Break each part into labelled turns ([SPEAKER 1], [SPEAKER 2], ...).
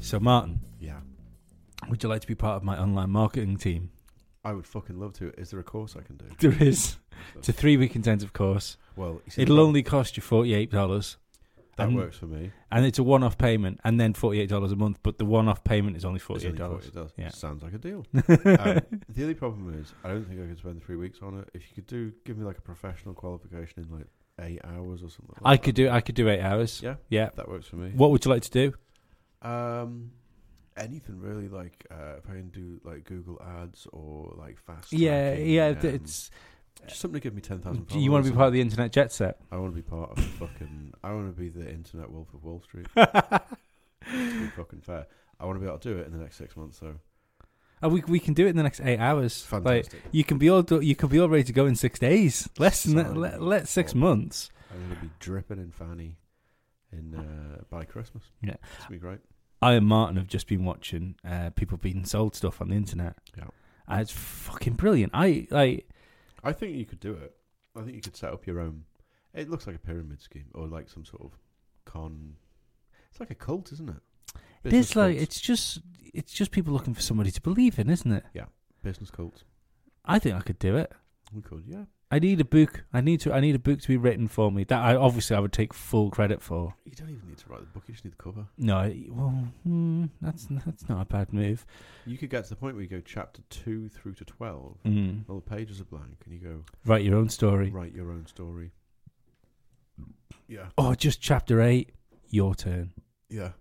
[SPEAKER 1] So, Martin,
[SPEAKER 2] Yeah.
[SPEAKER 1] would you like to be part of my online marketing team?
[SPEAKER 2] I would fucking love to. Is there a course I can do?
[SPEAKER 1] There is. It's a three week intensive course.
[SPEAKER 2] Well, you see,
[SPEAKER 1] It'll only cost you $48.
[SPEAKER 2] that
[SPEAKER 1] and-
[SPEAKER 2] works for me.
[SPEAKER 1] And it's a one off payment and then $48 a month, but the one off payment is only
[SPEAKER 2] It's
[SPEAKER 1] $48.
[SPEAKER 2] only $48.
[SPEAKER 1] Yeah.
[SPEAKER 2] Sounds like a deal. um, the only problem is, I don't think I could spend three weeks on it. If you could do, give me like a professional qualification in like eight hours or something. Like
[SPEAKER 1] I
[SPEAKER 2] that.
[SPEAKER 1] could do I could do eight hours.
[SPEAKER 2] Yeah.
[SPEAKER 1] Yeah.
[SPEAKER 2] That works for me.
[SPEAKER 1] What would you like to do?
[SPEAKER 2] Um, anything really? Like uh, if I can do like Google Ads or like fast.
[SPEAKER 1] yeah,
[SPEAKER 2] tracking,
[SPEAKER 1] yeah.
[SPEAKER 2] um,
[SPEAKER 1] It's
[SPEAKER 2] just something to give me ten thousand.
[SPEAKER 1] do you want to be part of the internet jet set?
[SPEAKER 2] I want to be part of the fucking. I want to be the internet wolf of Wall Street.
[SPEAKER 1] Uh,
[SPEAKER 2] to be fucking fair, I want to be able to do it in the next six months. So
[SPEAKER 1] And we we can do it in the next eight hours.
[SPEAKER 2] it's fantastic.
[SPEAKER 1] Like you can be all do- you can be all ready to go in six days. Less than that,
[SPEAKER 2] Son
[SPEAKER 1] le-
[SPEAKER 2] of a
[SPEAKER 1] le- six
[SPEAKER 2] fuck.
[SPEAKER 1] months.
[SPEAKER 2] I'm going to be dripping in fanny in uh, by Christmas.
[SPEAKER 1] Yeah.
[SPEAKER 2] it's gonna be great.
[SPEAKER 1] I and Martin have just been watching uh, people being sold stuff on the internet.
[SPEAKER 2] Yeah.
[SPEAKER 1] And it's fucking brilliant. I like
[SPEAKER 2] I think you could do it. I think you could set up your own. It looks like a pyramid scheme or like some sort of con. It's like a cult, isn't it?
[SPEAKER 1] this like
[SPEAKER 2] cults.
[SPEAKER 1] it's just it's just people looking for somebody to believe in, isn't it?
[SPEAKER 2] business cults.
[SPEAKER 1] I think I could do it.
[SPEAKER 2] We could, yeah.
[SPEAKER 1] I need a book. I need to. I need a book to be written for me that I obviously I would take full credit for.
[SPEAKER 2] You don't even need to write the book. You just need the cover.
[SPEAKER 1] No, I- well, hmm, that's that's not a bad move.
[SPEAKER 2] You could get to the point where you go chapter two through to twelve.
[SPEAKER 1] Mm.
[SPEAKER 2] All the pages are blank, and you go
[SPEAKER 1] Write your own story,
[SPEAKER 2] write your own story. Yeah,
[SPEAKER 1] or Oh, just chapter eight. Your turn,
[SPEAKER 2] yeah.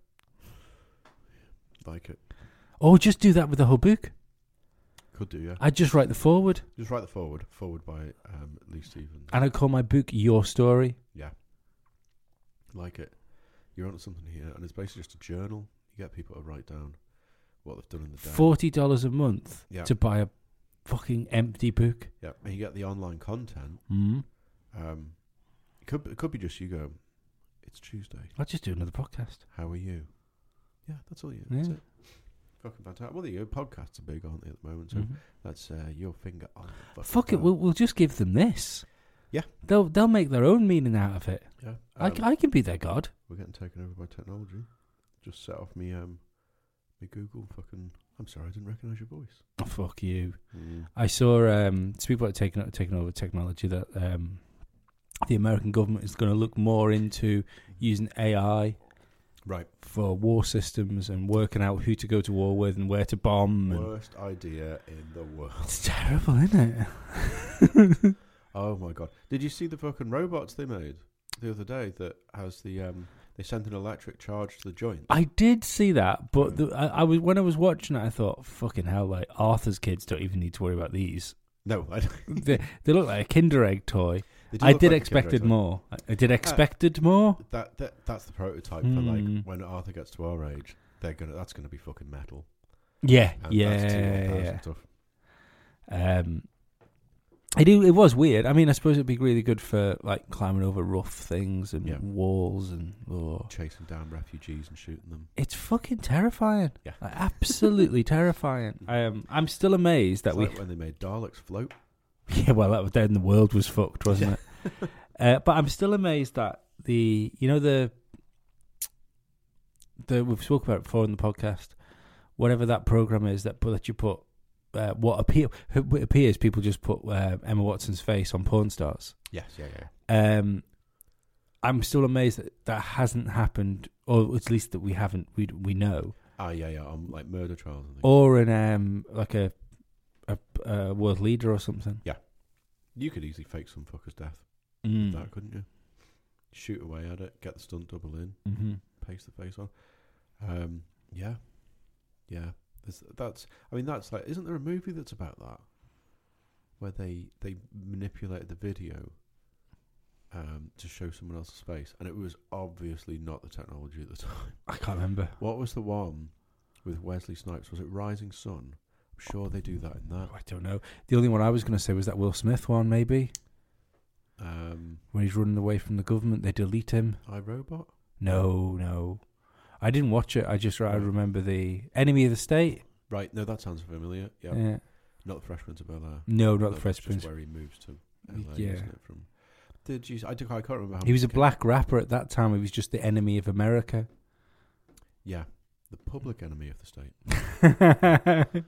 [SPEAKER 2] Like it.
[SPEAKER 1] or Oh, just do that with the whole book.
[SPEAKER 2] Could do, yeah.
[SPEAKER 1] I'd just write the forward,
[SPEAKER 2] Just write the forward. Forward by um, Lee Stevens.
[SPEAKER 1] and I'd call my book "Your Story."
[SPEAKER 2] like it. You're onto something here, and it's basically just a journal. You get people to write down what they've done in the day.
[SPEAKER 1] Forty dollars a month
[SPEAKER 2] Yeah.
[SPEAKER 1] to buy a fucking empty book.
[SPEAKER 2] Yeah, and you get the online content.
[SPEAKER 1] Mm.
[SPEAKER 2] Um, it could it could be just you go. It's Tuesday.
[SPEAKER 1] I'd just do another podcast.
[SPEAKER 2] How are you? Yeah, that's all you. That's
[SPEAKER 1] Yeah.
[SPEAKER 2] it. Fucking fantastic. Well, there you go. Podcasts are big, aren't they, at the moment? So
[SPEAKER 1] Mhm.
[SPEAKER 2] that's uh, your finger on. the fucking
[SPEAKER 1] Fuck it,
[SPEAKER 2] button.
[SPEAKER 1] we'll we'll just give them this.
[SPEAKER 2] Yeah.
[SPEAKER 1] they'll they'll make their own meaning out of it.
[SPEAKER 2] Yeah.
[SPEAKER 1] I
[SPEAKER 2] um,
[SPEAKER 1] c I I, can be their god.
[SPEAKER 2] We're getting taken over by technology. Just set off me um, me Google fucking. I'm sorry, I didn't recognise your voice.
[SPEAKER 1] Oh, fuck you.
[SPEAKER 2] Mm.
[SPEAKER 1] I saw um, to people taking o- taking over technology that um, the American government is going to look more into using AI
[SPEAKER 2] Right.
[SPEAKER 1] for war systems and working out who to go to war with and where to bomb. And
[SPEAKER 2] Worst idea in the world.
[SPEAKER 1] it's terrible, isn't it?
[SPEAKER 2] Oh my god! Did you see the fucking robots they made the other day? That has the um, they sent an electric charge to the joint.
[SPEAKER 1] I did see that, but the, I, I was when I was watching it, I thought, "Fucking hell!" Like Arthur's kids don't even need to worry about these.
[SPEAKER 2] no, I, they
[SPEAKER 1] they, they look like a Kinder Egg toy.
[SPEAKER 2] do
[SPEAKER 1] I
[SPEAKER 2] look
[SPEAKER 1] did
[SPEAKER 2] like a
[SPEAKER 1] expected
[SPEAKER 2] generator.
[SPEAKER 1] more. I- I did expected more.
[SPEAKER 2] That, that that's the prototype for
[SPEAKER 1] Mm.
[SPEAKER 2] like when Arthur gets to our age, they're gonna that's gonna be fucking metal.
[SPEAKER 1] Yeah,
[SPEAKER 2] And that's too old,
[SPEAKER 1] yeah,
[SPEAKER 2] that's
[SPEAKER 1] yeah.
[SPEAKER 2] tough.
[SPEAKER 1] Um, I do. It was weird. I mean, I suppose it'd be really good for like climbing over rough things and
[SPEAKER 2] Yeah.
[SPEAKER 1] walls and. Oh.
[SPEAKER 2] Chasing down refugees and shooting them.
[SPEAKER 1] It's fucking terrifying.
[SPEAKER 2] Yeah.
[SPEAKER 1] Like, absolutely terrifying. I am. I'm still amazed that
[SPEAKER 2] It's
[SPEAKER 1] we.
[SPEAKER 2] like when they made Daleks float.
[SPEAKER 1] yeah, well, that was then the world was fucked, wasn't it? Uh, but I'm still amazed that the you know the the we've spoke about it before in the podcast. Whatever that program is that that you put. Uh, what appear, it appears people just put uh, Emma Watson's face on porn stars.
[SPEAKER 2] Yes, yeah, yeah.
[SPEAKER 1] Um, I'm still amazed that that hasn't happened, or at least that we haven't. We we know,
[SPEAKER 2] Ah, yeah, yeah. On like murder trials and things.
[SPEAKER 1] or in um like a a, a world leader or something.
[SPEAKER 2] you could easily fake some fucker's death. with
[SPEAKER 1] Hmm.
[SPEAKER 2] That couldn't you? Shoot away at it. Get the stunt double in.
[SPEAKER 1] Mm-hmm.
[SPEAKER 2] paste the face on. Um, yeah, yeah. There's, that's. I mean, that's like. Isn't there a movie that's about that? Where they they manipulated the video um, to show someone else's face, and it was obviously not the technology at the time.
[SPEAKER 1] I can't remember.
[SPEAKER 2] What was the one with Wesley Snipes? Was it Rising Sun? I'm sure they do that in that.
[SPEAKER 1] Oh, I don't know. The only one I was going to say was that Will Smith one, maybe
[SPEAKER 2] Um,
[SPEAKER 1] when he's running away from the government, they delete him.
[SPEAKER 2] iRobot.
[SPEAKER 1] No, no, I didn't watch it. I just I remember the Enemy of the State.
[SPEAKER 2] Right. No, that sounds familiar. Yeah.
[SPEAKER 1] Yeah.
[SPEAKER 2] Not the Freshman to Bel Air.
[SPEAKER 1] No, not the
[SPEAKER 2] That's
[SPEAKER 1] Fresh
[SPEAKER 2] just
[SPEAKER 1] Prince.
[SPEAKER 2] where he moves to. LA,
[SPEAKER 1] Yeah.
[SPEAKER 2] Isn't it, from, did you? I, do- I can't remember. How
[SPEAKER 1] He was a
[SPEAKER 2] much it came-
[SPEAKER 1] black rapper at that time. He was just the enemy of America.
[SPEAKER 2] Yeah. the public enemy of the state.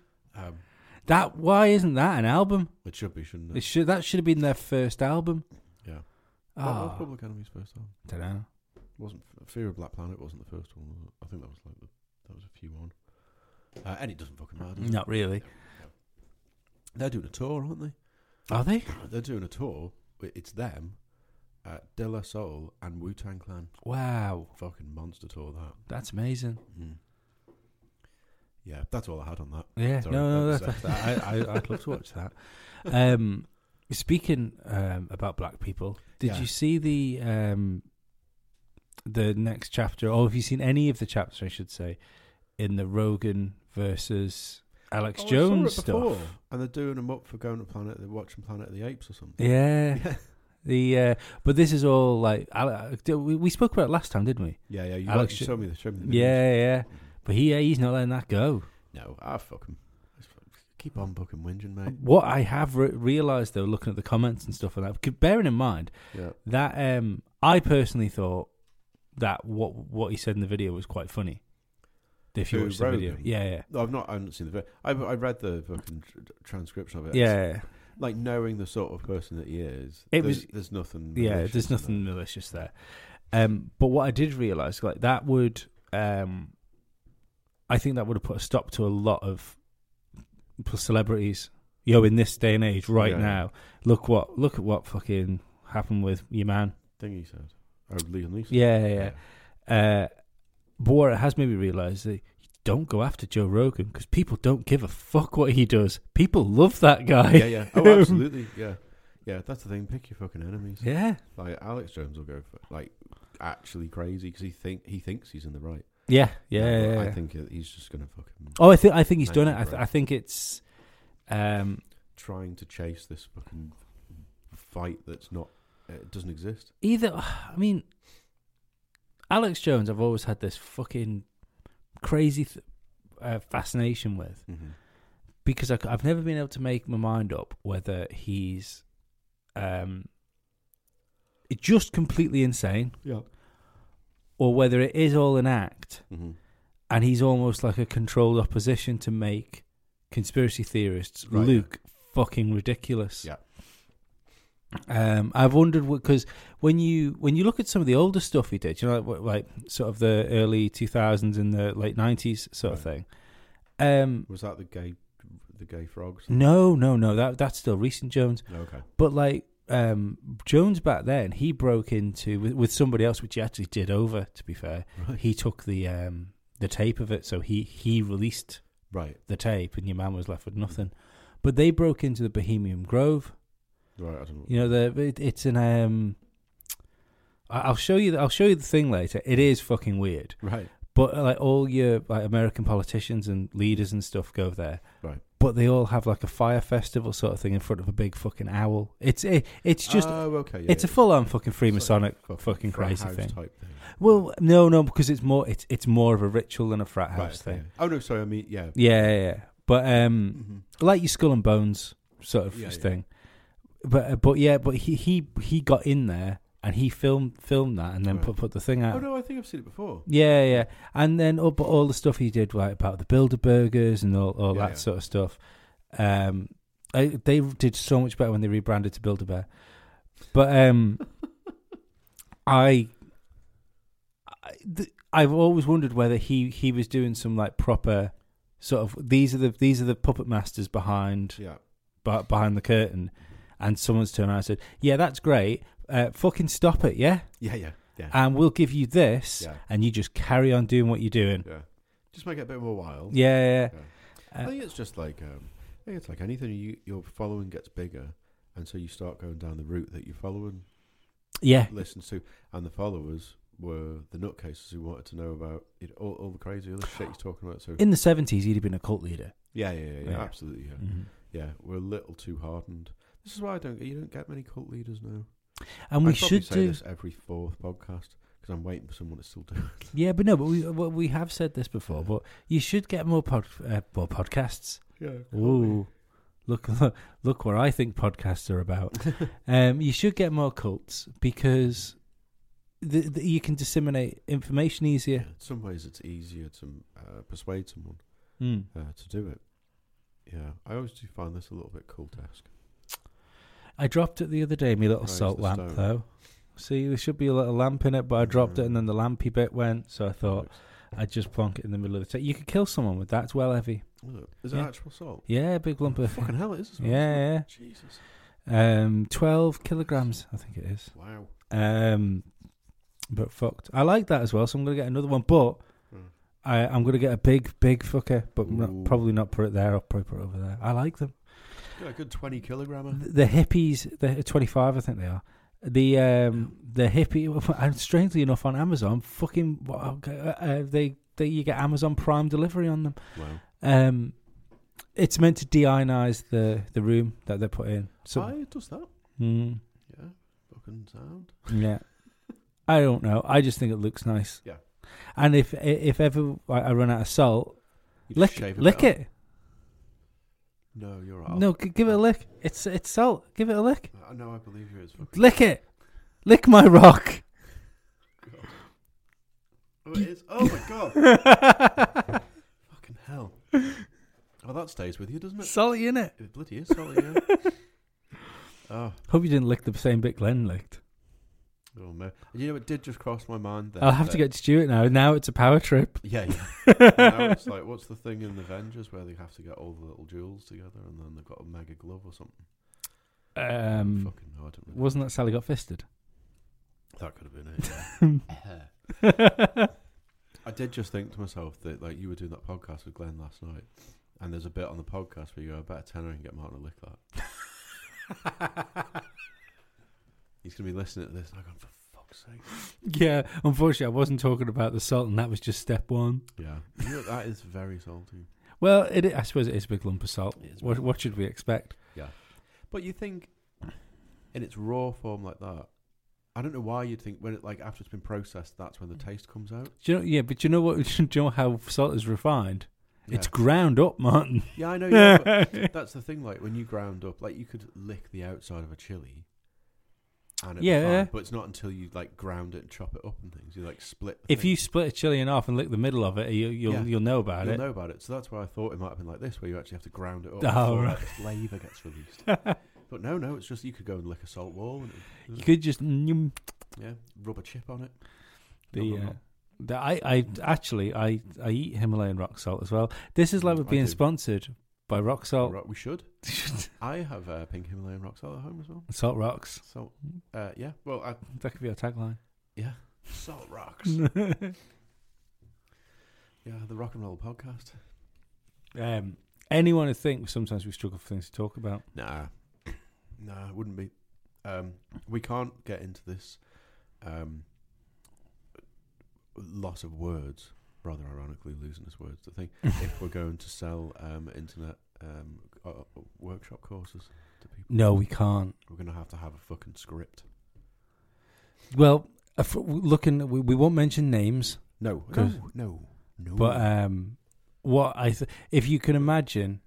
[SPEAKER 1] that
[SPEAKER 2] Um,
[SPEAKER 1] why isn't that an album?
[SPEAKER 2] it should be, shouldn't it?
[SPEAKER 1] It should that should have been their first album.
[SPEAKER 2] yeah. What was
[SPEAKER 1] Ah,
[SPEAKER 2] Public Enemy's first album?
[SPEAKER 1] don't know.
[SPEAKER 2] It wasn't Fear of Black Planet wasn't the first one. Was it? I think that was like the, that was a few on. Uh, and it doesn't fucking matter. does it?
[SPEAKER 1] Not really.
[SPEAKER 2] They're doing a tour, aren't they?
[SPEAKER 1] Are they?
[SPEAKER 2] They're doing a tour. It- It's them, uh, De La Soul and Wu Tang Clan.
[SPEAKER 1] Wow,
[SPEAKER 2] Fucking monster tour that.
[SPEAKER 1] that's amazing.
[SPEAKER 2] Mm. Yeah, that's all I had on that.
[SPEAKER 1] Yeah,
[SPEAKER 2] Sorry,
[SPEAKER 1] no, no,
[SPEAKER 2] that
[SPEAKER 1] that's,
[SPEAKER 2] was
[SPEAKER 1] I, I, I'd love to watch that. Um, speaking um, about black people, did
[SPEAKER 2] Yeah.
[SPEAKER 1] you see the um, the next chapter, or have you seen any of the chapters, I should say, in the Rogan versus Alex
[SPEAKER 2] Oh, I saw
[SPEAKER 1] Jones
[SPEAKER 2] it before.
[SPEAKER 1] stuff?
[SPEAKER 2] And they're doing them up for going to Planet. They're watching Planet of the Apes or something.
[SPEAKER 1] Yeah, the uh, but this is all like Ale- we we spoke about it last time, didn't we?
[SPEAKER 2] Yeah, yeah. You,
[SPEAKER 1] Alex
[SPEAKER 2] you
[SPEAKER 1] Sh-
[SPEAKER 2] showed me the show me the videos.
[SPEAKER 1] Yeah, yeah. But he he's not letting that go.
[SPEAKER 2] No, I fucking keep on fucking whinging, mate.
[SPEAKER 1] What I have re- realized though, looking at the comments and stuff like that, bearing in mind.
[SPEAKER 2] Yeah.
[SPEAKER 1] that um I personally thought that what what he said in the video was quite funny. If you
[SPEAKER 2] Who,
[SPEAKER 1] watch the video,
[SPEAKER 2] Rogan?
[SPEAKER 1] yeah, yeah,
[SPEAKER 2] No, I've not. I haven't seen the. video. I've I read the fucking tr- tr- transcription of it.
[SPEAKER 1] yeah,
[SPEAKER 2] It's- like knowing the sort of person that he is.
[SPEAKER 1] It
[SPEAKER 2] there's,
[SPEAKER 1] was-
[SPEAKER 2] There's nothing.
[SPEAKER 1] yeah.
[SPEAKER 2] malicious
[SPEAKER 1] There's
[SPEAKER 2] in
[SPEAKER 1] nothing malicious there. Um, but what I did realize, like that would, um, I think that would have put a stop to a lot of celebrities. Yo, in this day and age, right
[SPEAKER 2] Yeah.
[SPEAKER 1] now, look what look at what fucking happened with your man.
[SPEAKER 2] that Thing he said. Oh, Liam Neeson.
[SPEAKER 1] Yeah, yeah. yeah. Uh, but what it has made me realise that you don't go after Joe Rogan because people don't give a fuck what he does. People love that guy.
[SPEAKER 2] Yeah, yeah. Oh, absolutely. Yeah, yeah. That's the thing. Pick your fucking enemies.
[SPEAKER 1] Yeah.
[SPEAKER 2] Like Alex Jones will go for like actually crazy because he think he thinks he's in the right.
[SPEAKER 1] Yeah. Yeah.
[SPEAKER 2] but
[SPEAKER 1] yeah,
[SPEAKER 2] I
[SPEAKER 1] yeah.
[SPEAKER 2] think that he's just gonna fucking
[SPEAKER 1] oh, I think I think he's
[SPEAKER 2] I
[SPEAKER 1] done it.
[SPEAKER 2] think
[SPEAKER 1] I, th-
[SPEAKER 2] right.
[SPEAKER 1] I think it's. Um,
[SPEAKER 2] trying to chase this fucking fight that's not it doesn't exist.
[SPEAKER 1] either I mean, Alex Jones. I've always had this fucking crazy th- uh, fascination with. because I, have never been able to make my mind up whether he's um just completely insane
[SPEAKER 2] Yeah.
[SPEAKER 1] or whether it is all an act
[SPEAKER 2] Mm-hmm.
[SPEAKER 1] and he's almost like a controlled opposition to make conspiracy theorists
[SPEAKER 2] Right, yeah.
[SPEAKER 1] look fucking ridiculous.
[SPEAKER 2] Yeah.
[SPEAKER 1] Um, I've wondered because when you when you look at some of the older stuff he did, you know, like, like sort of the early two thousands and the late nineties sort of thing. Um,
[SPEAKER 2] Was that the gay the gay frogs?
[SPEAKER 1] no, no, no. That that's still recent Jones.
[SPEAKER 2] Okay.
[SPEAKER 1] But like um, Jones back then, he broke into with, with somebody else, which he actually did over. To be fair,
[SPEAKER 2] Right.
[SPEAKER 1] he took the um, the tape of it, so he he released
[SPEAKER 2] Right.
[SPEAKER 1] the tape, and your man was left with nothing. But they broke into the Bohemian Grove.
[SPEAKER 2] Right. I don't know.
[SPEAKER 1] You know, the it, it's an um, I- I'll show you. the- I'll show you the thing later. It is fucking weird.
[SPEAKER 2] Right.
[SPEAKER 1] But uh, like all your like American politicians and leaders and stuff go there.
[SPEAKER 2] Right.
[SPEAKER 1] But they all have like a fire festival sort of thing in front of a big fucking owl. It's it, it's just
[SPEAKER 2] Oh, okay. Yeah,
[SPEAKER 1] it's a
[SPEAKER 2] yeah.
[SPEAKER 1] full-on fucking
[SPEAKER 2] It's like
[SPEAKER 1] Freemasonic
[SPEAKER 2] a fuck-
[SPEAKER 1] fucking
[SPEAKER 2] frat
[SPEAKER 1] crazy
[SPEAKER 2] house
[SPEAKER 1] thing.
[SPEAKER 2] Type thing.
[SPEAKER 1] Well, no, no, because it's more it's it's more of a ritual than a frat house
[SPEAKER 2] Right,
[SPEAKER 1] thing.
[SPEAKER 2] okay, yeah. Oh no, sorry. I mean, yeah.
[SPEAKER 1] Yeah, yeah, yeah. But um,
[SPEAKER 2] Mhm.
[SPEAKER 1] like your skull and bones sort of
[SPEAKER 2] Yeah, yeah.
[SPEAKER 1] thing. But uh, but yeah, but he he he got in there and he filmed filmed that and then
[SPEAKER 2] Right.
[SPEAKER 1] put put the thing out.
[SPEAKER 2] Oh no, I think I've seen it before.
[SPEAKER 1] Yeah, yeah, and then all, but all the stuff he did like about the Bilderbergers and all, all
[SPEAKER 2] Yeah,
[SPEAKER 1] that
[SPEAKER 2] yeah.
[SPEAKER 1] sort of stuff. Um, I, they did so much better when they rebranded to Build-A-Bear. But um, I, I th- I've always wondered whether he he was doing some like proper sort of these are the these are the puppet masters behind
[SPEAKER 2] Yeah.
[SPEAKER 1] be- behind the curtain, and someone's turned around and said, "Yeah, that's great. Uh, fucking stop it, yeah."
[SPEAKER 2] Yeah. Yeah. Yeah.
[SPEAKER 1] and we'll give you this,
[SPEAKER 2] Yeah.
[SPEAKER 1] and you just carry on doing what you're doing.
[SPEAKER 2] yeah. Just make it a bit more wild.
[SPEAKER 1] Yeah,
[SPEAKER 2] Yeah.
[SPEAKER 1] Uh,
[SPEAKER 2] I think it's just like um, I think it's like anything you your following gets bigger, and so you start going down the route that your following
[SPEAKER 1] yeah,
[SPEAKER 2] listens to, and the followers were the nutcases who wanted to know about it, all, all the crazy other shit he's talking about. So
[SPEAKER 1] In the seventies, he'd have been a cult leader.
[SPEAKER 2] yeah, yeah, yeah, yeah,
[SPEAKER 1] Yeah. Mm.
[SPEAKER 2] absolutely, yeah, yeah. We're a little too hardened. This is why I don't get you don't get many cult leaders now.
[SPEAKER 1] And we
[SPEAKER 2] I'd probably
[SPEAKER 1] should
[SPEAKER 2] say
[SPEAKER 1] do,
[SPEAKER 2] this every fourth podcast because I'm waiting for someone to still do it.
[SPEAKER 1] yeah, but no, but we well, we have said this before, but you should get more pod uh, more podcasts.
[SPEAKER 2] Yeah.
[SPEAKER 1] Ooh, look look what I think podcasts are about. um, you should get more cults because the, the, you can disseminate information easier.
[SPEAKER 2] In some ways, it's easier to uh, persuade someone
[SPEAKER 1] Mm.
[SPEAKER 2] uh, to do it. Yeah, I always do find this a little bit cool task.
[SPEAKER 1] I dropped it the other day, my little
[SPEAKER 2] Raise
[SPEAKER 1] salt
[SPEAKER 2] the
[SPEAKER 1] lamp,
[SPEAKER 2] stone. Hmm.
[SPEAKER 1] though. See, there should be a little lamp in it, but I dropped it and then the lampy bit went, so I thought I'd just plonk it in the middle of the table. You could kill someone with that, it's well heavy.
[SPEAKER 2] Look, is it
[SPEAKER 1] Yeah.
[SPEAKER 2] actual salt?
[SPEAKER 1] Yeah,
[SPEAKER 2] Oh,
[SPEAKER 1] big lump of.
[SPEAKER 2] Fucking hell, it is. as well, isn't it?
[SPEAKER 1] Yeah,
[SPEAKER 2] Jesus.
[SPEAKER 1] yeah. Um, 12 kilograms, I think it is.
[SPEAKER 2] Wow.
[SPEAKER 1] Um, but fucked. I like that as well, so I'm gonna get another one. But
[SPEAKER 2] Mm.
[SPEAKER 1] I, I'm gonna get a big, big fucker, but
[SPEAKER 2] Ooh.
[SPEAKER 1] not, probably not put it there. I'll probably put it over there. I like them.
[SPEAKER 2] Yeah, a good 20 kilogrammer.
[SPEAKER 1] The, the hippies, the 25, I think they are. The um, the hippie, and strangely enough, on Amazon, fucking, what- uh, they, they you get Amazon Prime delivery on them.
[SPEAKER 2] Wow.
[SPEAKER 1] Um, it's meant to deionize the the room that they're put in. So
[SPEAKER 2] I does that.
[SPEAKER 1] mm,
[SPEAKER 2] Yeah. Fucking sound.
[SPEAKER 1] Yeah. I don't know. I just think it looks nice.
[SPEAKER 2] Yeah.
[SPEAKER 1] And if if ever I I run out of salt,
[SPEAKER 2] You just
[SPEAKER 1] lick
[SPEAKER 2] shave
[SPEAKER 1] it.
[SPEAKER 2] a
[SPEAKER 1] Lick
[SPEAKER 2] bit off.
[SPEAKER 1] it.
[SPEAKER 2] No, you're right.
[SPEAKER 1] No, g- give it a lick. It's it's salt. Give it a lick.
[SPEAKER 2] I know, I believe you. It's fucking.
[SPEAKER 1] Lick it. Lick my rock.
[SPEAKER 2] Oh, it is. Oh my god. fucking hell. Oh, that stays with you, doesn't it?
[SPEAKER 1] Salty in it.
[SPEAKER 2] It bloody is solid, yeah. oh,
[SPEAKER 1] Hope you didn't lick the same bit Glenn licked.
[SPEAKER 2] oh man. You know, it did just cross my mind there.
[SPEAKER 1] I'll have to
[SPEAKER 2] that-
[SPEAKER 1] get Stuart now. Now it's a power trip.
[SPEAKER 2] Yeah, yeah. now it's like, what's the thing in Avengers where they have to get all the little jewels together and then they've got a mega glove or something?
[SPEAKER 1] Um,
[SPEAKER 2] Fucking no, I don't really.
[SPEAKER 1] wasn't that Sally got fisted?
[SPEAKER 2] That could have been it. yeah. Uh, I did just think to myself that like you were doing that podcast with Glenn last night, and there's a bit on the podcast where you go, "I bet a tenner I can get Martin to lick that." He's gonna be listening to this, and I go, "For fuck's sake!"
[SPEAKER 1] yeah. Unfortunately, I wasn't talking about the salt, and that was just step one.
[SPEAKER 2] Yeah, you know, that is very salty.
[SPEAKER 1] Well, it, I suppose it is a big lump of salt.
[SPEAKER 2] It is a
[SPEAKER 1] What,
[SPEAKER 2] big
[SPEAKER 1] what should we expect?
[SPEAKER 2] But you think, in its raw form like that, I don't know why you'd think when it like after it's been processed, that's when the
[SPEAKER 1] Mm.
[SPEAKER 2] taste comes out.
[SPEAKER 1] Do you know? Yeah, but do you know what? Do you know how salt is refined?
[SPEAKER 2] Yeah,
[SPEAKER 1] It's ground up, Martin.
[SPEAKER 2] yeah I know. Yeah, but that's the thing. Like when you ground up, like you could lick the outside of a chili. And it'd be
[SPEAKER 1] Yeah.
[SPEAKER 2] fine, but it's not until you like ground it and chop it up and things. You like split. The
[SPEAKER 1] if
[SPEAKER 2] thing.
[SPEAKER 1] you split a chili in half and lick the middle of it, you, you'll
[SPEAKER 2] Yeah.
[SPEAKER 1] you'll know about
[SPEAKER 2] You'll
[SPEAKER 1] it.
[SPEAKER 2] know about it. So that's why I thought it might have been like this, where you actually have to ground it up
[SPEAKER 1] Oh,
[SPEAKER 2] before
[SPEAKER 1] right.
[SPEAKER 2] the flavour gets released. but no, no, it's just you could go and lick a salt wall and it,
[SPEAKER 1] You could just mm,
[SPEAKER 2] yeah, rub a chip on it.
[SPEAKER 1] the.
[SPEAKER 2] No, no,
[SPEAKER 1] uh,
[SPEAKER 2] no.
[SPEAKER 1] the- I, I actually I, I eat Himalayan rock salt as well. This is like we're
[SPEAKER 2] I
[SPEAKER 1] being
[SPEAKER 2] do.
[SPEAKER 1] sponsored Mm, by rock salt.
[SPEAKER 2] Right, we should. I have uh, pink Himalayan rock salt at home as well.
[SPEAKER 1] Salt rocks.
[SPEAKER 2] So uh, yeah, well, I,
[SPEAKER 1] That could be our tagline.
[SPEAKER 2] yeah, salt rocks. yeah, the rock and roll podcast.
[SPEAKER 1] um, anyone who thinks sometimes we struggle for things to talk about.
[SPEAKER 2] Nah, nah, it wouldn't be. Um, we can't get into this um, loss of words. Rather ironically, losing his words. The thing if we're going to sell um, internet um, uh, workshop courses to people,
[SPEAKER 1] No, we can't.
[SPEAKER 2] we're going to have to have a fucking script.
[SPEAKER 1] Well, if, looking, we, we won't mention names.
[SPEAKER 2] No,
[SPEAKER 1] Good.
[SPEAKER 2] no, no, no.
[SPEAKER 1] But um, what I th- if you can imagine,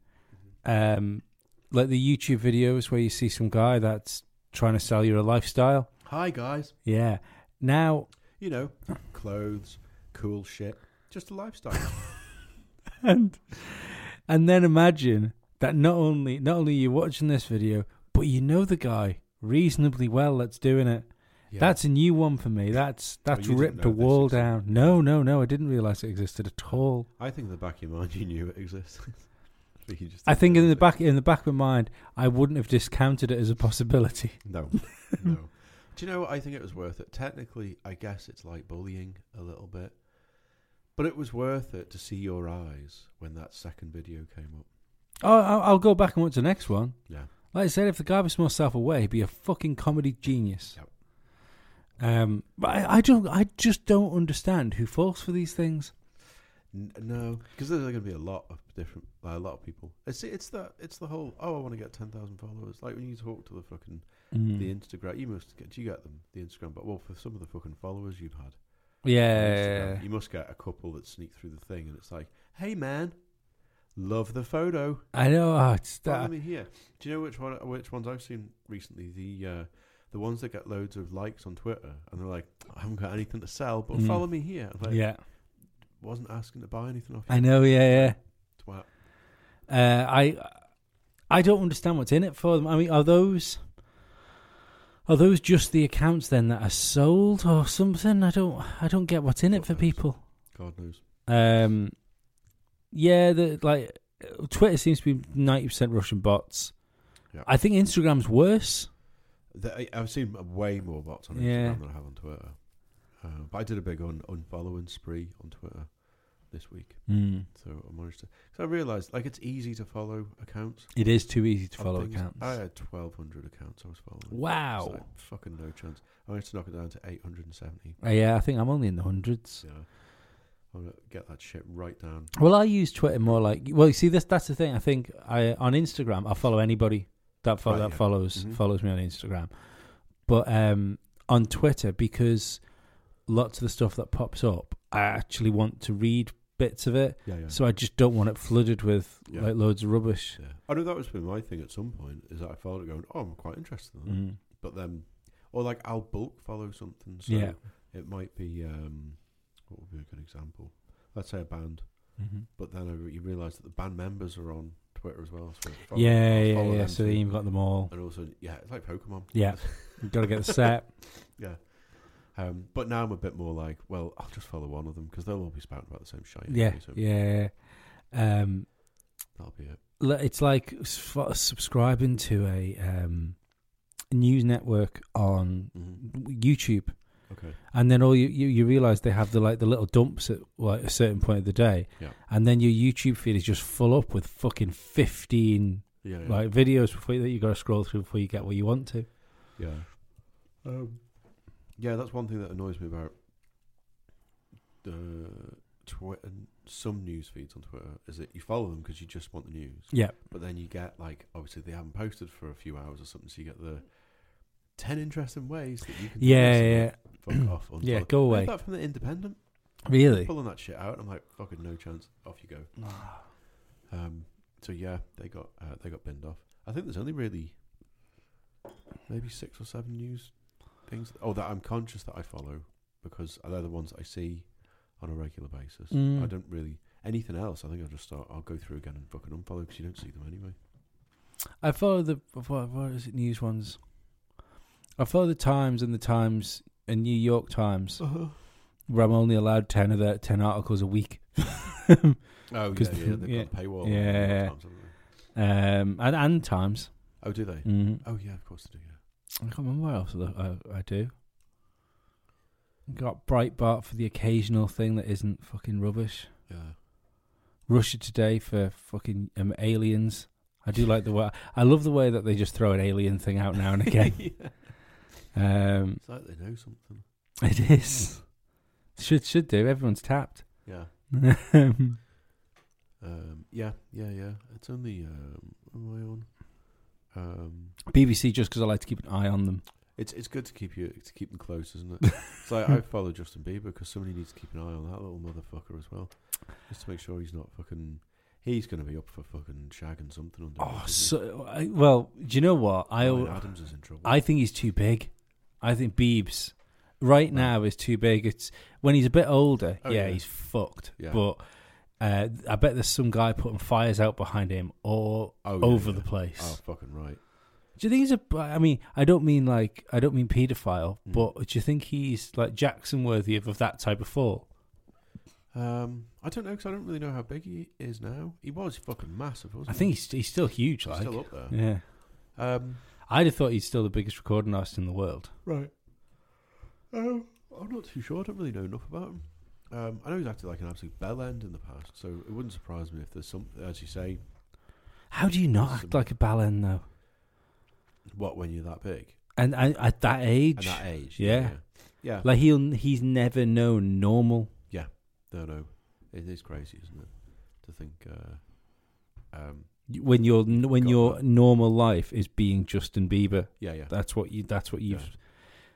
[SPEAKER 1] um, like the YouTube videos where you see some guy that's trying to sell you a lifestyle.
[SPEAKER 2] Hi guys,
[SPEAKER 1] Yeah. Now,
[SPEAKER 2] you know, clothes, cool shit, just a lifestyle.
[SPEAKER 1] and and then imagine that not only not only you're watching this video, but you know the guy reasonably well that's doing it.
[SPEAKER 2] Yeah. Oh,
[SPEAKER 1] That's a new one for me. That's that's
[SPEAKER 2] you didn't
[SPEAKER 1] ripped
[SPEAKER 2] know
[SPEAKER 1] a
[SPEAKER 2] this
[SPEAKER 1] wall
[SPEAKER 2] existed.
[SPEAKER 1] down. No, no, no. I didn't realize it existed at all.
[SPEAKER 2] I think in the back of your mind you knew it existed. But you just
[SPEAKER 1] I
[SPEAKER 2] didn't
[SPEAKER 1] think in the
[SPEAKER 2] realize it.
[SPEAKER 1] back in the back of my mind, I wouldn't have discounted it as a possibility.
[SPEAKER 2] No, no. Do you know what? I think it was worth it. Technically, I guess it's like bullying a little bit, but it was worth it to see your eyes when that second video came up.
[SPEAKER 1] Oh, I'll, I'll go back and watch the next one.
[SPEAKER 2] Yeah.
[SPEAKER 1] Like I said, if the guy was more self-aware, he'd be a fucking comedy genius.
[SPEAKER 2] Yep.
[SPEAKER 1] Um, but I, I don't, I just don't understand who falls for these things.
[SPEAKER 2] N- no, because there's going to be a lot of different, like, a lot of people. It's it's that it's the whole. Oh, I want to get ten thousand followers. Like when you talk to the fucking the
[SPEAKER 1] Mm.
[SPEAKER 2] Instagram, you must get. Do you get them? The Instagram, but well, for some of the fucking followers you've had, on
[SPEAKER 1] Yeah,
[SPEAKER 2] Instagram, you must get a couple that sneak through the thing, and it's like, hey man, love the photo.
[SPEAKER 1] I know. Oh, it's
[SPEAKER 2] Follow
[SPEAKER 1] that.
[SPEAKER 2] me here. Do you know which one? Which ones I've seen recently? The uh, the ones that get loads of likes on Twitter and they're like, I haven't got anything to sell, but
[SPEAKER 1] Mm.
[SPEAKER 2] follow me here. I'm Like,
[SPEAKER 1] yeah,
[SPEAKER 2] Wasn't asking to buy anything off you.
[SPEAKER 1] I know. Yeah,
[SPEAKER 2] Twat.
[SPEAKER 1] yeah. Uh, I I don't understand what's in it for them. I mean, are those are those just the accounts then that are sold or something? I don't I don't get what's in it
[SPEAKER 2] God
[SPEAKER 1] for
[SPEAKER 2] knows.
[SPEAKER 1] people.
[SPEAKER 2] God knows.
[SPEAKER 1] Um, yeah, the, like uh, Twitter seems to be ninety percent Russian bots.
[SPEAKER 2] Yeah.
[SPEAKER 1] I think Instagram's worse.
[SPEAKER 2] The, I, I've seen way more bots on Instagram
[SPEAKER 1] Yeah.
[SPEAKER 2] than I have on Twitter. Uh, but I did a big un, unfollowing spree on Twitter this week. So I managed to. Because I realised, like, it's easy to follow accounts.
[SPEAKER 1] It is too easy to
[SPEAKER 2] of
[SPEAKER 1] follow
[SPEAKER 2] things. Oh,
[SPEAKER 1] accounts.
[SPEAKER 2] I had 1,200 accounts I was following.
[SPEAKER 1] wow.
[SPEAKER 2] So, like, fucking no chance. I managed to knock it down to 870.
[SPEAKER 1] Uh, yeah, I think I'm only in the hundreds.
[SPEAKER 2] Yeah. I'm going to get that shit right down.
[SPEAKER 1] Well, I use Twitter more like well, you see this that's the thing. I think I on Instagram I follow anybody that follow,
[SPEAKER 2] Right,
[SPEAKER 1] that
[SPEAKER 2] yeah.
[SPEAKER 1] follows
[SPEAKER 2] Mhm.
[SPEAKER 1] follows me on Instagram. But um on Twitter because lots of the stuff that pops up, I actually want to read bits of it.
[SPEAKER 2] Yeah, yeah.
[SPEAKER 1] So I just don't want it flooded with
[SPEAKER 2] Yeah.
[SPEAKER 1] like loads of rubbish.
[SPEAKER 2] yeah. I know that was been my thing at some point, is that I followed it going, oh, I'm quite interested in that.
[SPEAKER 1] Mm.
[SPEAKER 2] But then, or like, I'll bulk follow something. So
[SPEAKER 1] Yeah.
[SPEAKER 2] It might be um, what would be a good example? Let's say a band, but then I, re- you realise that the band members are on Twitter as well. So follow-
[SPEAKER 1] Yeah,
[SPEAKER 2] I'll
[SPEAKER 1] yeah,
[SPEAKER 2] follow
[SPEAKER 1] yeah.
[SPEAKER 2] them
[SPEAKER 1] So
[SPEAKER 2] too.
[SPEAKER 1] then you've got them all.
[SPEAKER 2] and also yeah, it's like Pokemon.
[SPEAKER 1] Yeah. You've got to get the set.
[SPEAKER 2] yeah. Um, but now I'm a bit more like, well, I'll just follow one of them because they'll all be spouting about the same shit.
[SPEAKER 1] yeah,
[SPEAKER 2] anyway, so
[SPEAKER 1] yeah. Um,
[SPEAKER 2] that'll be it.
[SPEAKER 1] li- it's like s- f- subscribing to a um, news network on
[SPEAKER 2] Mhm.
[SPEAKER 1] YouTube,
[SPEAKER 2] Okay,
[SPEAKER 1] and then all you, you, you realize they have the like the little dumps at like a certain point of the day,
[SPEAKER 2] Yeah.
[SPEAKER 1] and then your YouTube feed is just full up with fucking fifteen
[SPEAKER 2] yeah, yeah,
[SPEAKER 1] like videos before that you got to scroll through before you get what you want to.
[SPEAKER 2] yeah. Um, yeah, that's one thing that annoys me about uh, Twitter. Some news feeds on Twitter is that you follow them because you just want the news.
[SPEAKER 1] Yeah,
[SPEAKER 2] But then you get like obviously they haven't posted for a few hours or something, so you get the ten interesting ways that you can. do
[SPEAKER 1] yeah,
[SPEAKER 2] this and,
[SPEAKER 1] yeah.
[SPEAKER 2] like, Fuck off.
[SPEAKER 1] Yeah,
[SPEAKER 2] unfollow.
[SPEAKER 1] go
[SPEAKER 2] I
[SPEAKER 1] away.
[SPEAKER 2] Heard that from the Independent,
[SPEAKER 1] Really?
[SPEAKER 2] pulling that shit out. I'm like, fucking no chance. Off you go. Um, so yeah, they got uh, they got binned off. I think there's only really maybe six or seven news things. Oh, that I'm conscious that I follow because they're the ones that I see on a regular basis.
[SPEAKER 1] Mm.
[SPEAKER 2] I don't really anything else. I think I'll just start. I'll go through again and fucking unfollow because you don't see them anyway.
[SPEAKER 1] I follow the what, what is it news ones. I follow the Times and the Times and New York Times.
[SPEAKER 2] Uh-huh.
[SPEAKER 1] where I'm only allowed ten of the ten articles a week.
[SPEAKER 2] Oh, yeah,
[SPEAKER 1] 'Cause
[SPEAKER 2] yeah,
[SPEAKER 1] the-
[SPEAKER 2] they've
[SPEAKER 1] yeah.
[SPEAKER 2] got a paywall.
[SPEAKER 1] Yeah, yeah,
[SPEAKER 2] at
[SPEAKER 1] yeah.
[SPEAKER 2] times, haven't they?
[SPEAKER 1] Um, and and times.
[SPEAKER 2] Oh, do they?
[SPEAKER 1] Mhm.
[SPEAKER 2] Oh, yeah, of course they do. Yeah.
[SPEAKER 1] I can't remember what else I, I, I do. Got Breitbart for the occasional thing that isn't fucking rubbish.
[SPEAKER 2] Yeah.
[SPEAKER 1] Russia Today for fucking um, aliens. I do like the way I love the way that they just throw an alien thing out now and again.
[SPEAKER 2] yeah.
[SPEAKER 1] um,
[SPEAKER 2] It's like they know something.
[SPEAKER 1] it is should should do. Everyone's tapped.
[SPEAKER 2] Yeah.
[SPEAKER 1] Um,
[SPEAKER 2] Um, yeah, yeah, yeah. It's only um, what am I on? Um,
[SPEAKER 1] BBC just because I like to keep an eye on them.
[SPEAKER 2] it's it's good to keep you to keep them close, isn't it? it's like I follow Justin Bieber because somebody needs to keep an eye on that little motherfucker as well, just to make sure he's not fucking. He's going to be up for fucking shagging something under.
[SPEAKER 1] Oh, so I, well, do you know what? I al-
[SPEAKER 2] Adams is in trouble.
[SPEAKER 1] I think he's too big. I think Biebs right now is too big. It's when he's a bit older,
[SPEAKER 2] Oh,
[SPEAKER 1] yeah,
[SPEAKER 2] yeah.
[SPEAKER 1] he's fucked.
[SPEAKER 2] Yeah.
[SPEAKER 1] But uh, I bet there's some guy putting fires out behind him all
[SPEAKER 2] Oh, yeah,
[SPEAKER 1] over
[SPEAKER 2] yeah.
[SPEAKER 1] the place.
[SPEAKER 2] Oh, fucking right.
[SPEAKER 1] Do you think he's a? I mean, I don't mean like I don't mean paedophile,
[SPEAKER 2] Mm.
[SPEAKER 1] but do you think he's like Jackson worthy of, of that type of fall?
[SPEAKER 2] Um, I don't know because I don't really know how big he is now. He was fucking massive, wasn't
[SPEAKER 1] I
[SPEAKER 2] he?
[SPEAKER 1] think he's he's still huge. Like,
[SPEAKER 2] still up there.
[SPEAKER 1] yeah,
[SPEAKER 2] Um,
[SPEAKER 1] I'd have thought he's still the biggest recording artist in the world.
[SPEAKER 2] right. Um, I'm not too sure. I don't really know enough about him. Um, I know he's acted like an absolute bell end in the past, so it wouldn't surprise me if there's some, as you say,
[SPEAKER 1] How do you not
[SPEAKER 2] Some-
[SPEAKER 1] act like a ballon though?
[SPEAKER 2] what when you're that big
[SPEAKER 1] And I, at that age,
[SPEAKER 2] and that e- age.
[SPEAKER 1] Yeah.
[SPEAKER 2] yeah.
[SPEAKER 1] Like he'll he's never known normal.
[SPEAKER 2] no, no, it is crazy, isn't it? To think, uh, um,
[SPEAKER 1] When your when
[SPEAKER 2] Got
[SPEAKER 1] your
[SPEAKER 2] that.
[SPEAKER 1] normal life is being Justin Bieber,
[SPEAKER 2] yeah, yeah.
[SPEAKER 1] that's what you that's what you. have
[SPEAKER 2] Yeah.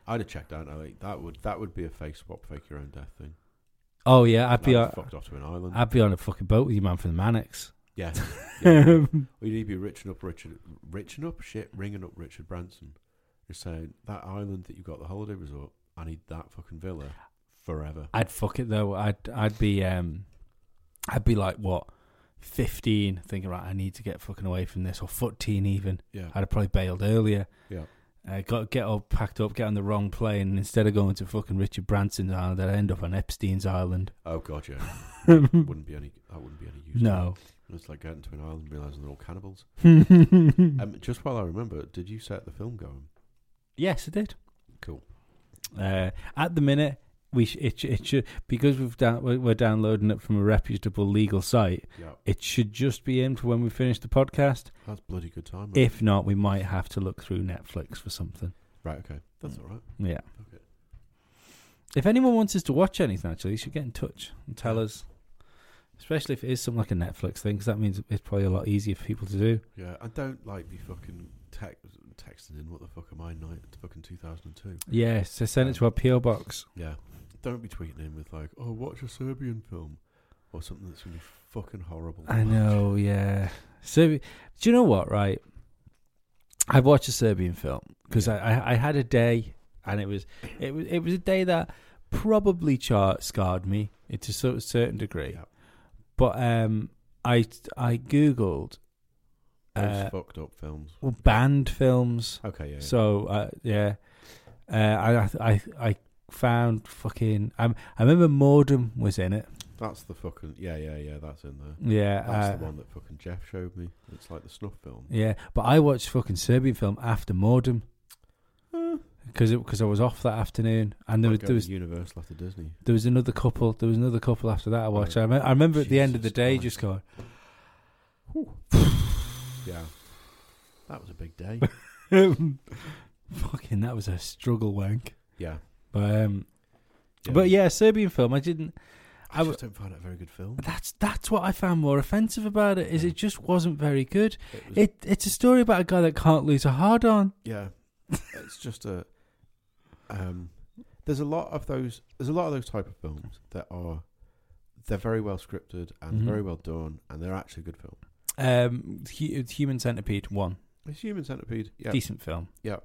[SPEAKER 2] I'd have checked out. I like that would that would be a face swap, fake your own death thing.
[SPEAKER 1] Oh yeah, I'd be
[SPEAKER 2] That'd
[SPEAKER 1] on,
[SPEAKER 2] be fucked off to an island.
[SPEAKER 1] I'd be on a fucking boat with you, man, for the Manics.
[SPEAKER 2] yeah. yeah. We need to be riching up Richard, riching up shit, ringing up Richard Branson You're saying that island that you got the holiday resort. I need that fucking villa forever.
[SPEAKER 1] I'd fuck it though. I'd I'd be um, I'd be like what, fifteen, thinking right, I need to get fucking away from this, or fourteen even.
[SPEAKER 2] Yeah,
[SPEAKER 1] I'd have probably bailed earlier.
[SPEAKER 2] Yeah.
[SPEAKER 1] I got get all packed up, get on the wrong plane, and instead of going to fucking Richard Branson's island, I'd end up on Epstein's island.
[SPEAKER 2] Oh god, yeah. wouldn't be any. That wouldn't be any use. to
[SPEAKER 1] no.
[SPEAKER 2] me. It's like getting to an island, and realizing they're all cannibals.
[SPEAKER 1] um,
[SPEAKER 2] Um, just while I remember, did you set the film going?
[SPEAKER 1] yes, I did.
[SPEAKER 2] Cool.
[SPEAKER 1] Uh, at the minute, we sh- it, sh- it should because we've down- we're we're downloading it from a reputable legal site.
[SPEAKER 2] Yeah,
[SPEAKER 1] It should just be in for when we finish the podcast.
[SPEAKER 2] that's bloody good time. man.
[SPEAKER 1] If not, we might have to look through Netflix for something.
[SPEAKER 2] Right, okay, that's all right.
[SPEAKER 1] Yeah.
[SPEAKER 2] Okay.
[SPEAKER 1] If anyone wants us to watch anything, actually, you should get in touch and tell us. Especially if it is something like a Netflix thing, because that means it's probably a lot easier for people to do.
[SPEAKER 2] Yeah, I don't like be fucking tex texting in. What the fuck am I? Night fucking two thousand and two.
[SPEAKER 1] Yeah, so send it to our PO box.
[SPEAKER 2] Yeah, don't be tweeting in with like, oh, watch a Serbian film or something that's gonna be fucking horrible. to
[SPEAKER 1] I
[SPEAKER 2] watch.
[SPEAKER 1] know, yeah. So, do you know what? Right, I watched a Serbian film because I, I I had a day, and it was it was it was a day that probably char- scarred me it to so- a certain degree.
[SPEAKER 2] Yeah.
[SPEAKER 1] But um, I I googled
[SPEAKER 2] Those
[SPEAKER 1] uh,
[SPEAKER 2] fucked up films.
[SPEAKER 1] well, banned films.
[SPEAKER 2] Okay, Oh, yeah.
[SPEAKER 1] So uh, yeah, uh, I I I found fucking. Um, I remember Mordom was in it.
[SPEAKER 2] that's the fucking yeah, yeah, yeah. That's in there.
[SPEAKER 1] Yeah,
[SPEAKER 2] That's
[SPEAKER 1] uh,
[SPEAKER 2] the one that fucking Jeff showed me. It's like the snuff film.
[SPEAKER 1] yeah. But I watched fucking Serbian film after Mordom
[SPEAKER 2] Eh,
[SPEAKER 1] because because I was off that afternoon, and there was
[SPEAKER 2] might go
[SPEAKER 1] there
[SPEAKER 2] to
[SPEAKER 1] was
[SPEAKER 2] Universal after Disney.
[SPEAKER 1] there was another couple. There was another couple after that I watched. I, me- I remember at the end of the
[SPEAKER 2] Oh, Jesus
[SPEAKER 1] day
[SPEAKER 2] Christ.
[SPEAKER 1] just going,
[SPEAKER 2] Yeah, that was a big day.
[SPEAKER 1] fucking that was a struggle wank.
[SPEAKER 2] yeah,
[SPEAKER 1] But um, but yeah, Serbian film. I didn't.
[SPEAKER 2] I,
[SPEAKER 1] I
[SPEAKER 2] just don't find it a very good film.
[SPEAKER 1] That's that's what I found more offensive about it is
[SPEAKER 2] Yeah.
[SPEAKER 1] it just wasn't very good.
[SPEAKER 2] It was,
[SPEAKER 1] It it's a story about a guy that can't lose a hard on.
[SPEAKER 2] yeah, it's just a. Um, there's a lot of those. There's a lot of those type of films that are, they're very well scripted and
[SPEAKER 1] Mhm.
[SPEAKER 2] very well done, and they're actually a good film.
[SPEAKER 1] Um, Hu- Human Centipede one
[SPEAKER 2] It's Human Centipede. Yeah,
[SPEAKER 1] decent film.
[SPEAKER 2] yeah.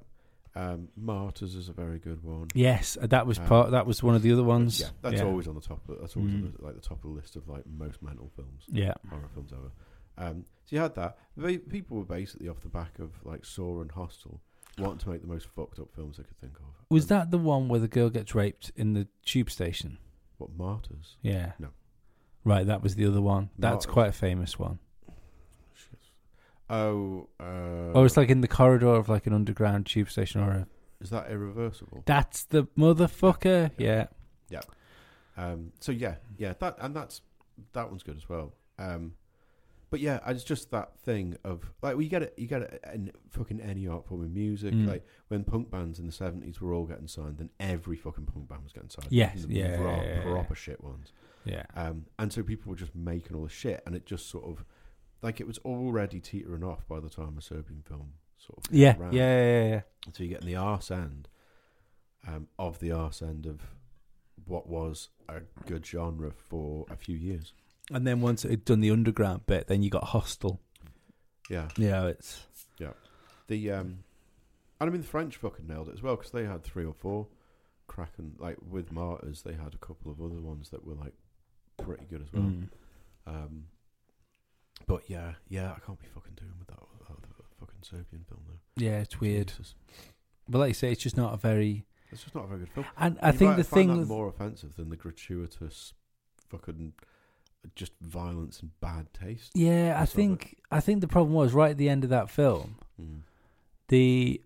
[SPEAKER 2] Um, Martyrs is a very good one.
[SPEAKER 1] Yes, uh, that was
[SPEAKER 2] Um,
[SPEAKER 1] part. That was one of the other ones.
[SPEAKER 2] Yeah, that's
[SPEAKER 1] yeah.
[SPEAKER 2] always on the top. Of, that's always on
[SPEAKER 1] Mm.
[SPEAKER 2] the, like the top of the list of like most mental films,
[SPEAKER 1] Yeah,
[SPEAKER 2] horror films ever. Um, so you had that. They, people were basically off the back of like Saw and Hostel, wanting to make the most fucked up films they could think of.
[SPEAKER 1] was
[SPEAKER 2] And
[SPEAKER 1] that the one where the girl gets raped in the tube station?
[SPEAKER 2] what Martyrs?
[SPEAKER 1] Yeah.
[SPEAKER 2] No.
[SPEAKER 1] Right, that was the other one. That's
[SPEAKER 2] Martyrs.
[SPEAKER 1] quite a famous one.
[SPEAKER 2] Shit. Oh, uh,
[SPEAKER 1] or it's like in the corridor of like an underground tube station or a.
[SPEAKER 2] is that irreversible?
[SPEAKER 1] That's the motherfucker. Yeah.
[SPEAKER 2] Um, so yeah,
[SPEAKER 1] Hmm.
[SPEAKER 2] yeah, that and that's that one's good as well. Um, but yeah, it's just that thing of like well, you get it, you get it in fucking any art form in music.
[SPEAKER 1] Mm.
[SPEAKER 2] Like when punk bands in the seventies were all getting signed, then every fucking punk band was getting signed.
[SPEAKER 1] Yes,
[SPEAKER 2] Even the
[SPEAKER 1] yeah,
[SPEAKER 2] pro-
[SPEAKER 1] yeah, yeah, yeah.
[SPEAKER 2] proper shit ones.
[SPEAKER 1] Yeah.
[SPEAKER 2] Um, and so people were just making all the shit, and it just sort of like it was already teetering off by the time a Serbian film sort of came
[SPEAKER 1] Yeah. Yeah.
[SPEAKER 2] around.
[SPEAKER 1] Yeah. Yeah. yeah.
[SPEAKER 2] So you're getting the arse end um, of the arse end of what was a good genre for a few years.
[SPEAKER 1] And then once it had done the underground bit, then you got Hostel.
[SPEAKER 2] Yeah.
[SPEAKER 1] Yeah, it's
[SPEAKER 2] The um, and I mean the French fucking nailed it as well because they had three or four cracking like with martyrs. They had a couple of other ones that were like pretty good as well.
[SPEAKER 1] Mm.
[SPEAKER 2] Um, but yeah, yeah, I can't be fucking doing with that, that other fucking Serbian film though.
[SPEAKER 1] yeah, it's weird.
[SPEAKER 2] Jesus.
[SPEAKER 1] But like you say, it's just not a very.
[SPEAKER 2] It's just not a very good film.
[SPEAKER 1] And I
[SPEAKER 2] You
[SPEAKER 1] think
[SPEAKER 2] might
[SPEAKER 1] the
[SPEAKER 2] find
[SPEAKER 1] thing
[SPEAKER 2] that
[SPEAKER 1] with
[SPEAKER 2] more offensive than the gratuitous fucking just violence and bad taste.
[SPEAKER 1] yeah, I
[SPEAKER 2] That's all
[SPEAKER 1] think I think the problem was right at the end of that film.
[SPEAKER 2] Mm.
[SPEAKER 1] The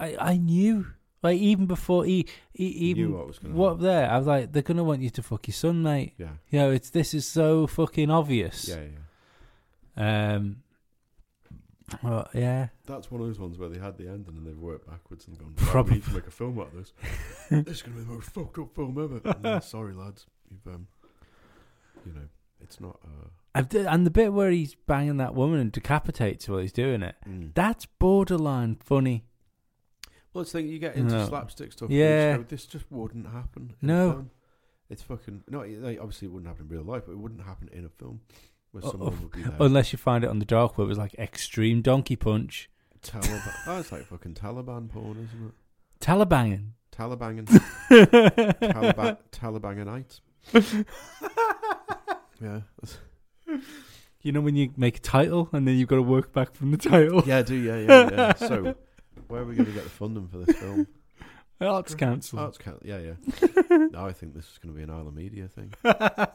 [SPEAKER 1] I I knew like even before he, he
[SPEAKER 2] you
[SPEAKER 1] even
[SPEAKER 2] knew what was going
[SPEAKER 1] what up there, I was like, they're gonna want you to fuck your son, mate.
[SPEAKER 2] Yeah,
[SPEAKER 1] You know, it's this is so fucking obvious.
[SPEAKER 2] yeah, yeah. yeah.
[SPEAKER 1] Um. well, yeah.
[SPEAKER 2] That's one of those ones where they had the end and then they've worked backwards and gone. Probably
[SPEAKER 1] Probably.
[SPEAKER 2] we need to make a film out of this. this is going to be the most fucked up film ever. And then, sorry, lads, you've um, you know, it's not. Uh,
[SPEAKER 1] I've d- and the bit where he's banging that woman and decapitates her while he's doing it. That's borderline funny.
[SPEAKER 2] Well, it's the thing you get into
[SPEAKER 1] No.
[SPEAKER 2] slapstick stuff.
[SPEAKER 1] Yeah.
[SPEAKER 2] Yeah, this just wouldn't happen. in a
[SPEAKER 1] No.
[SPEAKER 2] film. it's fucking no. it- like, Obviously, it wouldn't happen in real life, but it wouldn't happen in a film where
[SPEAKER 1] Oh,
[SPEAKER 2] someone
[SPEAKER 1] oh,
[SPEAKER 2] would be there.
[SPEAKER 1] Unless you find it on the dark web, it was like extreme donkey punch.
[SPEAKER 2] Taliban. That's like fucking Taliban porn, isn't it?
[SPEAKER 1] Taliban.
[SPEAKER 2] Taliban and Taliban Talibanite. Yeah,
[SPEAKER 1] you know when you make a title and then you've got to work back from the title.
[SPEAKER 2] yeah, I do yeah, yeah, yeah. So, where are we going to get the funding for this film?
[SPEAKER 1] Arts Council.
[SPEAKER 2] Arts Council. Yeah, yeah. no, I think this is going to be an Isle of Media thing.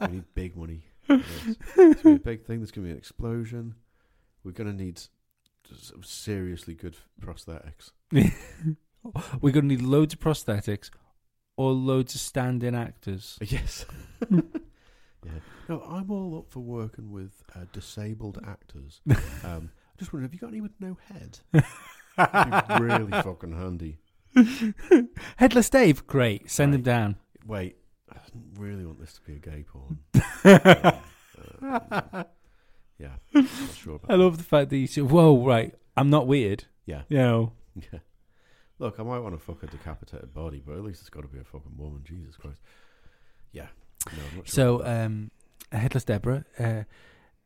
[SPEAKER 2] We need big money. for this. It's going to be a big thing. There's going to be an explosion. We're going to need s- seriously good prosthetics.
[SPEAKER 1] We're going to need loads of prosthetics or loads of stand-in actors.
[SPEAKER 2] Yes. yeah. No, I'm all up for working with uh, disabled actors. Um, I just wonder, have you got any with no head? That'd be really fucking handy.
[SPEAKER 1] Headless Dave, great. Send him
[SPEAKER 2] Right.
[SPEAKER 1] down.
[SPEAKER 2] Wait, I didn't really want this to be a gay porn. Uh, yeah, I'm not sure about
[SPEAKER 1] I love the fact that you say, "Whoa, right? I'm not weird."
[SPEAKER 2] Yeah.
[SPEAKER 1] You know,
[SPEAKER 2] that. Yeah. Look, I might want to fuck a decapitated body, but at least it's got to be a fucking woman. Jesus Christ. Yeah. No, I'm not sure
[SPEAKER 1] So,
[SPEAKER 2] about that.
[SPEAKER 1] um, headless Deborah, uh,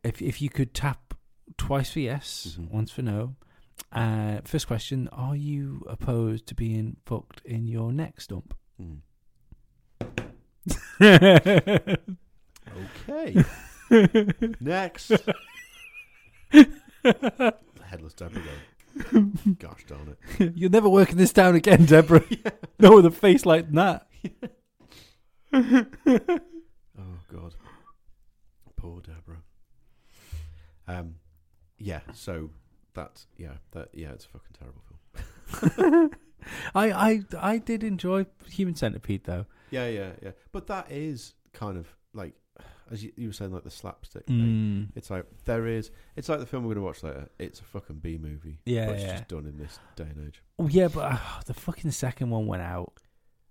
[SPEAKER 1] if if you could tap twice for yes,
[SPEAKER 2] Mhm.
[SPEAKER 1] once for no. Uh, first question: Are you opposed to being fucked in your neck stump?
[SPEAKER 2] Hmm.
[SPEAKER 1] Next.
[SPEAKER 2] Okay. Next. Headless Deborah. again. Gosh darn it.
[SPEAKER 1] You'll never work in this town again, Deborah. No, with a face like that.
[SPEAKER 2] Oh God. Poor Deborah. Um, yeah. So that's yeah. That yeah. It's a fucking terrible film.
[SPEAKER 1] I, I, I did enjoy Human Centipede though.
[SPEAKER 2] Yeah, yeah, yeah. But that is kind of like, as you, you were saying, like the slapstick. Thing.
[SPEAKER 1] Mm.
[SPEAKER 2] It's like there is. It's like the film we're going to watch later. It's a fucking B movie.
[SPEAKER 1] Yeah,
[SPEAKER 2] but it's
[SPEAKER 1] yeah.
[SPEAKER 2] just done in this day and age.
[SPEAKER 1] Oh, yeah, but uh, the fucking second one went out.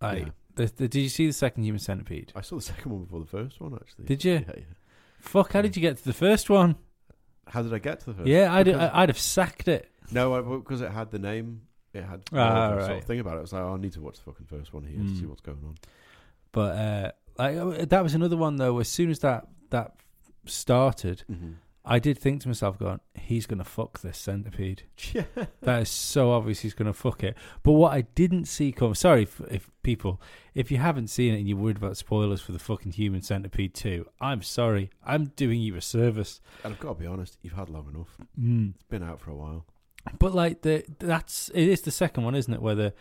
[SPEAKER 1] Like,
[SPEAKER 2] Yeah.
[SPEAKER 1] the, the, did you see the second Human Centipede?
[SPEAKER 2] I saw the second one before the first one, actually.
[SPEAKER 1] Did you?
[SPEAKER 2] Yeah, yeah.
[SPEAKER 1] Fuck! How
[SPEAKER 2] Yeah.
[SPEAKER 1] did you get to the first one?
[SPEAKER 2] How did I get to the first?
[SPEAKER 1] Yeah, I'd
[SPEAKER 2] because-
[SPEAKER 1] I'd have sacked it.
[SPEAKER 2] No, I, because it had the name. It had
[SPEAKER 1] Ah,
[SPEAKER 2] all that sort
[SPEAKER 1] right.
[SPEAKER 2] of thing about it. It was like, oh, I need to watch the fucking first one here to
[SPEAKER 1] Mm.
[SPEAKER 2] see what's going on.
[SPEAKER 1] But uh, like that was another one though. As soon as that that started, I did think to myself, "Going, he's gonna fuck this centipede.
[SPEAKER 2] Yeah.
[SPEAKER 1] That is so obvious. He's gonna fuck it." But what I didn't see come. Sorry if, if people, if you haven't seen it and you're worried about spoilers for the fucking Human Centipede two, I'm sorry. I'm doing you a service.
[SPEAKER 2] And I've got to be honest, you've had long enough.
[SPEAKER 1] Mm.
[SPEAKER 2] It's been out for a while.
[SPEAKER 1] But like the that's it is the second one, isn't it? Where the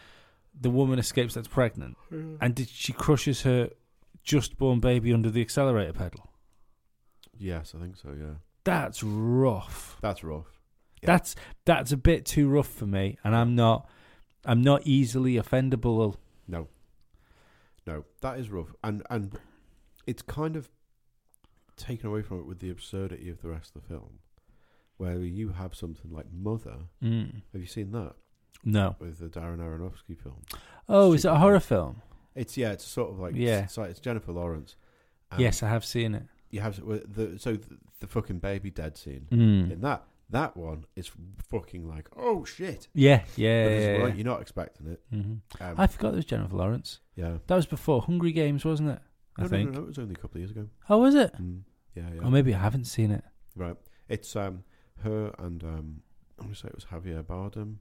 [SPEAKER 1] the woman escapes that's pregnant, and did she crushes her just born baby under the accelerator pedal?
[SPEAKER 2] Yes, I think so. Yeah,
[SPEAKER 1] That's rough.
[SPEAKER 2] that's rough. Yeah.
[SPEAKER 1] That's that's a bit too rough for me, and I'm not I'm not easily offendable.
[SPEAKER 2] No. No, that is rough. And and it's kind of taken away from it with the absurdity of the rest of the film. Where you have something like Mother.
[SPEAKER 1] Mm.
[SPEAKER 2] Have you seen that?
[SPEAKER 1] No.
[SPEAKER 2] With the Darren Aronofsky film.
[SPEAKER 1] Oh, is it a
[SPEAKER 2] Stupid.
[SPEAKER 1] horror film?
[SPEAKER 2] It's yeah, it's sort of like
[SPEAKER 1] Yeah.
[SPEAKER 2] it's, like, it's Jennifer Lawrence. And
[SPEAKER 1] yes, I have seen it.
[SPEAKER 2] You have well, the so the, the fucking baby dead scene.
[SPEAKER 1] Mm.
[SPEAKER 2] In that that one is fucking like, oh shit.
[SPEAKER 1] Yeah, yeah,
[SPEAKER 2] But
[SPEAKER 1] yeah.
[SPEAKER 2] it's
[SPEAKER 1] yeah,
[SPEAKER 2] like,
[SPEAKER 1] yeah.
[SPEAKER 2] You're not expecting it.
[SPEAKER 1] Mhm.
[SPEAKER 2] Um,
[SPEAKER 1] I forgot there was Jennifer Lawrence.
[SPEAKER 2] yeah.
[SPEAKER 1] That was before Hungry Games, wasn't it? I
[SPEAKER 2] No, no,
[SPEAKER 1] think.
[SPEAKER 2] no, no, it was only a couple of years ago.
[SPEAKER 1] Oh, was it?
[SPEAKER 2] Mm. Yeah, yeah.
[SPEAKER 1] Or maybe I haven't seen it.
[SPEAKER 2] Right. It's um her and um I'm gonna say it was Javier Bardem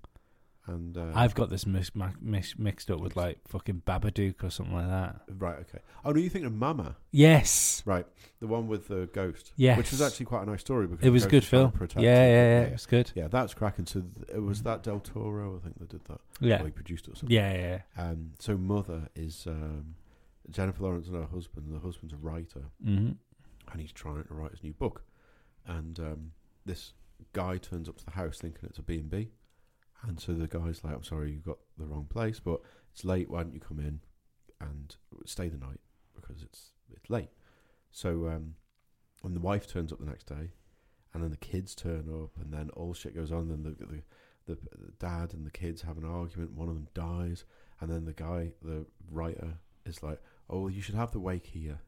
[SPEAKER 2] and uh,
[SPEAKER 1] I've got this mis- ma- mis- mixed up with like fucking Babadook or something like that.
[SPEAKER 2] right okay. Oh no, you think of Mama,
[SPEAKER 1] Yes,
[SPEAKER 2] right? The one with the ghost. Which
[SPEAKER 1] Yes.
[SPEAKER 2] was actually quite a nice story because
[SPEAKER 1] it
[SPEAKER 2] the
[SPEAKER 1] was a
[SPEAKER 2] ghost
[SPEAKER 1] good
[SPEAKER 2] was trying to
[SPEAKER 1] film. Yeah,
[SPEAKER 2] protect
[SPEAKER 1] yeah,
[SPEAKER 2] her.
[SPEAKER 1] yeah, it's good.
[SPEAKER 2] Yeah, that's cracking. So th- it was that Del Toro, I think, that did that.
[SPEAKER 1] Yeah,
[SPEAKER 2] Or he produced it or something.
[SPEAKER 1] yeah, yeah. yeah.
[SPEAKER 2] Um, so Mother is um, Jennifer Lawrence and her husband. The husband's a writer,
[SPEAKER 1] Mhm.
[SPEAKER 2] and he's trying to write his new book. And um, this guy turns up to the house thinking it's a B and B, and so the guy's like, "I'm sorry, you got the wrong place, but it's late. Why don't you come in and stay the night because it's it's late?" So, um, and the wife turns up the next day, and then the kids turn up, and then all shit goes on. Then the the, the, the dad and the kids have an argument. One of them dies, and then the guy, the writer, is like, "Oh, well, you should have the wake here."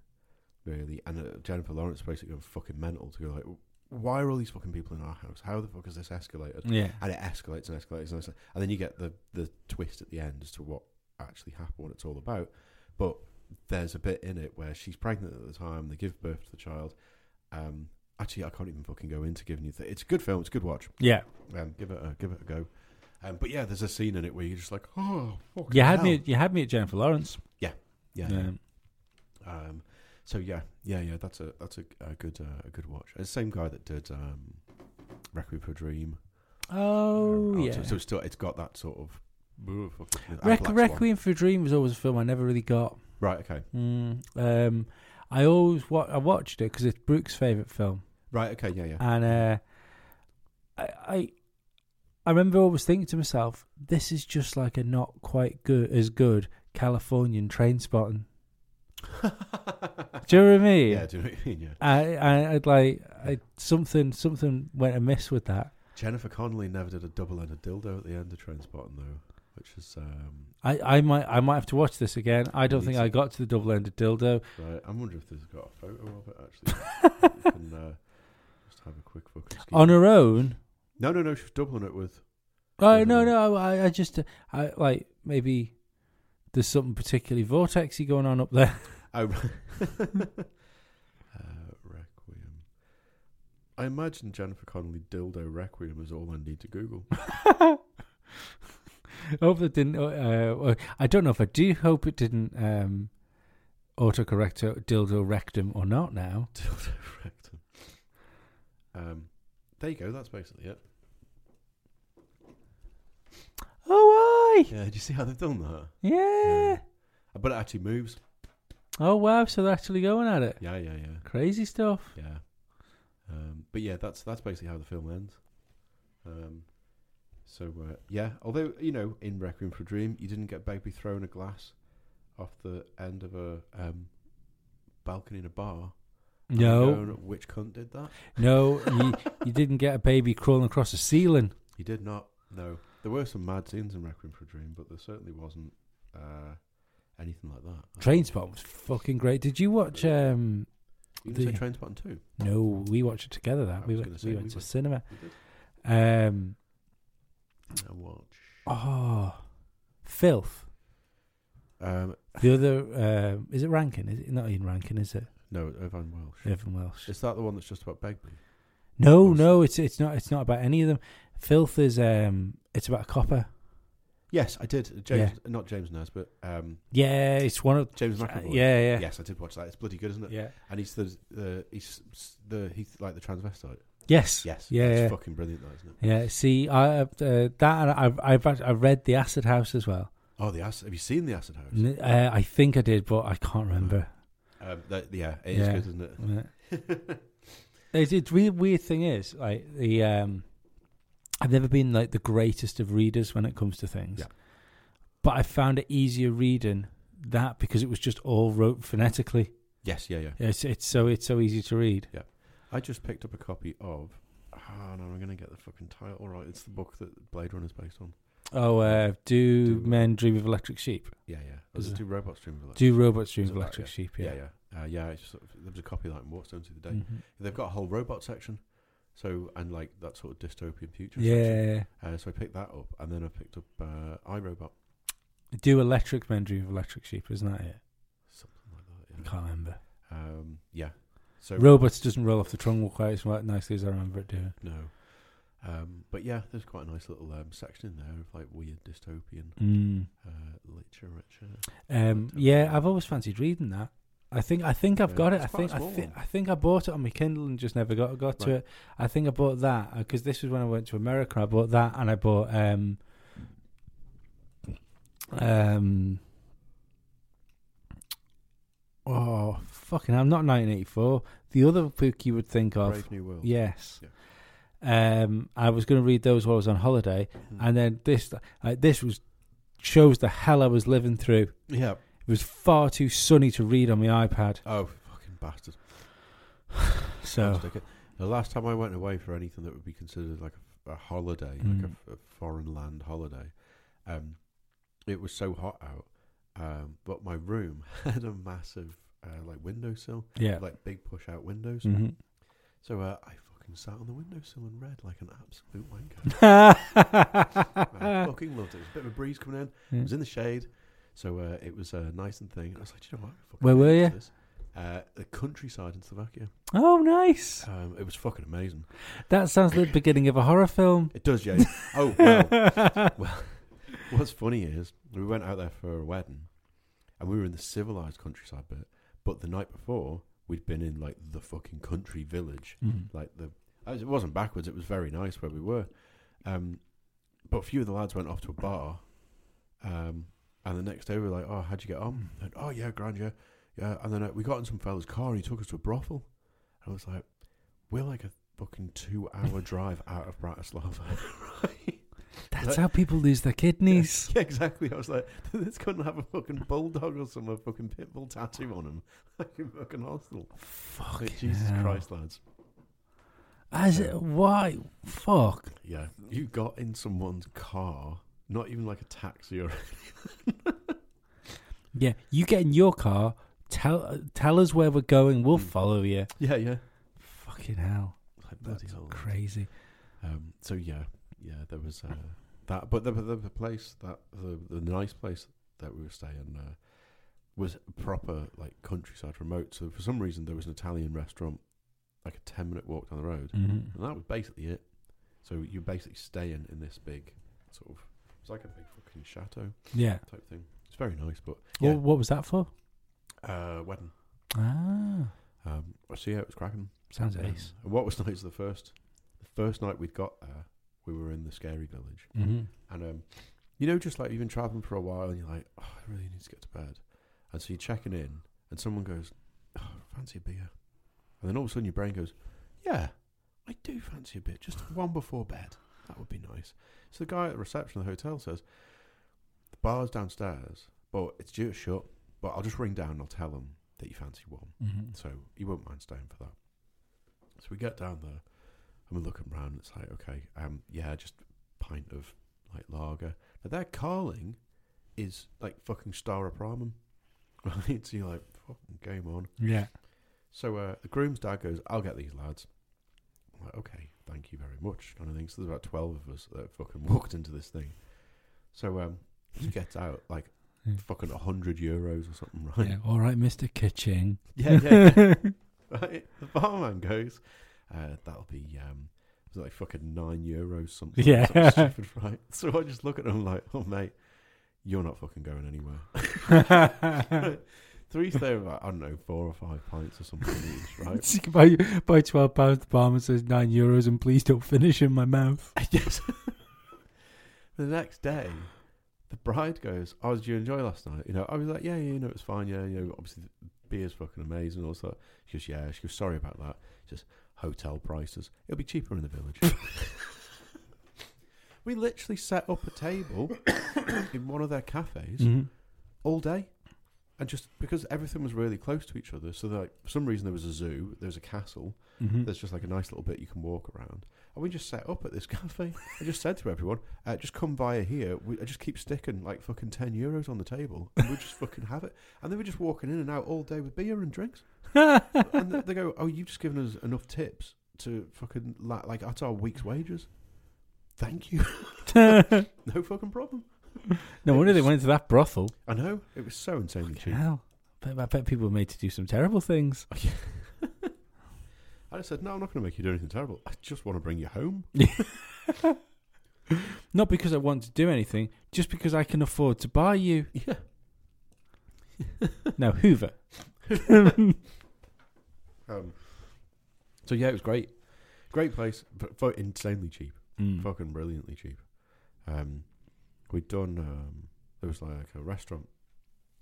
[SPEAKER 2] really. And uh, Jennifer Lawrence basically going fucking mental to go like, why are all these fucking people in our house? How the fuck has this escalated?
[SPEAKER 1] Yeah,
[SPEAKER 2] And it escalates and escalates and escalates. And then you get the, the twist at the end as to what actually happened, what it's all about. But there's a bit in it where she's pregnant at the time, they give birth to the child. Um, actually, I can't even fucking go into giving you... Th- it's a good film, it's a good watch.
[SPEAKER 1] yeah.
[SPEAKER 2] Um, give it a give it a go. Um, but yeah, there's a scene in it where you're just like, oh, fucking
[SPEAKER 1] You had
[SPEAKER 2] hell.
[SPEAKER 1] me. You had me at Jennifer Lawrence.
[SPEAKER 2] Yeah. yeah.
[SPEAKER 1] Um,
[SPEAKER 2] Um, so yeah, yeah, yeah. That's a that's a, a good uh, a good watch. It's the same guy that did um, Requiem for a Dream.
[SPEAKER 1] oh
[SPEAKER 2] Um,
[SPEAKER 1] yeah.
[SPEAKER 2] So, so it's still it's got that sort of. Ooh, fuck, the
[SPEAKER 1] Requ-
[SPEAKER 2] Affleck's one.
[SPEAKER 1] Requiem for a Dream was always a film I never really got.
[SPEAKER 2] Right. Okay.
[SPEAKER 1] Mm, um, I always wa- I watched it because it's Brooke's favorite film,
[SPEAKER 2] Right. Okay. Yeah. Yeah.
[SPEAKER 1] and uh, I, I I remember always thinking to myself, this is just like a not quite good as good Californian train spotting. Do you know what I mean?
[SPEAKER 2] yeah. Do you know what I mean? Yeah.
[SPEAKER 1] I, I I'd like I, something something went amiss with that.
[SPEAKER 2] Jennifer Connelly never did a double-ended dildo at the end of Transporting though, which is um,
[SPEAKER 1] I, I might I might have to watch this again. I don't
[SPEAKER 2] Me
[SPEAKER 1] think
[SPEAKER 2] too.
[SPEAKER 1] I got to the double ended dildo.
[SPEAKER 2] right. I wonder if there's got a photo of it actually. You can, uh, just have a quick fucking.
[SPEAKER 1] On her own.
[SPEAKER 2] No, no, no. She was doubling it with.
[SPEAKER 1] Oh
[SPEAKER 2] Yeah,
[SPEAKER 1] no
[SPEAKER 2] the-
[SPEAKER 1] no I, I just uh, I like maybe there's something particularly vortexy going on up there.
[SPEAKER 2] Oh, right. uh, Requiem. I imagine Jennifer Connelly dildo Requiem is all I need to Google.
[SPEAKER 1] I hope that didn't. Uh, uh, I don't know if I do hope it didn't um, autocorrect to dildo rectum or not. Now
[SPEAKER 2] dildo rectum. Um, there you go. That's basically it.
[SPEAKER 1] oh aye
[SPEAKER 2] Yeah. Do you see how they've done that?
[SPEAKER 1] yeah.
[SPEAKER 2] But it actually moves.
[SPEAKER 1] oh wow so they're actually going at it
[SPEAKER 2] Yeah. Yeah. Yeah.
[SPEAKER 1] crazy stuff.
[SPEAKER 2] Yeah. Um, but yeah, that's that's basically how the film ends. Um, so uh, yeah, although you know, in Requiem for a Dream, you didn't get Begbie throwing a glass off the end of a um, balcony in a bar. I'm
[SPEAKER 1] No
[SPEAKER 2] going, which cunt did that?
[SPEAKER 1] no you, you didn't get a baby crawling across the ceiling.
[SPEAKER 2] He did not. No, there were some mad scenes in Requiem for a Dream, but there certainly wasn't uh, anything like that.
[SPEAKER 1] Train Spot was fucking great. Did you watch? um
[SPEAKER 2] You didn't
[SPEAKER 1] the-
[SPEAKER 2] say Trainspotting too.
[SPEAKER 1] No, we watched it together.
[SPEAKER 2] I
[SPEAKER 1] That we
[SPEAKER 2] was
[SPEAKER 1] went,
[SPEAKER 2] gonna say,
[SPEAKER 1] we
[SPEAKER 2] we
[SPEAKER 1] went to
[SPEAKER 2] went-
[SPEAKER 1] cinema.
[SPEAKER 2] We did.
[SPEAKER 1] Um,
[SPEAKER 2] I watch.
[SPEAKER 1] oh, filth.
[SPEAKER 2] Um,
[SPEAKER 1] The other um is it Rankin? Is it not Ian Rankin? Is it
[SPEAKER 2] no, Irvine Welsh.
[SPEAKER 1] Irvin Welsh?
[SPEAKER 2] Is that the one that's just about Begbie?
[SPEAKER 1] No,
[SPEAKER 2] What's-
[SPEAKER 1] no, it's it's not. It's not about any of them. Filth is um, it's about a copper.
[SPEAKER 2] Yes, I did. James, not James Nurse, but um,
[SPEAKER 1] Yeah, it's one of.
[SPEAKER 2] James
[SPEAKER 1] Uh,
[SPEAKER 2] McAvoy.
[SPEAKER 1] yeah, yeah,
[SPEAKER 2] Yes, I did watch that. It's bloody good, isn't it?
[SPEAKER 1] yeah.
[SPEAKER 2] And he's the the he's s- the he's like the transvestite.
[SPEAKER 1] Yes.
[SPEAKER 2] Yes.
[SPEAKER 1] Yeah,
[SPEAKER 2] It's
[SPEAKER 1] yeah.
[SPEAKER 2] fucking brilliant, that isn't it?
[SPEAKER 1] Yeah, see, I uh, that and I've I've act- I've read the Acid House as well.
[SPEAKER 2] Oh, the acid. Have you seen the acid house?
[SPEAKER 1] N- Uh, I think I did, but I can't remember.
[SPEAKER 2] Um, that, yeah, it is
[SPEAKER 1] Yeah.
[SPEAKER 2] good, isn't it?
[SPEAKER 1] Yeah. It's, it's weird. Weird thing is, like the um, I've never been like the greatest of readers when it comes to things,
[SPEAKER 2] Yeah.
[SPEAKER 1] but I found it easier reading that because it was just all wrote phonetically.
[SPEAKER 2] yes. Yeah. Yeah.
[SPEAKER 1] It's it's so it's so easy to read.
[SPEAKER 2] I just picked up a copy of. Oh no, I'm gonna get the fucking title right. It's the book that Blade Runner is based on.
[SPEAKER 1] Oh, uh, do,
[SPEAKER 2] Do-
[SPEAKER 1] men dream of electric sheep?
[SPEAKER 2] Yeah. Yeah. There's
[SPEAKER 1] Is it-
[SPEAKER 2] two robots dream of
[SPEAKER 1] Do robots dream
[SPEAKER 2] Is
[SPEAKER 1] of
[SPEAKER 2] it that,
[SPEAKER 1] electric sheep? Yeah,
[SPEAKER 2] Yeah. Yeah. Yeah. Uh, yeah. It's just sort of, there was a copy of that in Waterstone the other day.
[SPEAKER 1] Mhm.
[SPEAKER 2] They've got a whole robot section. So and like that sort of dystopian future. section.
[SPEAKER 1] yeah.
[SPEAKER 2] Uh, so I picked that up, and then I picked up uh, iRobot,
[SPEAKER 1] Do electric men dream of electric sheep? Isn't that it?
[SPEAKER 2] something
[SPEAKER 1] I
[SPEAKER 2] like that.
[SPEAKER 1] can't remember.
[SPEAKER 2] Yeah. Um, yeah. So
[SPEAKER 1] Robots doesn't roll off the tongue quite as nicely as I remember it doing.
[SPEAKER 2] no, um, but yeah, there's quite a nice little um, section in there of like weird dystopian
[SPEAKER 1] Mm.
[SPEAKER 2] uh, literature.
[SPEAKER 1] Um,
[SPEAKER 2] Don't
[SPEAKER 1] yeah,
[SPEAKER 2] know.
[SPEAKER 1] I've always fancied reading that. I think I think I've
[SPEAKER 2] Yeah.
[SPEAKER 1] got it.
[SPEAKER 2] It's
[SPEAKER 1] I
[SPEAKER 2] quite a
[SPEAKER 1] think I,
[SPEAKER 2] small
[SPEAKER 1] think
[SPEAKER 2] one.
[SPEAKER 1] I think I bought it on my Kindle and just never got got to
[SPEAKER 2] Right.
[SPEAKER 1] it. I think I bought that because this was when I went to America. I bought that and I bought um um oh fucking I'm not 1984. The other book you would think of,
[SPEAKER 2] Brave New World.
[SPEAKER 1] yes. Um, I was going to read those while I was on holiday,
[SPEAKER 2] Mhm.
[SPEAKER 1] and then this like this was shows the hell I was living through.
[SPEAKER 2] yeah.
[SPEAKER 1] It was far too sunny to read on my iPad.
[SPEAKER 2] Oh fucking bastard!
[SPEAKER 1] So
[SPEAKER 2] Bastard. The last time I went away for anything that would be considered like a, a holiday, like
[SPEAKER 1] Mm.
[SPEAKER 2] a, a foreign land holiday, um, it was so hot out. Um, but my room had a massive uh, like windowsill.
[SPEAKER 1] yeah,
[SPEAKER 2] like big push out windows.
[SPEAKER 1] Mhm.
[SPEAKER 2] So uh, I fucking sat on the windowsill and read like an absolute wanker. I fucking loved it. It was a bit of a breeze coming in. It was in the shade, so uh, it was uh, nice and thing. And I was like, "Do you know what? I fucking
[SPEAKER 1] Where were
[SPEAKER 2] hate
[SPEAKER 1] you?
[SPEAKER 2] This. uh, the countryside in Slovakia.
[SPEAKER 1] Oh, nice.
[SPEAKER 2] Um, it was fucking amazing.
[SPEAKER 1] That sounds like the beginning of a horror film.
[SPEAKER 2] It does, yeah. oh well. What's funny is we went out there for a wedding, and we were in the civilized countryside bit. But the night before, we'd been in like the fucking country village,
[SPEAKER 1] Mhm.
[SPEAKER 2] like the. as It wasn't backwards. It was very nice where we were, um, but a few of the lads went off to a bar, um, and the next day we were like, "Oh, how'd you get on?" And, oh yeah, grand yeah, yeah. And then uh, we got in some fella's car, and he took us to a brothel, and I was like, "We're like a fucking two-hour drive out of Bratislava." right?
[SPEAKER 1] That's how people lose their kidneys.
[SPEAKER 2] Yeah, exactly. I was like, this couldn't have a fucking bulldog or some a fucking pit bull tattoo on him, like a fucking hostel.
[SPEAKER 1] Fuck.
[SPEAKER 2] Like, Jesus
[SPEAKER 1] hell.
[SPEAKER 2] Christ, lads.
[SPEAKER 1] As it, why? Fuck.
[SPEAKER 2] Yeah, you got in someone's car, not even like a taxi or
[SPEAKER 1] Yeah, you get in your car. Tell uh, tell us where we're going. We'll
[SPEAKER 2] Mm.
[SPEAKER 1] follow you.
[SPEAKER 2] yeah, yeah.
[SPEAKER 1] Fucking hell,
[SPEAKER 2] Like bloody
[SPEAKER 1] that's
[SPEAKER 2] hell.
[SPEAKER 1] crazy.
[SPEAKER 2] Um, so yeah, yeah, there was uh, that, but the, the the place that the the nice place that we were staying uh, was proper like countryside remote. So for some reason there was an Italian restaurant like a ten minute walk down the road.
[SPEAKER 1] Mhm.
[SPEAKER 2] And that was basically it. So you're basically staying in this big sort of it's like a big fucking chateau
[SPEAKER 1] Yeah.
[SPEAKER 2] type thing. It's very nice, but
[SPEAKER 1] Well,
[SPEAKER 2] yeah,
[SPEAKER 1] what was that for?
[SPEAKER 2] uh, wedding.
[SPEAKER 1] Ah,
[SPEAKER 2] Um, so yeah, it was cracking.
[SPEAKER 1] sounds
[SPEAKER 2] Um,
[SPEAKER 1] ace.
[SPEAKER 2] And what was nice the first, the first night we'd got there, we were in the scary village,
[SPEAKER 1] Mm-hmm.
[SPEAKER 2] and um, you know, just like you've been traveling for a while, and you're like, oh, I really need to get to bed, and so you're checking in, and someone goes, oh, fancy a beer, and then all of a sudden your brain goes, yeah, I do fancy a beer, just one before bed. That would be nice. So the guy at the reception of the hotel says, the bar's downstairs, but it's due to shut, but I'll just ring down and I'll tell them that you fancy one.
[SPEAKER 1] Mm-hmm.
[SPEAKER 2] So you won't mind staying for that. So we get down there and we're looking round. It's like, okay, um, yeah, just pint of like lager. But their carling is like fucking Star of Brahman. Right? So you're like, fucking game on.
[SPEAKER 1] Yeah.
[SPEAKER 2] So uh, the groom's dad goes, I'll get these lads. I'm like, okay, thank you very much, kind of thing. So there's about 12 of us that fucking walked into this thing. So um, he gets out like
[SPEAKER 1] Yeah.
[SPEAKER 2] fucking 100 euros or something, right?
[SPEAKER 1] yeah. All right, Mister Kitching.
[SPEAKER 2] Yeah, yeah, yeah. right? The barman goes, uh, that'll be um, was it like fucking nine euros something.
[SPEAKER 1] Yeah.
[SPEAKER 2] something stupid, right? So I just look at him like, oh mate, you're not fucking going anywhere. Three's there about I don't know four or five pints or something each, right?
[SPEAKER 1] by by twelve pounds, the barman says nine euros, and please don't finish in my mouth.
[SPEAKER 2] yes. the next day. The bride goes, "Oh, did you enjoy last night?" You know, I was like, "Yeah, yeah, you know, it was fine. Yeah, you know, obviously the beer's fucking amazing." Also, she goes, "Yeah." She goes, "Sorry about that. It's Just hotel prices. It'll be cheaper in the village." we literally set up a table in one of their cafes
[SPEAKER 1] Mhm.
[SPEAKER 2] all day, and just because everything was really close to each other, so that like, for some reason there was a zoo, there was a castle,
[SPEAKER 1] Mhm.
[SPEAKER 2] there's just like a nice little bit you can walk around. And we just set up at this cafe. I just said to everyone, uh, just come via here. We, I just keep sticking like fucking 10 euros on the table and we just fucking have it. And they were just walking in and out all day with beer and drinks. and they, they go, oh, you've just given us enough tips to fucking, la- like, that's our week's wages. Thank you. no fucking problem.
[SPEAKER 1] no wonder they went to that brothel.
[SPEAKER 2] I know. It was so insanely cheap.
[SPEAKER 1] Hell, I bet, I bet people were made to do some terrible things.
[SPEAKER 2] I just said, no, I'm not going to make you do anything terrible. I just want to bring you home.
[SPEAKER 1] Not because I want to do anything, just because I can afford to buy you.
[SPEAKER 2] Yeah.
[SPEAKER 1] Now, Hoover.
[SPEAKER 2] Um, so yeah, it was great, great place, but fu- insanely cheap,
[SPEAKER 1] Mm.
[SPEAKER 2] fucking brilliantly cheap. Um, we'd done um, there was like a restaurant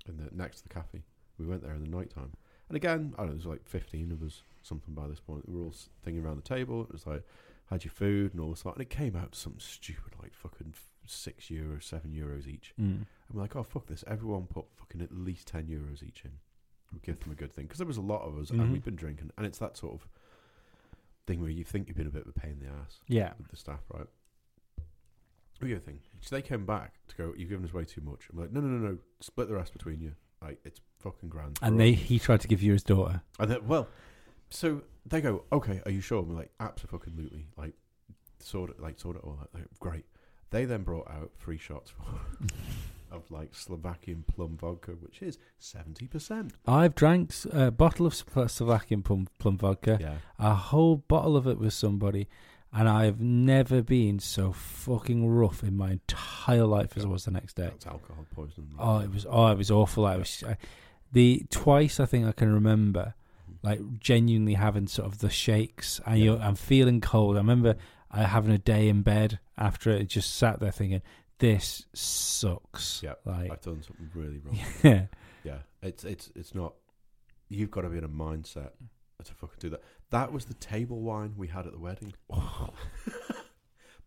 [SPEAKER 2] in the next to the cafe. We went there in the night time, and again, I don't know, there was like fifteen of us, something by this point. We were all s- thinking around the table. It was like, had your food and all this, lot, and it came out to something stupid like fucking f- six euros, seven euros each.
[SPEAKER 1] Mm.
[SPEAKER 2] I'm like, oh fuck this! Everyone put fucking at least ten euros each in. We give them a good thing because there was a lot of us,
[SPEAKER 1] Mhm.
[SPEAKER 2] and we've been drinking, and it's that sort of thing where you think you've been a bit of a pain in the ass
[SPEAKER 1] Yeah.
[SPEAKER 2] with the staff, right? We give a thing. So they came back to go, you've given us way too much. I'm like, no, no, no, no, split the rest between you. Like it's fucking grand. for
[SPEAKER 1] And
[SPEAKER 2] us."
[SPEAKER 1] they he tried to give you his daughter.
[SPEAKER 2] And then, well, so they go, okay, are you sure? And we're like, absolutely. Like, sort it, like, sort it all out. Like, great. They then brought out three shots for of like Slovakian plum vodka, which is seventy percent.
[SPEAKER 1] I've drank s- a bottle of Slo- Slovakian plum, plum vodka,
[SPEAKER 2] Yeah,
[SPEAKER 1] a whole bottle of it with somebody, and I've never been so fucking rough in my entire life as I was the next day.
[SPEAKER 2] that's alcohol poisoning. right?
[SPEAKER 1] Oh, it was oh, it was awful. I was I, the twice I think I can remember, like genuinely having sort of the shakes. And
[SPEAKER 2] Yeah.
[SPEAKER 1] you're, I'm feeling cold. I remember I having a day in bed after it. Just sat there thinking, this sucks.
[SPEAKER 2] Yeah,
[SPEAKER 1] like
[SPEAKER 2] I've done something really wrong.
[SPEAKER 1] yeah,
[SPEAKER 2] Yeah, it's it's it's not. You've got to be in a mindset to fucking do that. That was the table wine we had at the wedding,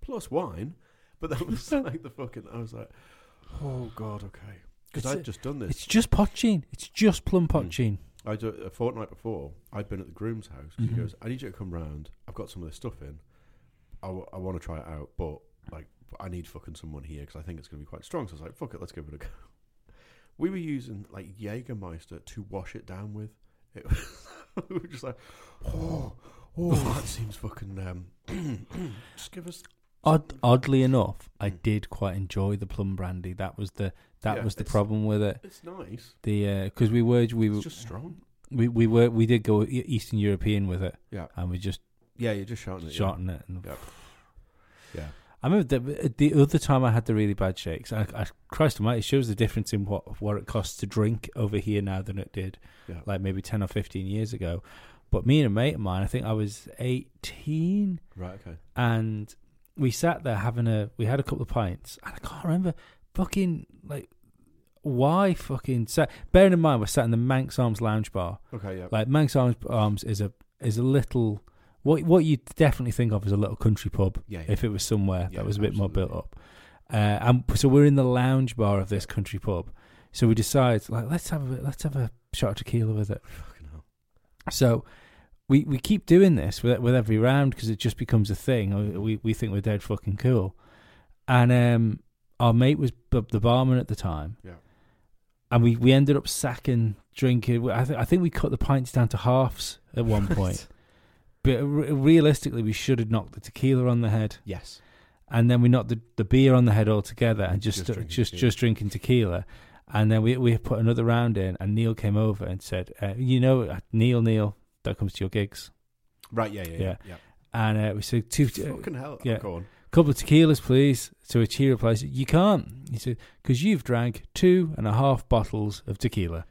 [SPEAKER 2] plus wine. But that was like the fucking. I was like, oh god, okay, because
[SPEAKER 1] It's
[SPEAKER 2] I'd
[SPEAKER 1] a-
[SPEAKER 2] just Mm. done
[SPEAKER 1] it's
[SPEAKER 2] this.
[SPEAKER 1] just potchine. It's just plum potchine.
[SPEAKER 2] I do, a fortnight before. I'd been at the groom's house. 'cause
[SPEAKER 1] Mhm.
[SPEAKER 2] He goes, I need you to come round. I've got some of this stuff in. I, w- I want to try it out, but like I need fucking someone here because I think it's going to be quite strong. So I was like, fuck it, let's give it a go. We were using like Jägermeister to wash it down with. It was, we were just like, oh, oh, that seems fucking. Um, just give us.
[SPEAKER 1] Odd, oddly enough, I
[SPEAKER 2] Mm.
[SPEAKER 1] did quite enjoy the plum brandy. That was the that
[SPEAKER 2] Yeah,
[SPEAKER 1] was the
[SPEAKER 2] it's-
[SPEAKER 1] problem with it.
[SPEAKER 2] It's nice.
[SPEAKER 1] The because we were we were
[SPEAKER 2] It's just strong.
[SPEAKER 1] we, we were we did go E- Eastern European with it.
[SPEAKER 2] Yeah.
[SPEAKER 1] and we just
[SPEAKER 2] Yeah, you're just shouting it. yeah.
[SPEAKER 1] shorten it. And
[SPEAKER 2] Yep. Yeah.
[SPEAKER 1] I remember the, the other time I had the really bad shakes. I, I Christ Almighty, it shows the difference in what what it costs to drink over here now than it did,
[SPEAKER 2] Yeah.
[SPEAKER 1] like maybe ten or fifteen years ago. But me and a mate of mine, I think I was eighteen,
[SPEAKER 2] Right. Okay.
[SPEAKER 1] and we sat there having a we had a couple of pints, and I can't remember fucking like why fucking sat. Bearing in mind, we're sat in the Manx Arms Lounge Bar,
[SPEAKER 2] Okay. Yeah.
[SPEAKER 1] like Manx Arms, Arms is a is a little what what you definitely think of as a little country pub
[SPEAKER 2] yeah. yeah.
[SPEAKER 1] if it was somewhere
[SPEAKER 2] Yeah,
[SPEAKER 1] that was a bit more
[SPEAKER 2] absolutely.
[SPEAKER 1] built up. Uh, and so we're in the lounge bar of this country pub. So we decide like let's have a let's have a shot of tequila with it.
[SPEAKER 2] fucking hell.
[SPEAKER 1] So we we keep doing this with with every round because it just becomes a thing. Uh, We we think we're dead fucking cool. And um, our mate was b- the barman at the time.
[SPEAKER 2] Yeah.
[SPEAKER 1] And we, we ended up sacking drinking. I, th- I think we cut the pints down to halves at one point. But re- realistically, we should have knocked the tequila on the head
[SPEAKER 2] Yes.
[SPEAKER 1] and then we knocked the, the beer on the head altogether and just just
[SPEAKER 2] Just drinking
[SPEAKER 1] just,
[SPEAKER 2] tequila.
[SPEAKER 1] drinking tequila. And then we we put another round in, and Neil came over and said, uh, "You know, uh, Neil, Neil, that comes to your gigs."
[SPEAKER 2] Right. Yeah. Yeah. Yeah.
[SPEAKER 1] Yeah.
[SPEAKER 2] yeah.
[SPEAKER 1] And uh, we said, two,
[SPEAKER 2] Fucking hell. Oh,
[SPEAKER 1] yeah.
[SPEAKER 2] Go on.
[SPEAKER 1] "A couple of tequilas, please." To which he replies, "You can't." He said, "Because you've drank two and a half bottles of tequila."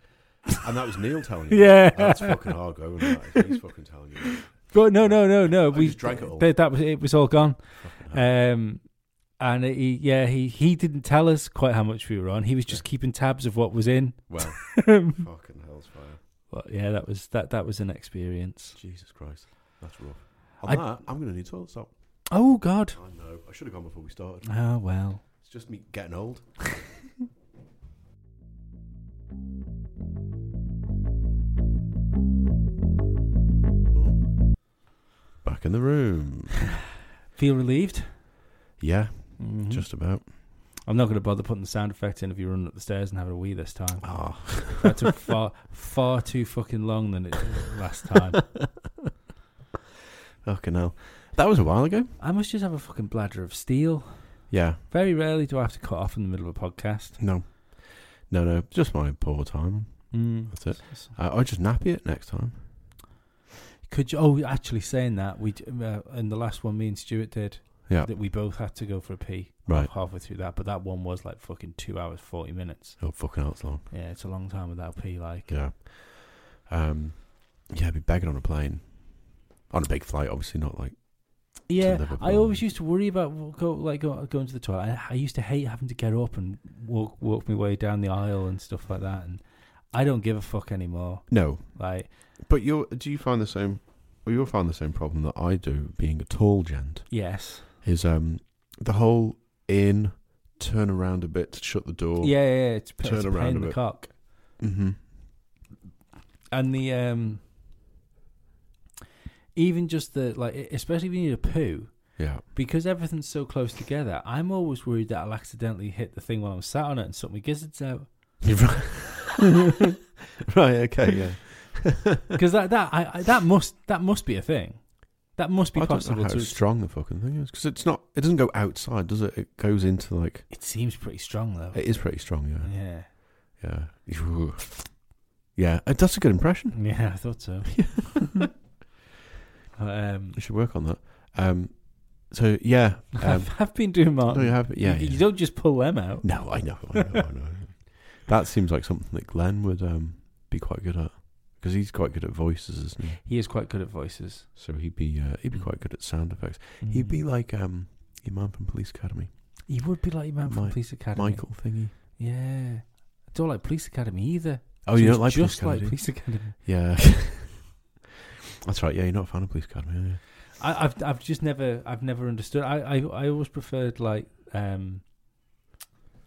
[SPEAKER 2] And that was Neil telling you.
[SPEAKER 1] Yeah,
[SPEAKER 2] that. That's fucking hard going. that is. He's fucking telling you. that.
[SPEAKER 1] But no, no, no, no.
[SPEAKER 2] I
[SPEAKER 1] we
[SPEAKER 2] just drank it all.
[SPEAKER 1] That, that was it. Was all gone.
[SPEAKER 2] Fucking hell.
[SPEAKER 1] Um, and he, yeah, he he didn't tell us quite how much we were on. He was just keeping tabs of what was in.
[SPEAKER 2] well,
[SPEAKER 1] um,
[SPEAKER 2] fucking hell's fire.
[SPEAKER 1] But yeah, that was that that was an experience.
[SPEAKER 2] Jesus Christ. That's rough. On
[SPEAKER 1] I-
[SPEAKER 2] that, I'm going to need toilet stop.
[SPEAKER 1] Oh God.
[SPEAKER 2] I know. I should have gone before we started.
[SPEAKER 1] Oh well.
[SPEAKER 2] It's just me getting old. Back in the room.
[SPEAKER 1] Feel relieved?
[SPEAKER 2] Yeah,
[SPEAKER 1] Mhm.
[SPEAKER 2] just about.
[SPEAKER 1] I'm not going to bother putting the sound effect in if you're running up the stairs and having a wee this time.
[SPEAKER 2] Ah,
[SPEAKER 1] That took far far too fucking long than it did last time.
[SPEAKER 2] fucking hell. That was a while ago.
[SPEAKER 1] I must just have a fucking bladder of steel.
[SPEAKER 2] Yeah,
[SPEAKER 1] Very rarely do I have to cut off in the middle of a podcast.
[SPEAKER 2] no. No, no, just my poor time.
[SPEAKER 1] Mm.
[SPEAKER 2] That's it. I I'll just nappy it next time.
[SPEAKER 1] Could you? Oh, actually, saying that we d- uh, in the last one, me and Stuart did.
[SPEAKER 2] Yeah.
[SPEAKER 1] That we both had to go for a pee.
[SPEAKER 2] Right.
[SPEAKER 1] Halfway through that, but that one was like fucking two hours forty minutes.
[SPEAKER 2] Oh, fucking hell, it's long.
[SPEAKER 1] Yeah, it's a long time without a pee. Like.
[SPEAKER 2] Yeah. Um, yeah, I'd be begging on a plane. On a big flight, obviously, not like.
[SPEAKER 1] Yeah,
[SPEAKER 2] Liverpool.
[SPEAKER 1] I always used to worry about go like go, going to the toilet. I, I used to hate having to get up and walk walk my way down the aisle and stuff like that. And I don't give a fuck anymore.
[SPEAKER 2] No.
[SPEAKER 1] Like,
[SPEAKER 2] But you do you find the same. Well, you'll find the same problem that I do being a tall gent.
[SPEAKER 1] yes,
[SPEAKER 2] Is um the whole in, turn around a bit, shut the door.
[SPEAKER 1] yeah, yeah, yeah, it's, p-
[SPEAKER 2] Turn
[SPEAKER 1] it's a
[SPEAKER 2] around
[SPEAKER 1] pain
[SPEAKER 2] a
[SPEAKER 1] in the
[SPEAKER 2] bit.
[SPEAKER 1] cock.
[SPEAKER 2] Mm-hmm.
[SPEAKER 1] And the um, even just the like, e, especially if you need a poo,
[SPEAKER 2] Yeah.
[SPEAKER 1] because everything's so close together. I'm always worried that I'll accidentally hit the thing while I'm sat on it and suck my gizzards out.
[SPEAKER 2] You're right. right. Okay. Yeah.
[SPEAKER 1] Because that that I, I, that must that must be a thing. That must be
[SPEAKER 2] I don't know
[SPEAKER 1] possible
[SPEAKER 2] how
[SPEAKER 1] to.
[SPEAKER 2] strong the fucking thing is because it's not. It doesn't go outside, does it? It goes into like.
[SPEAKER 1] It seems pretty strong though.
[SPEAKER 2] It is pretty strong, yeah.
[SPEAKER 1] yeah.
[SPEAKER 2] Yeah. Yeah, Uh, that's a good impression.
[SPEAKER 1] Yeah, I thought so. But, um,
[SPEAKER 2] I should work on that. Um, so yeah, um,
[SPEAKER 1] I've, I've been doing
[SPEAKER 2] no,
[SPEAKER 1] Martin.
[SPEAKER 2] you have, yeah,
[SPEAKER 1] you,
[SPEAKER 2] yeah.
[SPEAKER 1] you don't just pull them out.
[SPEAKER 2] No, I know, I know, I know. That seems like something that Glenn would um, be quite good at because he's quite good at voices, isn't he?
[SPEAKER 1] He is quite good at voices.
[SPEAKER 2] So he'd be uh, he'd be quite good at sound effects.
[SPEAKER 1] Mm.
[SPEAKER 2] He'd be like um, your man from Police Academy,
[SPEAKER 1] He would be like your man from
[SPEAKER 2] Mi-
[SPEAKER 1] Police Academy.
[SPEAKER 2] Michael thingy.
[SPEAKER 1] Yeah. I don't like Police Academy either.
[SPEAKER 2] Oh,
[SPEAKER 1] So
[SPEAKER 2] you
[SPEAKER 1] it's
[SPEAKER 2] don't like
[SPEAKER 1] just
[SPEAKER 2] Police
[SPEAKER 1] like
[SPEAKER 2] Academy? do you?
[SPEAKER 1] Police Academy.
[SPEAKER 2] Yeah, that's right. Yeah, you're not a fan of Police Academy. Are you?
[SPEAKER 1] I, I've I've just never I've never understood. I I, I always preferred like um.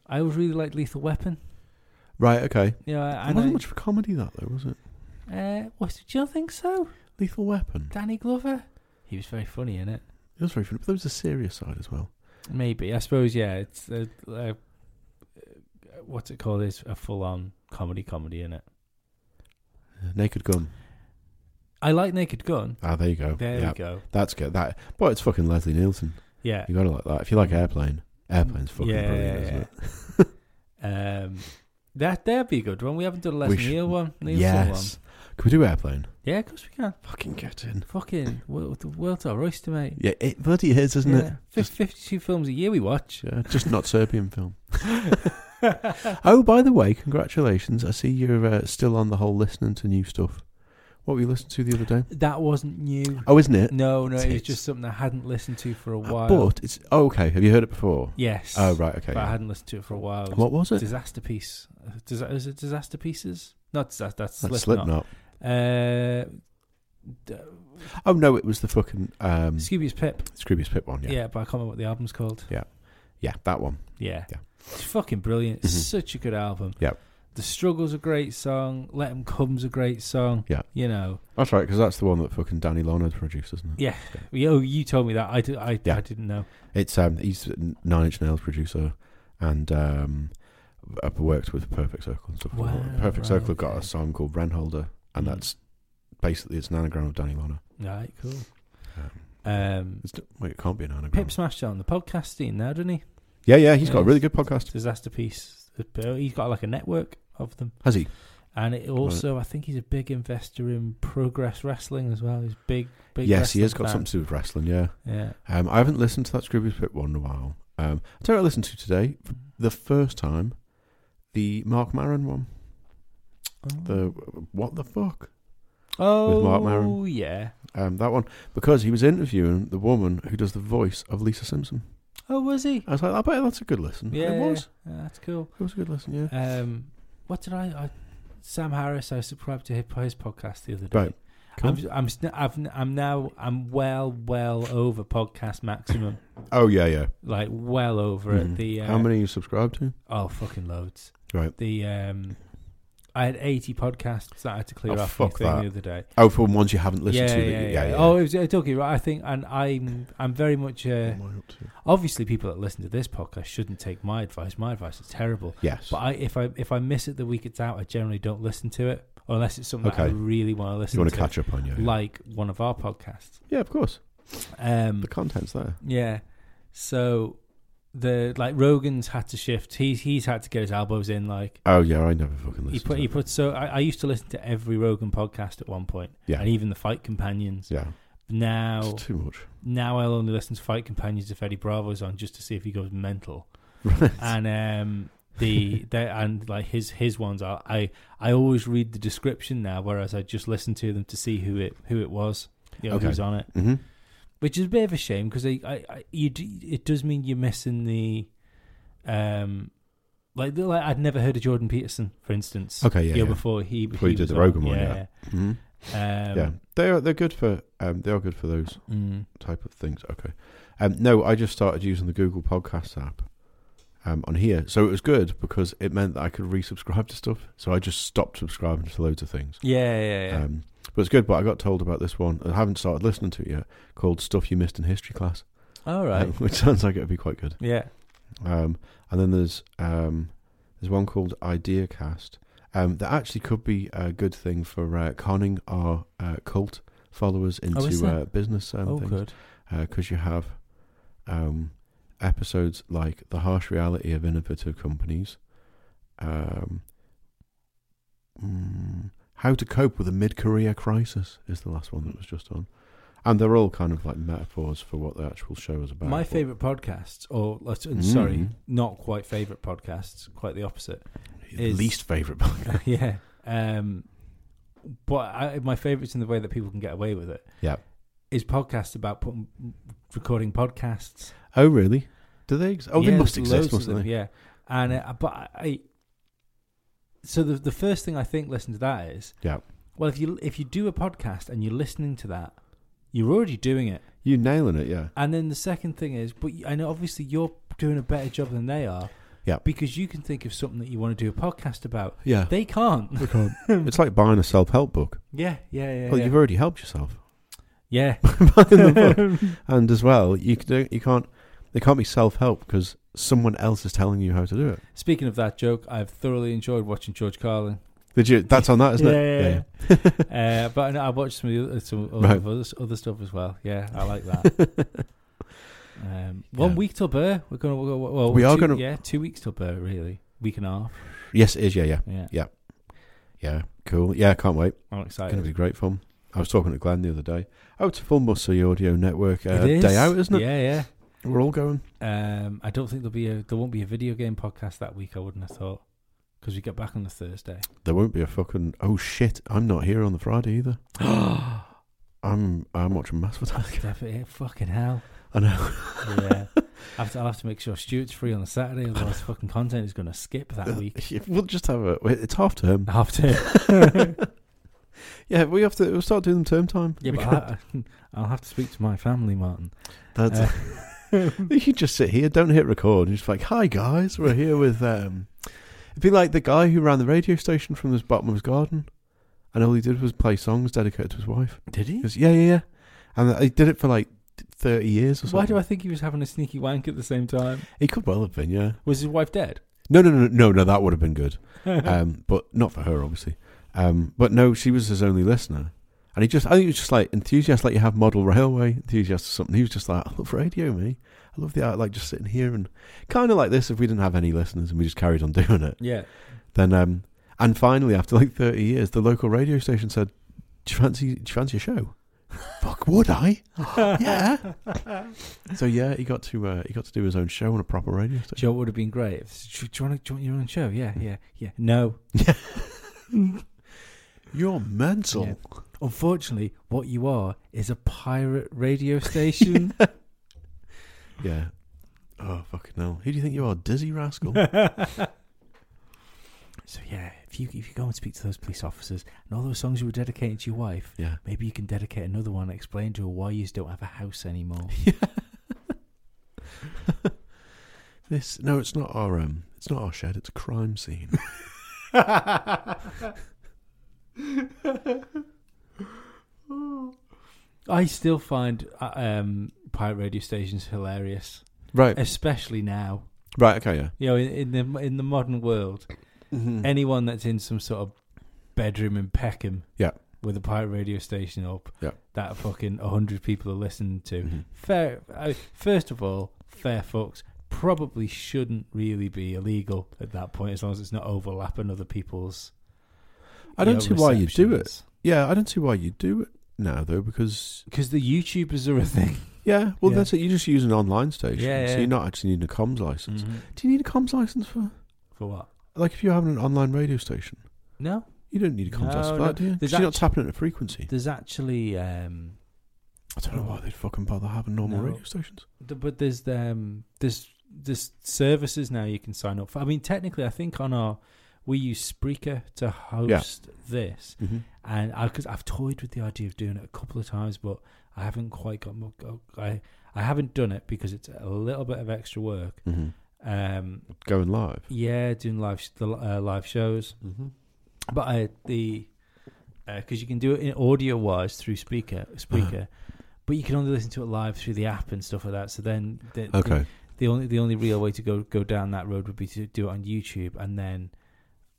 [SPEAKER 1] I always really liked Lethal Weapon.
[SPEAKER 2] Right. Okay.
[SPEAKER 1] You know, I,
[SPEAKER 2] It
[SPEAKER 1] and I,
[SPEAKER 2] wasn't much of a comedy that though, was it?
[SPEAKER 1] uh, was, do you not think so?
[SPEAKER 2] Lethal Weapon.
[SPEAKER 1] Danny Glover. He was very funny in it.
[SPEAKER 2] It was very funny, but there was a serious side as well.
[SPEAKER 1] Maybe I suppose yeah. It's uh, uh, what's it called? Is a full on comedy comedy in it.
[SPEAKER 2] Naked Gun.
[SPEAKER 1] I like Naked Gun.
[SPEAKER 2] Ah, there you go.
[SPEAKER 1] There
[SPEAKER 2] yeah,
[SPEAKER 1] we go.
[SPEAKER 2] that's good. That, but it's fucking Leslie Nielsen.
[SPEAKER 1] Yeah.
[SPEAKER 2] You gotta like that. If you like Airplane, Airplane's fucking
[SPEAKER 1] Yeah,
[SPEAKER 2] brilliant,
[SPEAKER 1] yeah,
[SPEAKER 2] isn't it?
[SPEAKER 1] Um. That there'd be a good one. We haven't done a Les
[SPEAKER 2] should-
[SPEAKER 1] Neil one. Nielsen
[SPEAKER 2] yes. Can we do Airplane?
[SPEAKER 1] One. Yeah, of course we can.
[SPEAKER 2] Fucking get in.
[SPEAKER 1] Fucking world, the world's our oyster, mate.
[SPEAKER 2] Yeah, it bloody is, isn't
[SPEAKER 1] yeah.
[SPEAKER 2] it?
[SPEAKER 1] Fif-
[SPEAKER 2] Just,
[SPEAKER 1] 52 films a year we watch.
[SPEAKER 2] yeah, just not Serbian film.
[SPEAKER 1] I
[SPEAKER 2] Oh, by the way, congratulations. I see you're uh, still on the whole listening to new stuff. What were you listening to the other day?
[SPEAKER 1] That wasn't new.
[SPEAKER 2] Oh, isn't it?
[SPEAKER 1] No, no, it was
[SPEAKER 2] Tits.
[SPEAKER 1] just something I hadn't listened to for a
[SPEAKER 2] Uh,
[SPEAKER 1] while.
[SPEAKER 2] But it's oh, okay. Have you heard it before?
[SPEAKER 1] yes.
[SPEAKER 2] Oh, right. Okay.
[SPEAKER 1] But I
[SPEAKER 2] yeah.
[SPEAKER 1] hadn't listened to it for a while. It was
[SPEAKER 2] What was it?
[SPEAKER 1] Disaster piece. Uh, Disa- is it disaster pieces? Not disa- that's,
[SPEAKER 2] That's
[SPEAKER 1] Slipknot.
[SPEAKER 2] Slipknot.
[SPEAKER 1] Uh, d-
[SPEAKER 2] Oh no, it was the fucking um,
[SPEAKER 1] Scooby's Pip.
[SPEAKER 2] Scroobius Pip one.
[SPEAKER 1] Yeah.
[SPEAKER 2] Yeah. yeah,
[SPEAKER 1] but I can't remember what the album's called.
[SPEAKER 2] that one.
[SPEAKER 1] Yeah.
[SPEAKER 2] Yeah.
[SPEAKER 1] It's fucking brilliant. It's
[SPEAKER 2] Mhm.
[SPEAKER 1] such a good album.
[SPEAKER 2] Yep.
[SPEAKER 1] The Struggle's a great song. Let 'Em Come's a great song.
[SPEAKER 2] Yeah.
[SPEAKER 1] You know.
[SPEAKER 2] That's right, because that's the one that fucking Danny Leonard produced, isn't it?
[SPEAKER 1] Yeah. Oh, you told me that. I, did, I,
[SPEAKER 2] Yeah.
[SPEAKER 1] I didn't know.
[SPEAKER 2] It's um, he's a Nine Inch Nails producer, and um, I've worked with Perfect Circle and stuff. like that.
[SPEAKER 1] Wow,
[SPEAKER 2] Perfect
[SPEAKER 1] right,
[SPEAKER 2] Circle have got a
[SPEAKER 1] okay.
[SPEAKER 2] song called Renholder, and
[SPEAKER 1] Mm.
[SPEAKER 2] that's basically it's an anagram of Danny Leonard.
[SPEAKER 1] Right, cool.
[SPEAKER 2] Um,
[SPEAKER 1] Um,
[SPEAKER 2] it's, wait, it can't be an anagram.
[SPEAKER 1] Pip Smash on the podcast scene now, doesn't he?
[SPEAKER 2] Yeah, yeah, he's got a
[SPEAKER 1] Yes.
[SPEAKER 2] really good podcast.
[SPEAKER 1] Disaster Piece. Uh, He's got like a network of them.
[SPEAKER 2] Has he?
[SPEAKER 1] And it also, I think he's a big investor in Progress Wrestling as well. He's big, big.
[SPEAKER 2] yes, he has
[SPEAKER 1] wrestling
[SPEAKER 2] got
[SPEAKER 1] fan.
[SPEAKER 2] something to do with wrestling. Yeah,
[SPEAKER 1] Yeah.
[SPEAKER 2] um, I haven't listened to that Scroobius Pip one in a while. Um, I tell you what I listened to today, for the first time, the Mark Maron one. The what the fuck?
[SPEAKER 1] oh,
[SPEAKER 2] Mark Maron.
[SPEAKER 1] yeah.
[SPEAKER 2] um, that one because he was interviewing the woman who does the voice of Lisa Simpson.
[SPEAKER 1] Oh, was he?
[SPEAKER 2] I was like, I bet that's a good listen.
[SPEAKER 1] Yeah,
[SPEAKER 2] it was.
[SPEAKER 1] yeah, that's cool.
[SPEAKER 2] It was a good listen. Yeah.
[SPEAKER 1] Um, what did I, I? Sam Harris. I subscribed to his, his podcast the other day.
[SPEAKER 2] Right. Cool.
[SPEAKER 1] I'm, I'm, sn- I've, n- I'm now, I'm well, well over podcast maximum.
[SPEAKER 2] oh yeah, yeah.
[SPEAKER 1] like well over
[SPEAKER 2] Mhm.
[SPEAKER 1] at the. Uh,
[SPEAKER 2] How many you subscribe to?
[SPEAKER 1] Oh, fucking loads.
[SPEAKER 2] Right.
[SPEAKER 1] The um, I had eighty podcasts that I had to clear
[SPEAKER 2] Oh,
[SPEAKER 1] off my
[SPEAKER 2] fuck
[SPEAKER 1] thing
[SPEAKER 2] that.
[SPEAKER 1] the other day.
[SPEAKER 2] Oh, from ones you haven't listened
[SPEAKER 1] yeah,
[SPEAKER 2] to. that
[SPEAKER 1] yeah,
[SPEAKER 2] you-
[SPEAKER 1] yeah, Oh, it was uh, talking right. I think, and I'm, I'm very much. Uh,
[SPEAKER 2] What am I up to?
[SPEAKER 1] obviously, people that listen to this podcast shouldn't take my advice. My advice is terrible.
[SPEAKER 2] Yes.
[SPEAKER 1] But I, if I, if I miss it the week it's out, I generally don't listen to it unless it's something that I
[SPEAKER 2] Okay.
[SPEAKER 1] really want to listen
[SPEAKER 2] you want
[SPEAKER 1] to,
[SPEAKER 2] to catch up on you? yeah.
[SPEAKER 1] like one of our podcasts.
[SPEAKER 2] yeah, of course.
[SPEAKER 1] Um,
[SPEAKER 2] The content's there.
[SPEAKER 1] yeah. So the like Rogan's had to shift. He's he's had to get his elbows in. Like
[SPEAKER 2] Oh yeah, I never fucking listen.
[SPEAKER 1] he put
[SPEAKER 2] to
[SPEAKER 1] he
[SPEAKER 2] that.
[SPEAKER 1] put so I, I used to listen to every Rogan podcast at one point,
[SPEAKER 2] Yeah.
[SPEAKER 1] and even the Fight Companions.
[SPEAKER 2] Yeah.
[SPEAKER 1] Now
[SPEAKER 2] It's too much.
[SPEAKER 1] now I'll only listen to Fight Companions if Eddie Bravo's on just to see if he goes mental.
[SPEAKER 2] Right.
[SPEAKER 1] And um the, the and like his his ones are I I always read the description now, whereas I just listen to them to see who it who it was, you know,
[SPEAKER 2] Okay.
[SPEAKER 1] who's on it,
[SPEAKER 2] hmm
[SPEAKER 1] which is a bit of a shame because I, I, I you do, it does mean you're missing the um. Like, the- like, I'd never heard of Jordan Peterson, for instance.
[SPEAKER 2] Okay. Yeah.
[SPEAKER 1] you
[SPEAKER 2] Yeah.
[SPEAKER 1] know, before he
[SPEAKER 2] Before he did
[SPEAKER 1] was
[SPEAKER 2] the
[SPEAKER 1] on-
[SPEAKER 2] Rogan one, yeah. Mhm.
[SPEAKER 1] yeah. Um,
[SPEAKER 2] yeah. They are. They're good for. Um. They are good for those.
[SPEAKER 1] mm,
[SPEAKER 2] type of things. Okay. Um, no, I just started using the Google Podcasts app um, on here. So it was good because it meant that I could resubscribe to stuff. So I just stopped subscribing to loads of things.
[SPEAKER 1] yeah, yeah, yeah.
[SPEAKER 2] Um, but it's good. But I got told about this one. I haven't started listening to it yet called Stuff You Missed in History Class,
[SPEAKER 1] All right,
[SPEAKER 2] um, which sounds like it would be quite good.
[SPEAKER 1] yeah.
[SPEAKER 2] Um, and then there's um, there's one called Ideacast. Um, that actually could be a good thing for uh, conning our uh, cult followers
[SPEAKER 1] Oh, is
[SPEAKER 2] into
[SPEAKER 1] there?
[SPEAKER 2] uh, business um,
[SPEAKER 1] oh,
[SPEAKER 2] things.
[SPEAKER 1] good.
[SPEAKER 2] because you have um, episodes like the harsh reality of innovative companies, um, mm, how to cope with a mid-career crisis is the last one that was just on, and they're all kind of like metaphors for what the actual show is about.
[SPEAKER 1] My
[SPEAKER 2] but-
[SPEAKER 1] favorite podcasts, or let's- and sorry,
[SPEAKER 2] Mm.
[SPEAKER 1] not quite favorite podcasts, quite the opposite. is-
[SPEAKER 2] least favorite, book.
[SPEAKER 1] yeah. Um, but I, my favorites in the way that people can get away with it.
[SPEAKER 2] Yeah.
[SPEAKER 1] Is podcasts about putting, recording podcasts.
[SPEAKER 2] oh really? Do they? Ex- oh,
[SPEAKER 1] Yeah,
[SPEAKER 2] they must
[SPEAKER 1] there's
[SPEAKER 2] exist,
[SPEAKER 1] loads of
[SPEAKER 2] mustn't
[SPEAKER 1] them,
[SPEAKER 2] they?
[SPEAKER 1] Yeah, and uh, but I. So the the first thing I think, listen to that is
[SPEAKER 2] Yeah.
[SPEAKER 1] Well, if you if you do a podcast and you're listening to that, you're already doing it.
[SPEAKER 2] You nailing it, yeah.
[SPEAKER 1] And then the second thing is, but you- I know obviously you're doing a better job than they are.
[SPEAKER 2] Yeah.
[SPEAKER 1] Because you can think of something that you want to do a podcast about.
[SPEAKER 2] Yeah.
[SPEAKER 1] They can't.
[SPEAKER 2] it's like buying a self-help book.
[SPEAKER 1] Yeah, yeah, yeah.
[SPEAKER 2] Well,
[SPEAKER 1] yeah.
[SPEAKER 2] you've already helped yourself.
[SPEAKER 1] yeah.
[SPEAKER 2] buying the book. and as well, you c- don't, you can't they can't be self help because someone else is telling you how to do it.
[SPEAKER 1] Speaking of that joke, I've thoroughly enjoyed watching George Carlin.
[SPEAKER 2] Did you? That's on that, isn't it?
[SPEAKER 1] Yeah, Uh, but I, know I watched some, of the, some other,
[SPEAKER 2] Right.
[SPEAKER 1] other, other stuff as well. Yeah, I like that. um, one
[SPEAKER 2] Yeah.
[SPEAKER 1] week till Burr. We're going to go. Well,
[SPEAKER 2] We are
[SPEAKER 1] two-
[SPEAKER 2] gonna-
[SPEAKER 1] Yeah, two weeks till Burr, really. Week and a half.
[SPEAKER 2] Yes, it is. Yeah, yeah,
[SPEAKER 1] Yeah.
[SPEAKER 2] yeah. Cool. Yeah, can't wait.
[SPEAKER 1] I'm
[SPEAKER 2] Going
[SPEAKER 1] excited.
[SPEAKER 2] to be great fun. I was talking to Glenn the other day. Oh, it's a full Muscle Audio Network uh,
[SPEAKER 1] It is.
[SPEAKER 2] day out, isn't it?
[SPEAKER 1] Yeah,
[SPEAKER 2] We're all going.
[SPEAKER 1] yeah. Um, I don't think there'll be a there won't be a video game podcast that week. I wouldn't have thought because we get back on the Thursday.
[SPEAKER 2] There won't be a fucking. Oh shit! I'm not here on the Friday either. I'm I'm watching Mass Attack.
[SPEAKER 1] Definitely, fucking hell.
[SPEAKER 2] I know.
[SPEAKER 1] Yeah, I have to, I'll have to make sure Stuart's free on a Saturday, otherwise fucking content is going to skip that week.
[SPEAKER 2] We'll just have a. It's half term.
[SPEAKER 1] Half term.
[SPEAKER 2] Yeah, we have to. We'll start doing them term time.
[SPEAKER 1] Yeah,
[SPEAKER 2] We
[SPEAKER 1] but
[SPEAKER 2] can't-
[SPEAKER 1] I, I'll have to speak to my family, Martin.
[SPEAKER 2] that's
[SPEAKER 1] Uh,
[SPEAKER 2] You can just sit here, don't hit record, and just like, hi guys, we're here with. Um... It'd be like the guy who ran the radio station from the bottom of his garden, and all he did was play songs dedicated to his wife.
[SPEAKER 1] Did
[SPEAKER 2] He
[SPEAKER 1] he?
[SPEAKER 2] goes, yeah, yeah, yeah. And he did it for like 30 years or something.
[SPEAKER 1] Why do I think he was having a sneaky wank at the same time?
[SPEAKER 2] He could well have been, yeah.
[SPEAKER 1] Was his wife dead? Uh,
[SPEAKER 2] No, no, no, no, no, that would have been good. Um, but not for her, obviously. Um, but no, she was his only listener. And he just, I think he was just like enthusiast, like you have model railway enthusiast or something. He was just like, I love radio, me. I love the art, like just sitting here and kind of like this. If we didn't have any listeners and we just carried on doing it,
[SPEAKER 1] yeah.
[SPEAKER 2] then, um, and finally, after like 30 years, the local radio station said, Do you fancy, do you fancy a show? Fuck, would I? yeah. so yeah, he got to, uh, he got to do his own show on a proper radio station.
[SPEAKER 1] Joe would have been great. If, do, you want to, do you want your own show? Yeah, yeah, yeah. No.
[SPEAKER 2] You're mental.
[SPEAKER 1] Yeah. Unfortunately, what you are is a pirate radio station.
[SPEAKER 2] Yeah. Oh fucking hell! Who do you think you are, dizzy rascal?
[SPEAKER 1] so yeah, if you if you go and speak to those police officers and all those songs you were dedicating to your wife,
[SPEAKER 2] yeah.
[SPEAKER 1] maybe you can dedicate another one and explain to her why you don't have a house anymore.
[SPEAKER 2] This no, it's not our um, it's not our shed. It's a crime scene.
[SPEAKER 1] I still find uh, um, pirate radio stations hilarious,
[SPEAKER 2] right.
[SPEAKER 1] especially now.
[SPEAKER 2] Right. Okay. Yeah.
[SPEAKER 1] You know, in, in the in the modern world,
[SPEAKER 2] Mm-hmm. Mm.
[SPEAKER 1] anyone that's in some sort of bedroom in Peckham,
[SPEAKER 2] Yeah.
[SPEAKER 1] with a pirate radio station up,
[SPEAKER 2] Yeah.
[SPEAKER 1] that fucking hundred people are listening to.
[SPEAKER 2] Mhm.
[SPEAKER 1] Fair. I, first of all, fair fucks probably shouldn't really be illegal at that point, as long as it's not overlapping other people's.
[SPEAKER 2] I don't see why you do it. Yeah, I don't see why you do it now though, because
[SPEAKER 1] because the YouTubers are a thing.
[SPEAKER 2] yeah, well
[SPEAKER 1] Yeah.
[SPEAKER 2] that's it. You just use an online station,
[SPEAKER 1] Yeah, yeah. Mm.
[SPEAKER 2] so you're not actually needing a comms license.
[SPEAKER 1] Mm-hmm.
[SPEAKER 2] Do you need a comms license for
[SPEAKER 1] For what?
[SPEAKER 2] like if you're having an online radio station?
[SPEAKER 1] No,
[SPEAKER 2] You don't need a comms
[SPEAKER 1] No,
[SPEAKER 2] license for
[SPEAKER 1] no.
[SPEAKER 2] that, do you? 'Cause
[SPEAKER 1] There's
[SPEAKER 2] you're not
[SPEAKER 1] actu-
[SPEAKER 2] tapping at a frequency.
[SPEAKER 1] there's actually, um,
[SPEAKER 2] I don't know why they'd fucking bother having normal
[SPEAKER 1] No.
[SPEAKER 2] radio stations.
[SPEAKER 1] th- but there's um, there's there's services now you can sign up for. I mean, technically, I think on our we use Spreaker to host this,
[SPEAKER 2] Mm-hmm.
[SPEAKER 1] and because I've toyed with the idea of doing it a couple of times, but I haven't quite got. mo- go- I I haven't done it because it's a little bit of extra work.
[SPEAKER 2] Mm-hmm.
[SPEAKER 1] Um,
[SPEAKER 2] Going live.
[SPEAKER 1] yeah, doing live sh- the uh, live shows,
[SPEAKER 2] Mm-hmm.
[SPEAKER 1] but I, the because you can do it in audio wise through speaker speaker, but you can only listen to it live through the app and stuff like that. So then the, the-
[SPEAKER 2] Okay.
[SPEAKER 1] the only the only real way to go go down that road would be to do it on YouTube, and then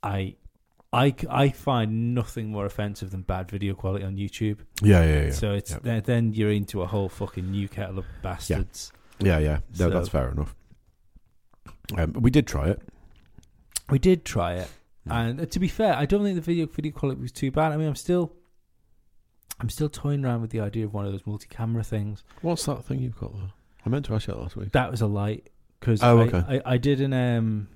[SPEAKER 1] I I, c- I find nothing more offensive than bad video quality on YouTube.
[SPEAKER 2] Yeah, yeah, yeah.
[SPEAKER 1] so it's
[SPEAKER 2] yeah.
[SPEAKER 1] then, then you're into a whole fucking new kettle of bastards.
[SPEAKER 2] yeah, yeah.
[SPEAKER 1] So-
[SPEAKER 2] No, that's fair enough. Um, we did try it.
[SPEAKER 1] We did try it,
[SPEAKER 2] Hmm.
[SPEAKER 1] and uh, to be fair, I don't think the video video quality was too bad. I mean, I'm still I'm still toying around with the idea of one of those multi-camera things.
[SPEAKER 2] What's that thing you've got there? I meant to ask you that last week.
[SPEAKER 1] That was a light because
[SPEAKER 2] Oh,
[SPEAKER 1] I,
[SPEAKER 2] okay.
[SPEAKER 1] I, I did an um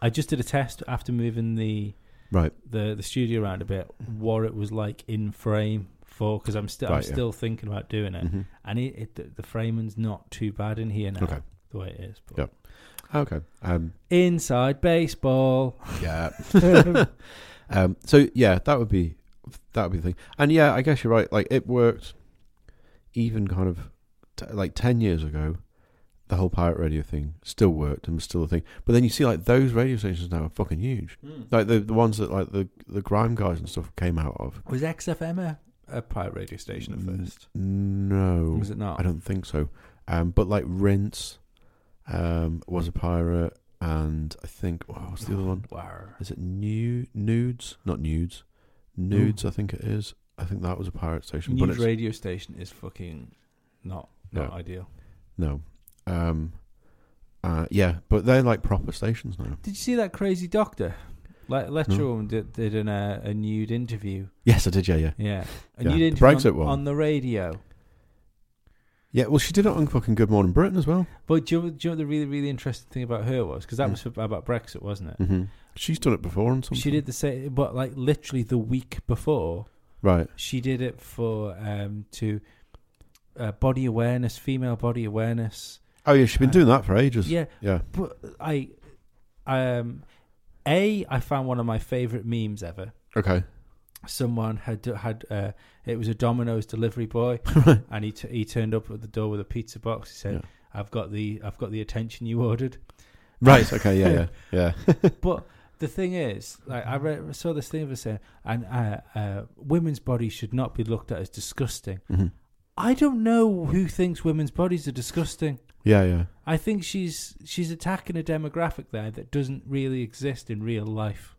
[SPEAKER 1] I just did a test after moving the
[SPEAKER 2] Right.
[SPEAKER 1] the the studio around a bit what it was like in frame for because I'm still I'm
[SPEAKER 2] Right, yeah.
[SPEAKER 1] still thinking about doing it
[SPEAKER 2] Mhm.
[SPEAKER 1] and it, it the, the framing's not too bad in here now
[SPEAKER 2] Okay.
[SPEAKER 1] the way it is but
[SPEAKER 2] Yeah. Okay. Um,
[SPEAKER 1] inside baseball
[SPEAKER 2] yeah. um, so yeah, that would be that would be the thing. And yeah, I guess you're right. Like it worked, even kind of t- like ten years ago, the whole pirate radio thing still worked and was still a thing. But then you see like those radio stations now are fucking huge. Like the the ones that like the the grime guys and stuff came out of.
[SPEAKER 1] was XFM a, a pirate radio station at
[SPEAKER 2] Mm,
[SPEAKER 1] first
[SPEAKER 2] No,
[SPEAKER 1] was it not
[SPEAKER 2] I don't think so. Um, but like Rince, um, was a pirate, and I think oh, what's the other one?
[SPEAKER 1] War.
[SPEAKER 2] Is it new nudes? Not nudes, nudes. I think it is. I think that was a pirate station, but
[SPEAKER 1] News
[SPEAKER 2] it's,
[SPEAKER 1] radio station is fucking not not
[SPEAKER 2] No.
[SPEAKER 1] ideal
[SPEAKER 2] no. Um, uh, yeah, but they're like proper stations now.
[SPEAKER 1] did you see that crazy doctor like lecture
[SPEAKER 2] No.
[SPEAKER 1] woman did, did an, uh, a nude interview
[SPEAKER 2] Yes, I did. Yeah, yeah,
[SPEAKER 1] yeah a
[SPEAKER 2] Yeah,
[SPEAKER 1] nude
[SPEAKER 2] the
[SPEAKER 1] interview on-
[SPEAKER 2] Brexit one.
[SPEAKER 1] on the radio
[SPEAKER 2] yeah. Well, she did it on fucking Good Morning Britain as well.
[SPEAKER 1] But do you, know, do you know what the really, really interesting thing about her was? Because that was about Brexit, wasn't it?
[SPEAKER 2] Mm-hmm. She's done it before on something.
[SPEAKER 1] She did the same, but like literally the week before,
[SPEAKER 2] right.
[SPEAKER 1] she did it for um to uh, body awareness, female body awareness.
[SPEAKER 2] Oh yeah, she's been
[SPEAKER 1] Uh,
[SPEAKER 2] doing that for ages.
[SPEAKER 1] Yeah,
[SPEAKER 2] yeah.
[SPEAKER 1] but I, um, a I found one of my favorite memes ever.
[SPEAKER 2] Okay.
[SPEAKER 1] Someone had had uh, it was a Domino's delivery boy,
[SPEAKER 2] Right.
[SPEAKER 1] and he t- he turned up at the door with a pizza box. He said,
[SPEAKER 2] Yeah.
[SPEAKER 1] "I've got the I've got the attention you ordered."
[SPEAKER 2] Right. Okay. Yeah. Yeah. Yeah.
[SPEAKER 1] But the thing is, like I read, saw this thing of it saying, and uh, uh, women's bodies should not be looked at as disgusting.
[SPEAKER 2] Mhm.
[SPEAKER 1] I don't know who thinks women's bodies are disgusting.
[SPEAKER 2] Yeah. Yeah.
[SPEAKER 1] I think she's she's attacking a demographic there that doesn't really exist in real life.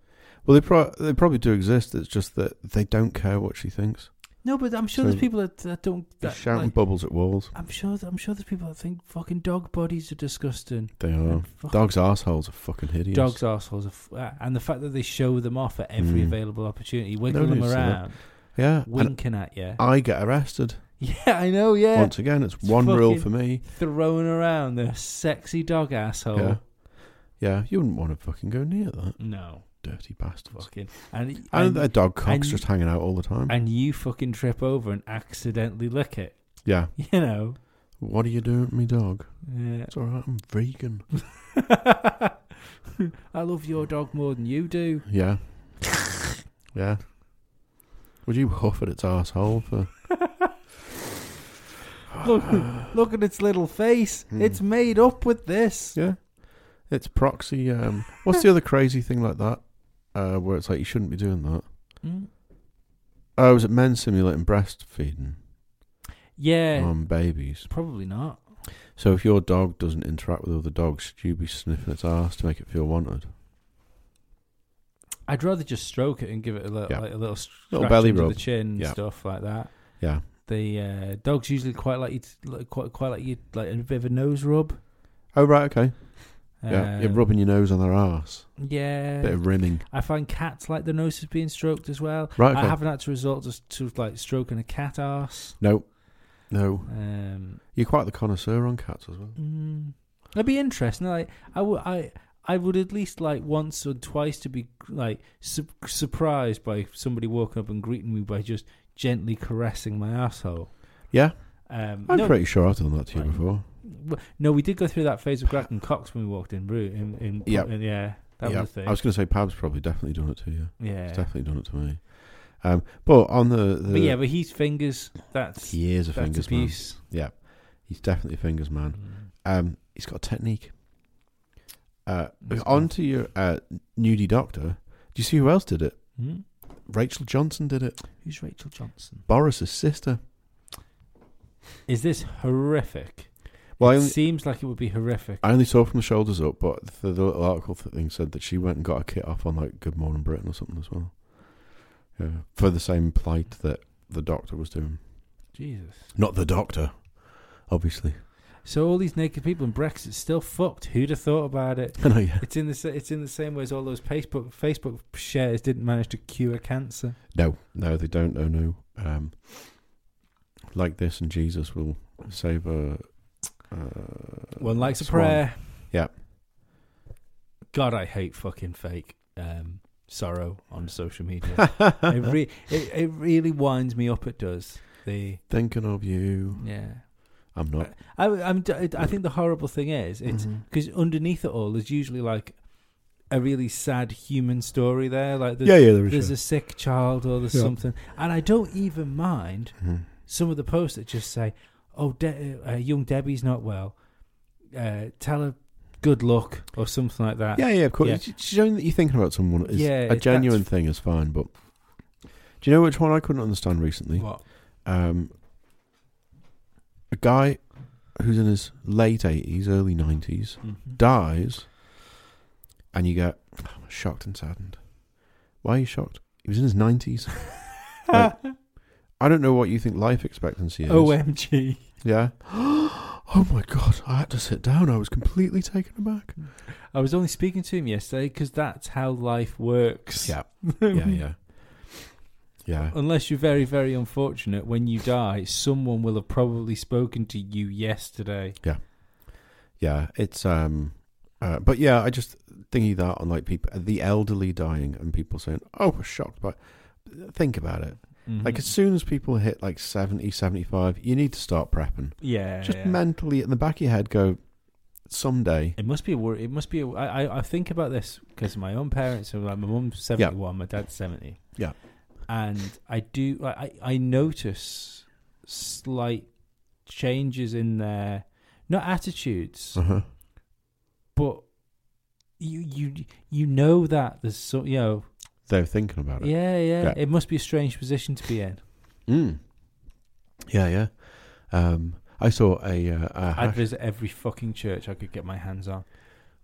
[SPEAKER 2] Well, they pro- they probably do exist. It's just that they don't care what she thinks.
[SPEAKER 1] No, but I'm sure
[SPEAKER 2] So-
[SPEAKER 1] there's people that, that don't.
[SPEAKER 2] They're
[SPEAKER 1] That,
[SPEAKER 2] shouting
[SPEAKER 1] like,
[SPEAKER 2] bubbles at walls.
[SPEAKER 1] I'm sure. I'm sure there's people that think fucking dog bodies are disgusting.
[SPEAKER 2] They are.
[SPEAKER 1] And fuck-
[SPEAKER 2] Dogs' assholes are fucking hideous.
[SPEAKER 1] Dogs' assholes, are f- uh, and the fact that they show them off at every
[SPEAKER 2] Mm.
[SPEAKER 1] available opportunity, wiggling
[SPEAKER 2] need
[SPEAKER 1] them
[SPEAKER 2] to see that.
[SPEAKER 1] around,
[SPEAKER 2] Yeah. And
[SPEAKER 1] winking at you.
[SPEAKER 2] I get arrested.
[SPEAKER 1] Yeah, I know. Yeah,
[SPEAKER 2] Once again, it's,
[SPEAKER 1] It's
[SPEAKER 2] one rule
[SPEAKER 1] fucking-
[SPEAKER 2] for me.
[SPEAKER 1] throwing around the sexy dog asshole.
[SPEAKER 2] Yeah. Yeah. You wouldn't want to fucking go near that.
[SPEAKER 1] No,
[SPEAKER 2] Dirty bastards.
[SPEAKER 1] fucking and
[SPEAKER 2] And
[SPEAKER 1] and,
[SPEAKER 2] their dog cock's
[SPEAKER 1] and-
[SPEAKER 2] just hanging out all the time.
[SPEAKER 1] and you fucking trip over and accidentally lick it.
[SPEAKER 2] yeah.
[SPEAKER 1] You know.
[SPEAKER 2] What are you doing to me, dog?
[SPEAKER 1] Yeah.
[SPEAKER 2] It's all right. I'm vegan.
[SPEAKER 1] I love your dog more than you do.
[SPEAKER 2] Yeah. yeah. Would you huff at its asshole for.
[SPEAKER 1] Look, look at its little face.
[SPEAKER 2] Hmm.
[SPEAKER 1] It's made up with this.
[SPEAKER 2] Yeah. It's proxy. Um, what's the other crazy thing like that? Uh, where it's like you shouldn't be doing that.
[SPEAKER 1] Mm.
[SPEAKER 2] Oh, is it men simulating breastfeeding
[SPEAKER 1] Yeah.
[SPEAKER 2] on babies?
[SPEAKER 1] Probably not.
[SPEAKER 2] So if your dog doesn't interact with other dogs, should you be sniffing its ass to make it feel wanted?
[SPEAKER 1] I'd rather just stroke it and give it a little,
[SPEAKER 2] Yeah.
[SPEAKER 1] like a little,
[SPEAKER 2] Little
[SPEAKER 1] scratch
[SPEAKER 2] belly
[SPEAKER 1] under
[SPEAKER 2] rub.
[SPEAKER 1] the chin, and
[SPEAKER 2] Yeah.
[SPEAKER 1] stuff like that.
[SPEAKER 2] Yeah.
[SPEAKER 1] the uh, dogs usually quite like you to, like, quite quite like you like a bit of a nose rub.
[SPEAKER 2] Oh right, okay. yeah,
[SPEAKER 1] Um,
[SPEAKER 2] you're rubbing your nose on their ass.
[SPEAKER 1] yeah.
[SPEAKER 2] Bit of rimming.
[SPEAKER 1] I find cats like their noses being stroked as well.
[SPEAKER 2] Right. Okay.
[SPEAKER 1] I haven't had to resort to, to like stroking a cat ass.
[SPEAKER 2] No, no.
[SPEAKER 1] Um,
[SPEAKER 2] You're quite the connoisseur on cats as well.
[SPEAKER 1] mm, it'd be interesting. Like I would I. I would at least like once or twice to be like su- surprised by somebody walking up and greeting me by just gently caressing my asshole.
[SPEAKER 2] Yeah,
[SPEAKER 1] Um,
[SPEAKER 2] I'm
[SPEAKER 1] no,
[SPEAKER 2] pretty sure I've done that to you
[SPEAKER 1] Right.
[SPEAKER 2] before.
[SPEAKER 1] w- no, we did go through that phase with Grafton Cox when we walked in. Roo- in, in,
[SPEAKER 2] Yep.
[SPEAKER 1] in- yeah, that
[SPEAKER 2] yeah,
[SPEAKER 1] was the thing.
[SPEAKER 2] I was going to say Pab's probably definitely done it to you.
[SPEAKER 1] yeah,
[SPEAKER 2] He's definitely done it to me. Um, but on the, the
[SPEAKER 1] but yeah, but he's fingers. That's
[SPEAKER 2] he is a
[SPEAKER 1] that's
[SPEAKER 2] fingers man.
[SPEAKER 1] abuse.
[SPEAKER 2] He's definitely a fingers man. um, he's got a technique. Uh,
[SPEAKER 1] He's
[SPEAKER 2] on to your uh, nudie doctor. Do you see who else did it?
[SPEAKER 1] Hmm?
[SPEAKER 2] Rachel Johnson did it.
[SPEAKER 1] Who's Rachel Johnson?
[SPEAKER 2] Boris's sister.
[SPEAKER 1] Is this horrific?
[SPEAKER 2] Well, I
[SPEAKER 1] it
[SPEAKER 2] only,
[SPEAKER 1] seems like it would be horrific.
[SPEAKER 2] I only saw from the shoulders up, but the, the little article th- thing said that she went and got a kit off on like Good Morning Britain or something as well. Yeah, for the same plight that the doctor was doing.
[SPEAKER 1] Jesus.
[SPEAKER 2] Not the doctor, obviously.
[SPEAKER 1] So all these naked people in Brexit's still fucked. Who'd have thought about it?
[SPEAKER 2] I know, yeah.
[SPEAKER 1] It's in the sa- it's in the same way as all those Facebook Facebook shares didn't manage to cure cancer.
[SPEAKER 2] No, no, they don't. Oh no. Um, like this, and Jesus will save a. Uh,
[SPEAKER 1] One likes a
[SPEAKER 2] swan.
[SPEAKER 1] prayer.
[SPEAKER 2] Yeah.
[SPEAKER 1] God, I hate fucking fake um, sorrow on social media. it, re- it it really winds me up. It does. The
[SPEAKER 2] Thinking of you.
[SPEAKER 1] yeah.
[SPEAKER 2] I'm not.
[SPEAKER 1] I I'm, d- I think the horrible thing is it's
[SPEAKER 2] Mhm.
[SPEAKER 1] because underneath it all there's usually like a really sad human story there. Like there's,
[SPEAKER 2] yeah, yeah, there
[SPEAKER 1] there's
[SPEAKER 2] is.
[SPEAKER 1] a sick child or there's
[SPEAKER 2] Yeah.
[SPEAKER 1] something, and I don't even mind
[SPEAKER 2] Mhm.
[SPEAKER 1] some of the posts that just say, "Oh, De- uh, young Debbie's not well. Uh, tell her good luck" or something like that.
[SPEAKER 2] Yeah, yeah, of course.
[SPEAKER 1] Uh, Yeah.
[SPEAKER 2] It's Showing that you're thinking about someone is
[SPEAKER 1] Yeah,
[SPEAKER 2] a
[SPEAKER 1] that's-
[SPEAKER 2] genuine thing is fine, but do you know which one I couldn't understand recently?
[SPEAKER 1] What?
[SPEAKER 2] Um, a guy who's in his late eighties, early nineties,
[SPEAKER 1] Mm-hmm.
[SPEAKER 2] dies, and you get shocked and saddened. Why are you shocked? He was in his nineties. Like, I don't know what you think life expectancy is.
[SPEAKER 1] Omg!
[SPEAKER 2] yeah. oh my god! I had to sit down. I was completely taken aback.
[SPEAKER 1] I was only speaking to him yesterday because that's how life works.
[SPEAKER 2] Yeah. Yeah. Yeah. Yeah.
[SPEAKER 1] Unless you're very, very unfortunate, when you die, someone will have probably spoken to you yesterday.
[SPEAKER 2] Yeah. It's um. Uh, but yeah, I just thingy that on like people, the elderly dying, and people saying, "Oh, we're shocked," but think about it. Like as soon as people hit like 70, 75, you need to start prepping.
[SPEAKER 1] yeah,
[SPEAKER 2] just
[SPEAKER 1] yeah.
[SPEAKER 2] mentally in the back of your head go someday
[SPEAKER 1] It must be a worry. It must be. A, I, I I think about this because my own parents are like my mum's seventy one, my dad's seventy.
[SPEAKER 2] Yeah.
[SPEAKER 1] and I do. I I I notice slight changes in their not attitudes,
[SPEAKER 2] uh-huh.
[SPEAKER 1] but you you you know that there's so you know
[SPEAKER 2] they're thinking about it
[SPEAKER 1] yeah, yeah
[SPEAKER 2] Yeah.
[SPEAKER 1] It must be a strange position to be in.
[SPEAKER 2] yeah mm. yeah yeah um i saw a, uh, a
[SPEAKER 1] I'd
[SPEAKER 2] hash-
[SPEAKER 1] visit every fucking church I could get my hands on.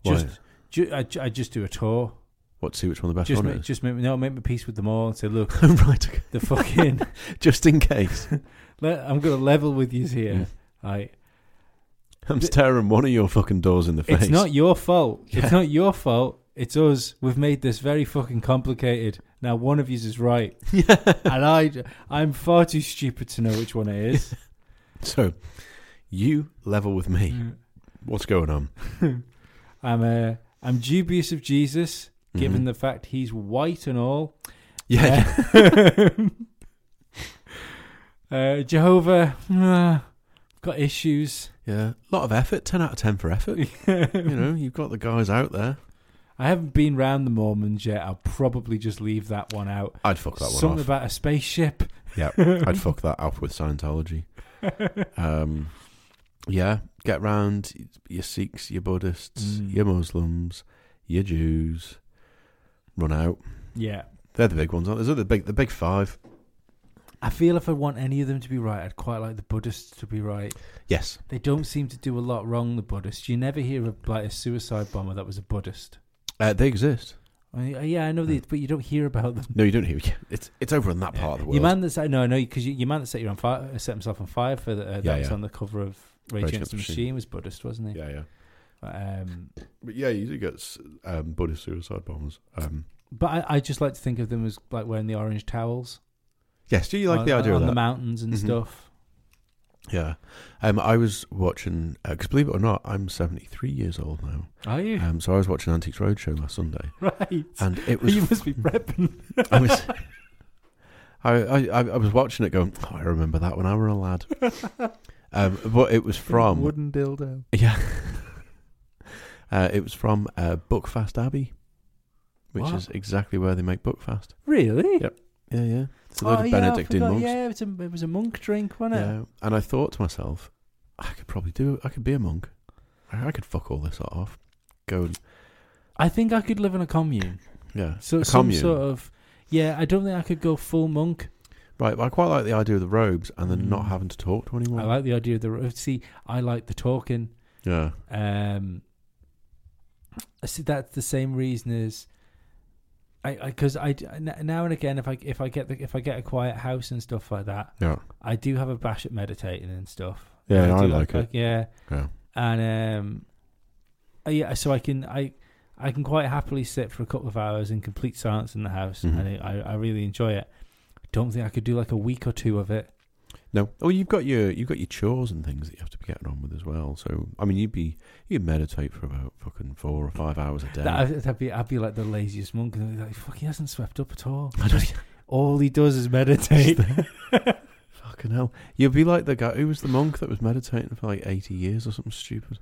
[SPEAKER 2] Why?
[SPEAKER 1] Just. Ju- I, I just do a tour.
[SPEAKER 2] what see which one the best
[SPEAKER 1] Just
[SPEAKER 2] one
[SPEAKER 1] make,
[SPEAKER 2] is
[SPEAKER 1] just make, no, make my peace with them all and say, look,
[SPEAKER 2] right okay.
[SPEAKER 1] the fucking
[SPEAKER 2] just in case
[SPEAKER 1] Le- I'm gonna level with you here.
[SPEAKER 2] Mm.
[SPEAKER 1] Like,
[SPEAKER 2] i'm
[SPEAKER 1] The-
[SPEAKER 2] staring one of your fucking doors in the face
[SPEAKER 1] it's not your fault.
[SPEAKER 2] Yeah.
[SPEAKER 1] It's not your fault. It's us. We've made this very fucking complicated. Now one of you is right,
[SPEAKER 2] yeah
[SPEAKER 1] and I, I'm far too stupid to know which one it is.
[SPEAKER 2] so you level with me
[SPEAKER 1] Mm.
[SPEAKER 2] what's going on
[SPEAKER 1] I'm, uh, I'm dubious of Jesus, given
[SPEAKER 2] Mhm.
[SPEAKER 1] the fact he's white and all.
[SPEAKER 2] yeah
[SPEAKER 1] Uh, uh, Jehovah, uh, got issues.
[SPEAKER 2] yeah a lot of effort 10 out of 10 for effort you know you've got the guys out there
[SPEAKER 1] I haven't been round the Mormons yet. I'll probably just leave that one out.
[SPEAKER 2] i'd fuck that one
[SPEAKER 1] Something
[SPEAKER 2] off
[SPEAKER 1] about a spaceship.
[SPEAKER 2] Yeah, I'd fuck that up with Scientology. Um, yeah, get round your Sikhs, your Buddhists,
[SPEAKER 1] Mm.
[SPEAKER 2] your Muslims, your Jews. Run out.
[SPEAKER 1] yeah.
[SPEAKER 2] They're the big ones, aren't they? Those are the big, the big five.
[SPEAKER 1] I feel if I want any of them to be right, I'd quite like the Buddhists to be right.
[SPEAKER 2] Yes.
[SPEAKER 1] They don't seem to do a lot wrong, the Buddhists. You never hear of like a suicide bomber that was a Buddhist.
[SPEAKER 2] Uh, they exist.
[SPEAKER 1] I mean, uh, yeah, I know
[SPEAKER 2] Hmm.
[SPEAKER 1] these, but you don't hear about them.
[SPEAKER 2] No, you don't hear. yeah, It's it's over in that part of the world.
[SPEAKER 1] Your man that's no, no, because you, your man that set you on fire, set himself on fire for the, uh, that
[SPEAKER 2] Yeah,
[SPEAKER 1] was
[SPEAKER 2] yeah.
[SPEAKER 1] on the cover of Rage Against the Machine. was Buddhist, wasn't he?
[SPEAKER 2] yeah, yeah.
[SPEAKER 1] Um,
[SPEAKER 2] But yeah, you do get s- um, Buddhist suicide bombers. Um,
[SPEAKER 1] but I, I just like to think of them as like wearing the orange towels.
[SPEAKER 2] yes, do you like
[SPEAKER 1] on,
[SPEAKER 2] the idea
[SPEAKER 1] on
[SPEAKER 2] of
[SPEAKER 1] the
[SPEAKER 2] that?
[SPEAKER 1] mountains and
[SPEAKER 2] Mhm.
[SPEAKER 1] stuff?
[SPEAKER 2] yeah. Um, I was watching because believe it or not, I'm 73 years old now.
[SPEAKER 1] Are you
[SPEAKER 2] Um, so I was watching Antiques Roadshow last Sunday,
[SPEAKER 1] right?
[SPEAKER 2] and it was
[SPEAKER 1] you must be prepping.
[SPEAKER 2] I was, I, I, I I was watching it going, oh, I remember that when I were a lad. um, but it was from,
[SPEAKER 1] wooden dildo.
[SPEAKER 2] yeah, uh, it was from uh, Buckfast Abbey, which
[SPEAKER 1] What?
[SPEAKER 2] is exactly where they make Buckfast.
[SPEAKER 1] Really? Oh,
[SPEAKER 2] Yeah. Yeah, yeah. It's a load of Benedictine
[SPEAKER 1] yeah, I forgot.
[SPEAKER 2] monks.
[SPEAKER 1] Yeah, it was, a, it was a monk drink, wasn't it?
[SPEAKER 2] Yeah. And I thought to myself, I could probably do, I could be a monk. I, I could fuck all this lot off. Go, and-
[SPEAKER 1] I think I could live in a commune.
[SPEAKER 2] yeah,
[SPEAKER 1] So
[SPEAKER 2] a
[SPEAKER 1] some
[SPEAKER 2] commune.
[SPEAKER 1] sort of. Yeah, I don't think I could go full monk,
[SPEAKER 2] Right, but I quite like the idea of the robes and then not
[SPEAKER 1] Mm.
[SPEAKER 2] having to talk to anyone.
[SPEAKER 1] I like the idea of the ro- see. I like the talking.
[SPEAKER 2] yeah,
[SPEAKER 1] Um, I see that's the same reason as I because I, 'cause I n- now and again if I if I get the, if I get a quiet house and stuff like that,
[SPEAKER 2] yeah,
[SPEAKER 1] I do have a bash at meditating and stuff.
[SPEAKER 2] Yeah, I
[SPEAKER 1] do
[SPEAKER 2] like it.
[SPEAKER 1] yeah,
[SPEAKER 2] yeah.
[SPEAKER 1] and um, uh, yeah, so I can I I can quite happily sit for a couple of hours in complete silence in the house,
[SPEAKER 2] Mhm.
[SPEAKER 1] and I, I I really enjoy it. I don't think I could do like a week or two of it.
[SPEAKER 2] No, oh, you've got your you've got your chores and things that you have to be getting on with as well. So I mean, you'd be you'd meditate for about fucking four or five hours a day.
[SPEAKER 1] That, I'd, I'd be I'd be like the laziest monk, and I'd be like, "Fuck, he hasn't swept up at all.
[SPEAKER 2] I don't-
[SPEAKER 1] All he does is meditate."
[SPEAKER 2] fucking hell, you'd be like the guy who was the monk that was meditating for like eighty years or something stupid.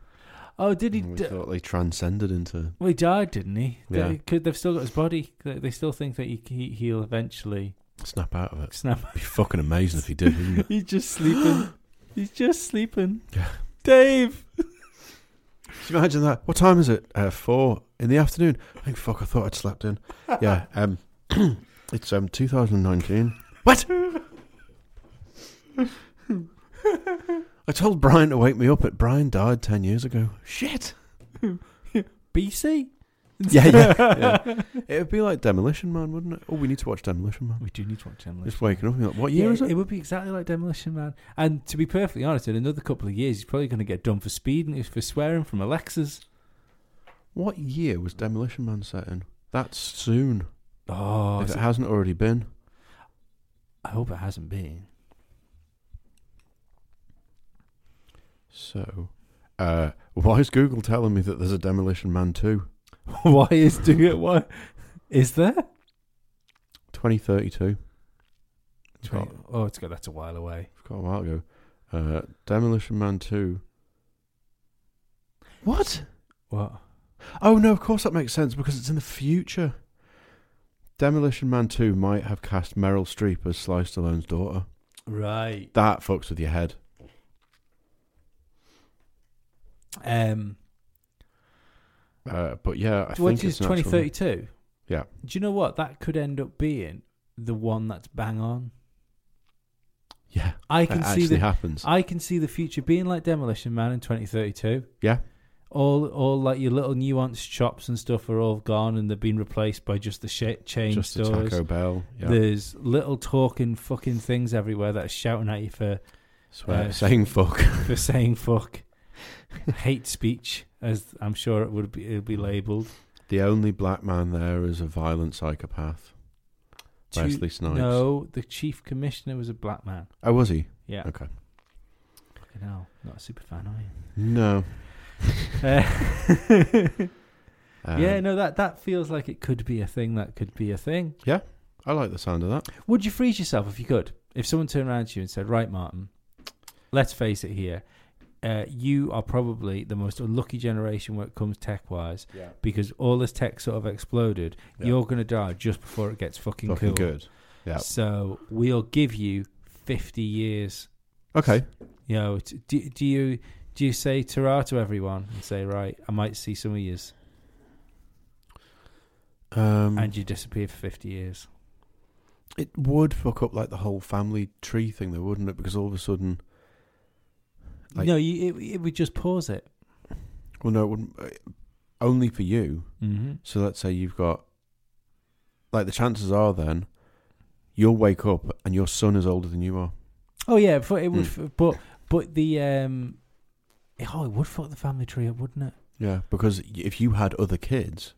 [SPEAKER 1] oh, did he?
[SPEAKER 2] And we
[SPEAKER 1] d-
[SPEAKER 2] thought they transcended into
[SPEAKER 1] well, he died, didn't he? They-
[SPEAKER 2] Yeah.
[SPEAKER 1] could they've still got his body? They, they still think that he, he he'll eventually
[SPEAKER 2] snap out of it.
[SPEAKER 1] snap.
[SPEAKER 2] It'd be fucking amazing if he did. Wouldn't it?
[SPEAKER 1] He's just sleeping. He's just sleeping.
[SPEAKER 2] Yeah.
[SPEAKER 1] Dave.
[SPEAKER 2] Can you imagine that? What time is it? Uh, four in the afternoon. I think fuck. I thought I'd slept in. Yeah. Um, it's um 2019. What? I told Brian to wake me up, but Brian died ten years ago. Shit.
[SPEAKER 1] BC.
[SPEAKER 2] Yeah, yeah, yeah. It would be like Demolition Man, wouldn't it? Oh, we need to watch Demolition Man.
[SPEAKER 1] We do need to watch Demolition.
[SPEAKER 2] Just waking up. And you're like, what year
[SPEAKER 1] Yeah,
[SPEAKER 2] is it?
[SPEAKER 1] would be exactly like Demolition Man. And to be perfectly honest, in another couple of years, he's probably going to get done for speeding, for swearing from Alexa's.
[SPEAKER 2] What year was Demolition Man set in? That's soon.
[SPEAKER 1] Oh,
[SPEAKER 2] if
[SPEAKER 1] is
[SPEAKER 2] it
[SPEAKER 1] it-
[SPEAKER 2] hasn't already been.
[SPEAKER 1] I hope it hasn't been.
[SPEAKER 2] So, uh, why is Google telling me that there's a Demolition Man 2?
[SPEAKER 1] Why is doing it? What is there?
[SPEAKER 2] 2032. It's got,
[SPEAKER 1] Oh, it's got that's a while away.
[SPEAKER 2] it's got a while ago. Uh, Demolition Man 2. What?
[SPEAKER 1] What?
[SPEAKER 2] Oh, no, of course that makes sense because it's in the future. Demolition Man 2 might have cast Meryl Streep as Sly Stallone's daughter.
[SPEAKER 1] Right.
[SPEAKER 2] That fucks with your head.
[SPEAKER 1] Um.
[SPEAKER 2] Uh, but yeah, I
[SPEAKER 1] which is
[SPEAKER 2] think it's an actual-
[SPEAKER 1] twenty thirty two.
[SPEAKER 2] Yeah.
[SPEAKER 1] Do you know what that could end up being? The one that's bang on.
[SPEAKER 2] Yeah,
[SPEAKER 1] I
[SPEAKER 2] that
[SPEAKER 1] can
[SPEAKER 2] actually
[SPEAKER 1] see the
[SPEAKER 2] happens.
[SPEAKER 1] I can see the future being like Demolition Man in 2032.
[SPEAKER 2] Yeah.
[SPEAKER 1] All, all like your little nuanced chops and stuff are all gone, and they've been replaced by just the sh- chain
[SPEAKER 2] Just a
[SPEAKER 1] stores.
[SPEAKER 2] Taco Bell. Yeah.
[SPEAKER 1] There's little talking fucking things everywhere that are shouting at you for
[SPEAKER 2] Swear,
[SPEAKER 1] uh,
[SPEAKER 2] saying fuck.
[SPEAKER 1] for saying fuck, hate speech, as I'm sure it would be it'd be labelled.
[SPEAKER 2] The only black man there is a violent psychopath,
[SPEAKER 1] To-
[SPEAKER 2] Wesley Snipes.
[SPEAKER 1] No, the chief commissioner was a black man.
[SPEAKER 2] Oh, was he?
[SPEAKER 1] Yeah.
[SPEAKER 2] Okay.
[SPEAKER 1] Fucking hell, not a super fan, are you?
[SPEAKER 2] No.
[SPEAKER 1] Uh,
[SPEAKER 2] Um,
[SPEAKER 1] yeah, no, that that feels like it could be a thing. That could be a thing.
[SPEAKER 2] I like the sound of that.
[SPEAKER 1] Would you freeze yourself if you could? If someone turned around to you and said, "Right, Martin, let's face it here, uh, you are probably the most unlucky generation when it comes tech-wise
[SPEAKER 2] Yeah.
[SPEAKER 1] because all this tech sort of exploded.
[SPEAKER 2] Yeah.
[SPEAKER 1] You're gonna die just before it gets fucking,
[SPEAKER 2] Fucking
[SPEAKER 1] cool.
[SPEAKER 2] good. Yeah.
[SPEAKER 1] So we'll give you 50 years.
[SPEAKER 2] Okay.
[SPEAKER 1] You know, t- do, do you do you say ta to everyone and say, "Right, I might see some of yous,"
[SPEAKER 2] Um,
[SPEAKER 1] and you disappear for 50 years?
[SPEAKER 2] it would fuck up like the whole family tree thing, though, wouldn't it? Because all of a sudden, like-
[SPEAKER 1] no, you, it, it would just pause it.
[SPEAKER 2] well, no, it wouldn't. uh, Only for you.
[SPEAKER 1] Mm-hmm.
[SPEAKER 2] So let's say you've got, like, the chances are then you'll wake up and your son is older than you are.
[SPEAKER 1] Oh yeah, but it would.
[SPEAKER 2] Hmm.
[SPEAKER 1] f But but the um, oh, it would fuck the family tree up, wouldn't it?
[SPEAKER 2] Yeah. Because y- if you had other kids,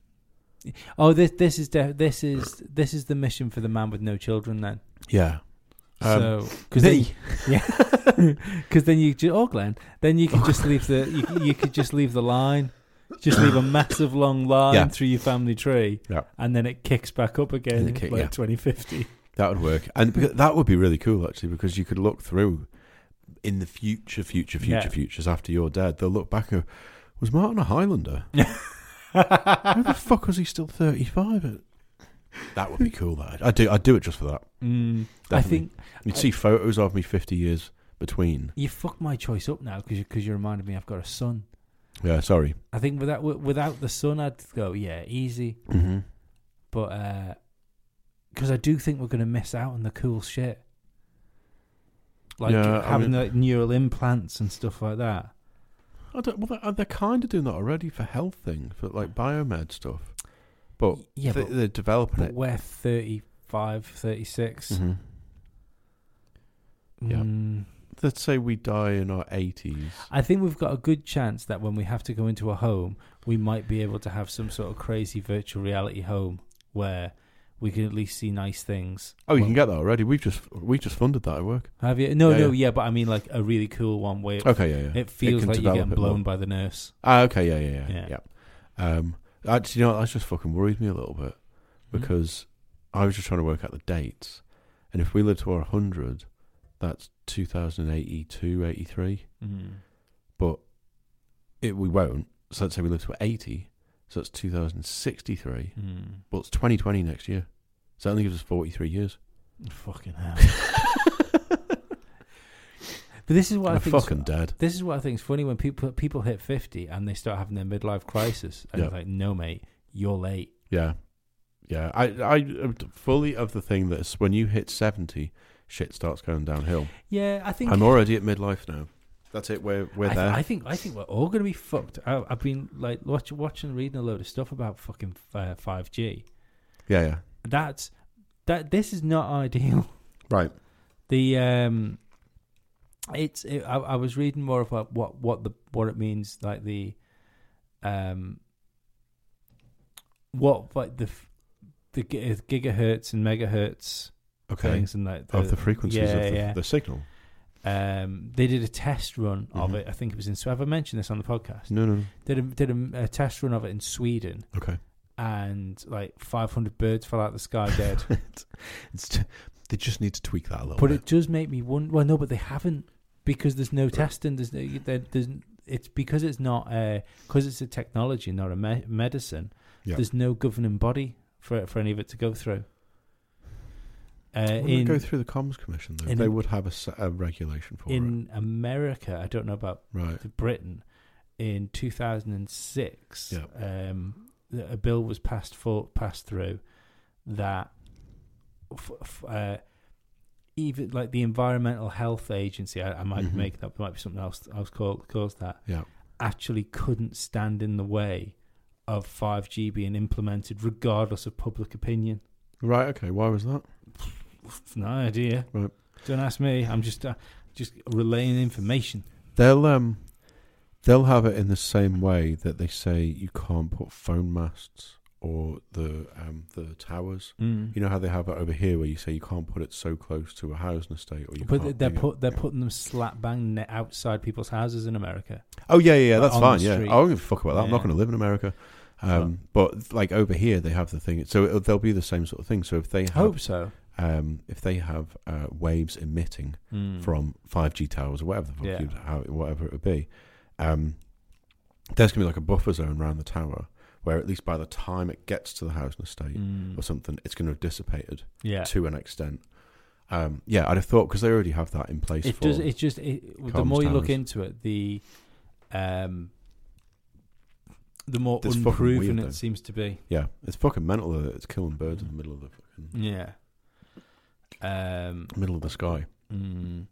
[SPEAKER 1] Oh, this this is de- this is this is the mission for the man with no children then.
[SPEAKER 2] yeah. Um,
[SPEAKER 1] so because then, yeah, because then you just oh Glenn, then you could just leave the you, c- you could just leave the line. Just leave a massive long line
[SPEAKER 2] Yeah.
[SPEAKER 1] through your family tree,
[SPEAKER 2] Yeah.
[SPEAKER 1] and then it kicks back up again,
[SPEAKER 2] it kick-
[SPEAKER 1] like
[SPEAKER 2] yeah.
[SPEAKER 1] 2050.
[SPEAKER 2] That would work, and because, that would be really cool actually, because you could look through in the future, future, future,
[SPEAKER 1] Yeah.
[SPEAKER 2] futures after you're dead. They'll look back and go, was Martin a Highlander?
[SPEAKER 1] Mm,
[SPEAKER 2] How the fuck was he still thirty five? That would be cool. That I do. I'd do it just for that.
[SPEAKER 1] Mm, I
[SPEAKER 2] Definitely.
[SPEAKER 1] think
[SPEAKER 2] You'd see photos of me fifty years between.
[SPEAKER 1] you fucked my choice up now because because you reminded me I've got a son.
[SPEAKER 2] Yeah, sorry.
[SPEAKER 1] I think without wi- without the sun, I'd go yeah, easy. uh,
[SPEAKER 2] Mm-hmm.
[SPEAKER 1] But because I do think we're going to miss out on the cool shit. like
[SPEAKER 2] Yeah, I
[SPEAKER 1] having
[SPEAKER 2] mean-
[SPEAKER 1] like neural implants and stuff like that.
[SPEAKER 2] I don't. Well, they're, they're kind of doing that already for health thing, for like biomed stuff. But
[SPEAKER 1] yeah,
[SPEAKER 2] they,
[SPEAKER 1] but,
[SPEAKER 2] they're developing
[SPEAKER 1] but
[SPEAKER 2] it.
[SPEAKER 1] we're 35, 36.
[SPEAKER 2] Mhm. Yeah.
[SPEAKER 1] Mm.
[SPEAKER 2] Let's say we die in our eighties.
[SPEAKER 1] I think we've got a good chance that when we have to go into a home, we might be able to have some sort of crazy virtual reality home where we can at least see nice things.
[SPEAKER 2] Oh, you
[SPEAKER 1] Well,
[SPEAKER 2] can get that already. We've just we just funded that at work.
[SPEAKER 1] Have you? No,
[SPEAKER 2] Yeah,
[SPEAKER 1] no,
[SPEAKER 2] yeah.
[SPEAKER 1] yeah. but I mean like a really cool one where
[SPEAKER 2] Okay, yeah, yeah.
[SPEAKER 1] it feels
[SPEAKER 2] can
[SPEAKER 1] like you're
[SPEAKER 2] develop
[SPEAKER 1] getting
[SPEAKER 2] it more.
[SPEAKER 1] blown by the nurse.
[SPEAKER 2] Ah, okay, yeah, yeah, yeah, yeah.
[SPEAKER 1] Yeah.
[SPEAKER 2] Um, actually, you know, what, that's just fucking worried me a little bit Mm-hmm.
[SPEAKER 1] Mm-hmm.
[SPEAKER 2] because I was just trying to work out the dates, and if we live to our hundred, that's 2082, 83.
[SPEAKER 1] Mm.
[SPEAKER 2] but it, we won't. So let's say we live to 80, so that's 2063.
[SPEAKER 1] Mm.
[SPEAKER 2] Well, it's 2020 next year, so that only gives us 43 years.
[SPEAKER 1] Fucking hell. but this is what I,
[SPEAKER 2] I'm
[SPEAKER 1] think.
[SPEAKER 2] fucking dead.
[SPEAKER 1] This is what I think is funny when people people hit fifty and they start having their midlife crisis, and
[SPEAKER 2] Yeah.
[SPEAKER 1] it's like, no, mate, you're late.
[SPEAKER 2] Yeah, yeah. I I am fully of the thing that it's when you hit 70, shit starts going downhill.
[SPEAKER 1] Yeah, I think
[SPEAKER 2] I'm already at midlife now. That's it. We're we're
[SPEAKER 1] I, th-
[SPEAKER 2] there.
[SPEAKER 1] I think I think we're all going to be fucked. I, I've been like watch, watching, reading a load of stuff about fucking uh, five G.
[SPEAKER 2] yeah, yeah.
[SPEAKER 1] That's that. This is not ideal.
[SPEAKER 2] Right.
[SPEAKER 1] The um, it's it, I, I was reading more about what what the what it means, like the um, what like the f- the gi- gigahertz and megahertz
[SPEAKER 2] Okay.
[SPEAKER 1] things and like
[SPEAKER 2] of the frequencies
[SPEAKER 1] yeah,
[SPEAKER 2] of the,
[SPEAKER 1] yeah.
[SPEAKER 2] the signal.
[SPEAKER 1] um, they did a test run of
[SPEAKER 2] Mhm.
[SPEAKER 1] it. I think it was in. So have I mentioned this on the podcast?
[SPEAKER 2] No, no. no.
[SPEAKER 1] Did a, did a, a test run of it in Sweden,
[SPEAKER 2] Okay.
[SPEAKER 1] and like 500 birds fell out of the sky dead.
[SPEAKER 2] it's, it's t- they just need to tweak that a little
[SPEAKER 1] but
[SPEAKER 2] bit.
[SPEAKER 1] it does make me wonder. Well, no, but they haven't because there's no testing. There's no. There, there's, it's because it's not because it's a technology, not a me- medicine.
[SPEAKER 2] Yeah.
[SPEAKER 1] There's no governing body for for any of it to go througugh. Uh,
[SPEAKER 2] Wouldn't it
[SPEAKER 1] in
[SPEAKER 2] go through the comms commission though.
[SPEAKER 1] in
[SPEAKER 2] They
[SPEAKER 1] a-
[SPEAKER 2] would have a, s- a regulation for it,
[SPEAKER 1] in America, I don't know about
[SPEAKER 2] right?
[SPEAKER 1] to Britain in 2006.
[SPEAKER 2] Yeah.
[SPEAKER 1] Um, th- a bill was passed for passed through that f- f- uh, even like the Environmental Health Agency, I, I might
[SPEAKER 2] Mhm.
[SPEAKER 1] be making up, there might be something else else called calls that
[SPEAKER 2] Yeah.
[SPEAKER 1] actually couldn't stand in the way of 5G being implemented, regardless of public opinion.
[SPEAKER 2] Right. Okay. Why was that?
[SPEAKER 1] No idea.
[SPEAKER 2] Right.
[SPEAKER 1] Don't ask me. I'm just uh, just relaying information.
[SPEAKER 2] They'll um, they'll have it in the same way that they say you can't put phone masts or the um the towers.
[SPEAKER 1] Mm.
[SPEAKER 2] You know how they have it over here, where you say you can't put it so close to a housing estate, or you
[SPEAKER 1] But
[SPEAKER 2] can't
[SPEAKER 1] they're
[SPEAKER 2] bring it-
[SPEAKER 1] put they're putting them slap bang ne- outside people's houses in America.
[SPEAKER 2] Oh yeah, yeah, yeah, that's
[SPEAKER 1] on the
[SPEAKER 2] fine. Yeah, I
[SPEAKER 1] street.
[SPEAKER 2] don't give a fuck about that. I'm not
[SPEAKER 1] Yeah.
[SPEAKER 2] going to live in America. Um, but like over here, they have the thing. So it'll, they'll be the same sort of thing. So if they have
[SPEAKER 1] Hope so.
[SPEAKER 2] um, if they have uh, waves emitting
[SPEAKER 1] Mm.
[SPEAKER 2] from 5G towers or whatever the fuck
[SPEAKER 1] Yeah.
[SPEAKER 2] you'd, how, whatever it would be, um, there's going to be like a buffer zone around the tower where at least by the time it gets to the housing estate or something, it's going to have dissipated
[SPEAKER 1] Mm. yeah,
[SPEAKER 2] to an extent. Um, yeah, I'd have thought because they already have that in place.
[SPEAKER 1] it
[SPEAKER 2] for,
[SPEAKER 1] does. It's just it, the
[SPEAKER 2] Calms
[SPEAKER 1] more you look
[SPEAKER 2] towers.
[SPEAKER 1] into it, the um, the more
[SPEAKER 2] That's fucking
[SPEAKER 1] unproven
[SPEAKER 2] weird,
[SPEAKER 1] it
[SPEAKER 2] though.
[SPEAKER 1] seems to be.
[SPEAKER 2] yeah, it's fucking mental that it's killing birds in the middle of the fucking
[SPEAKER 1] Yeah. Um,
[SPEAKER 2] middle of the sky.
[SPEAKER 1] mm,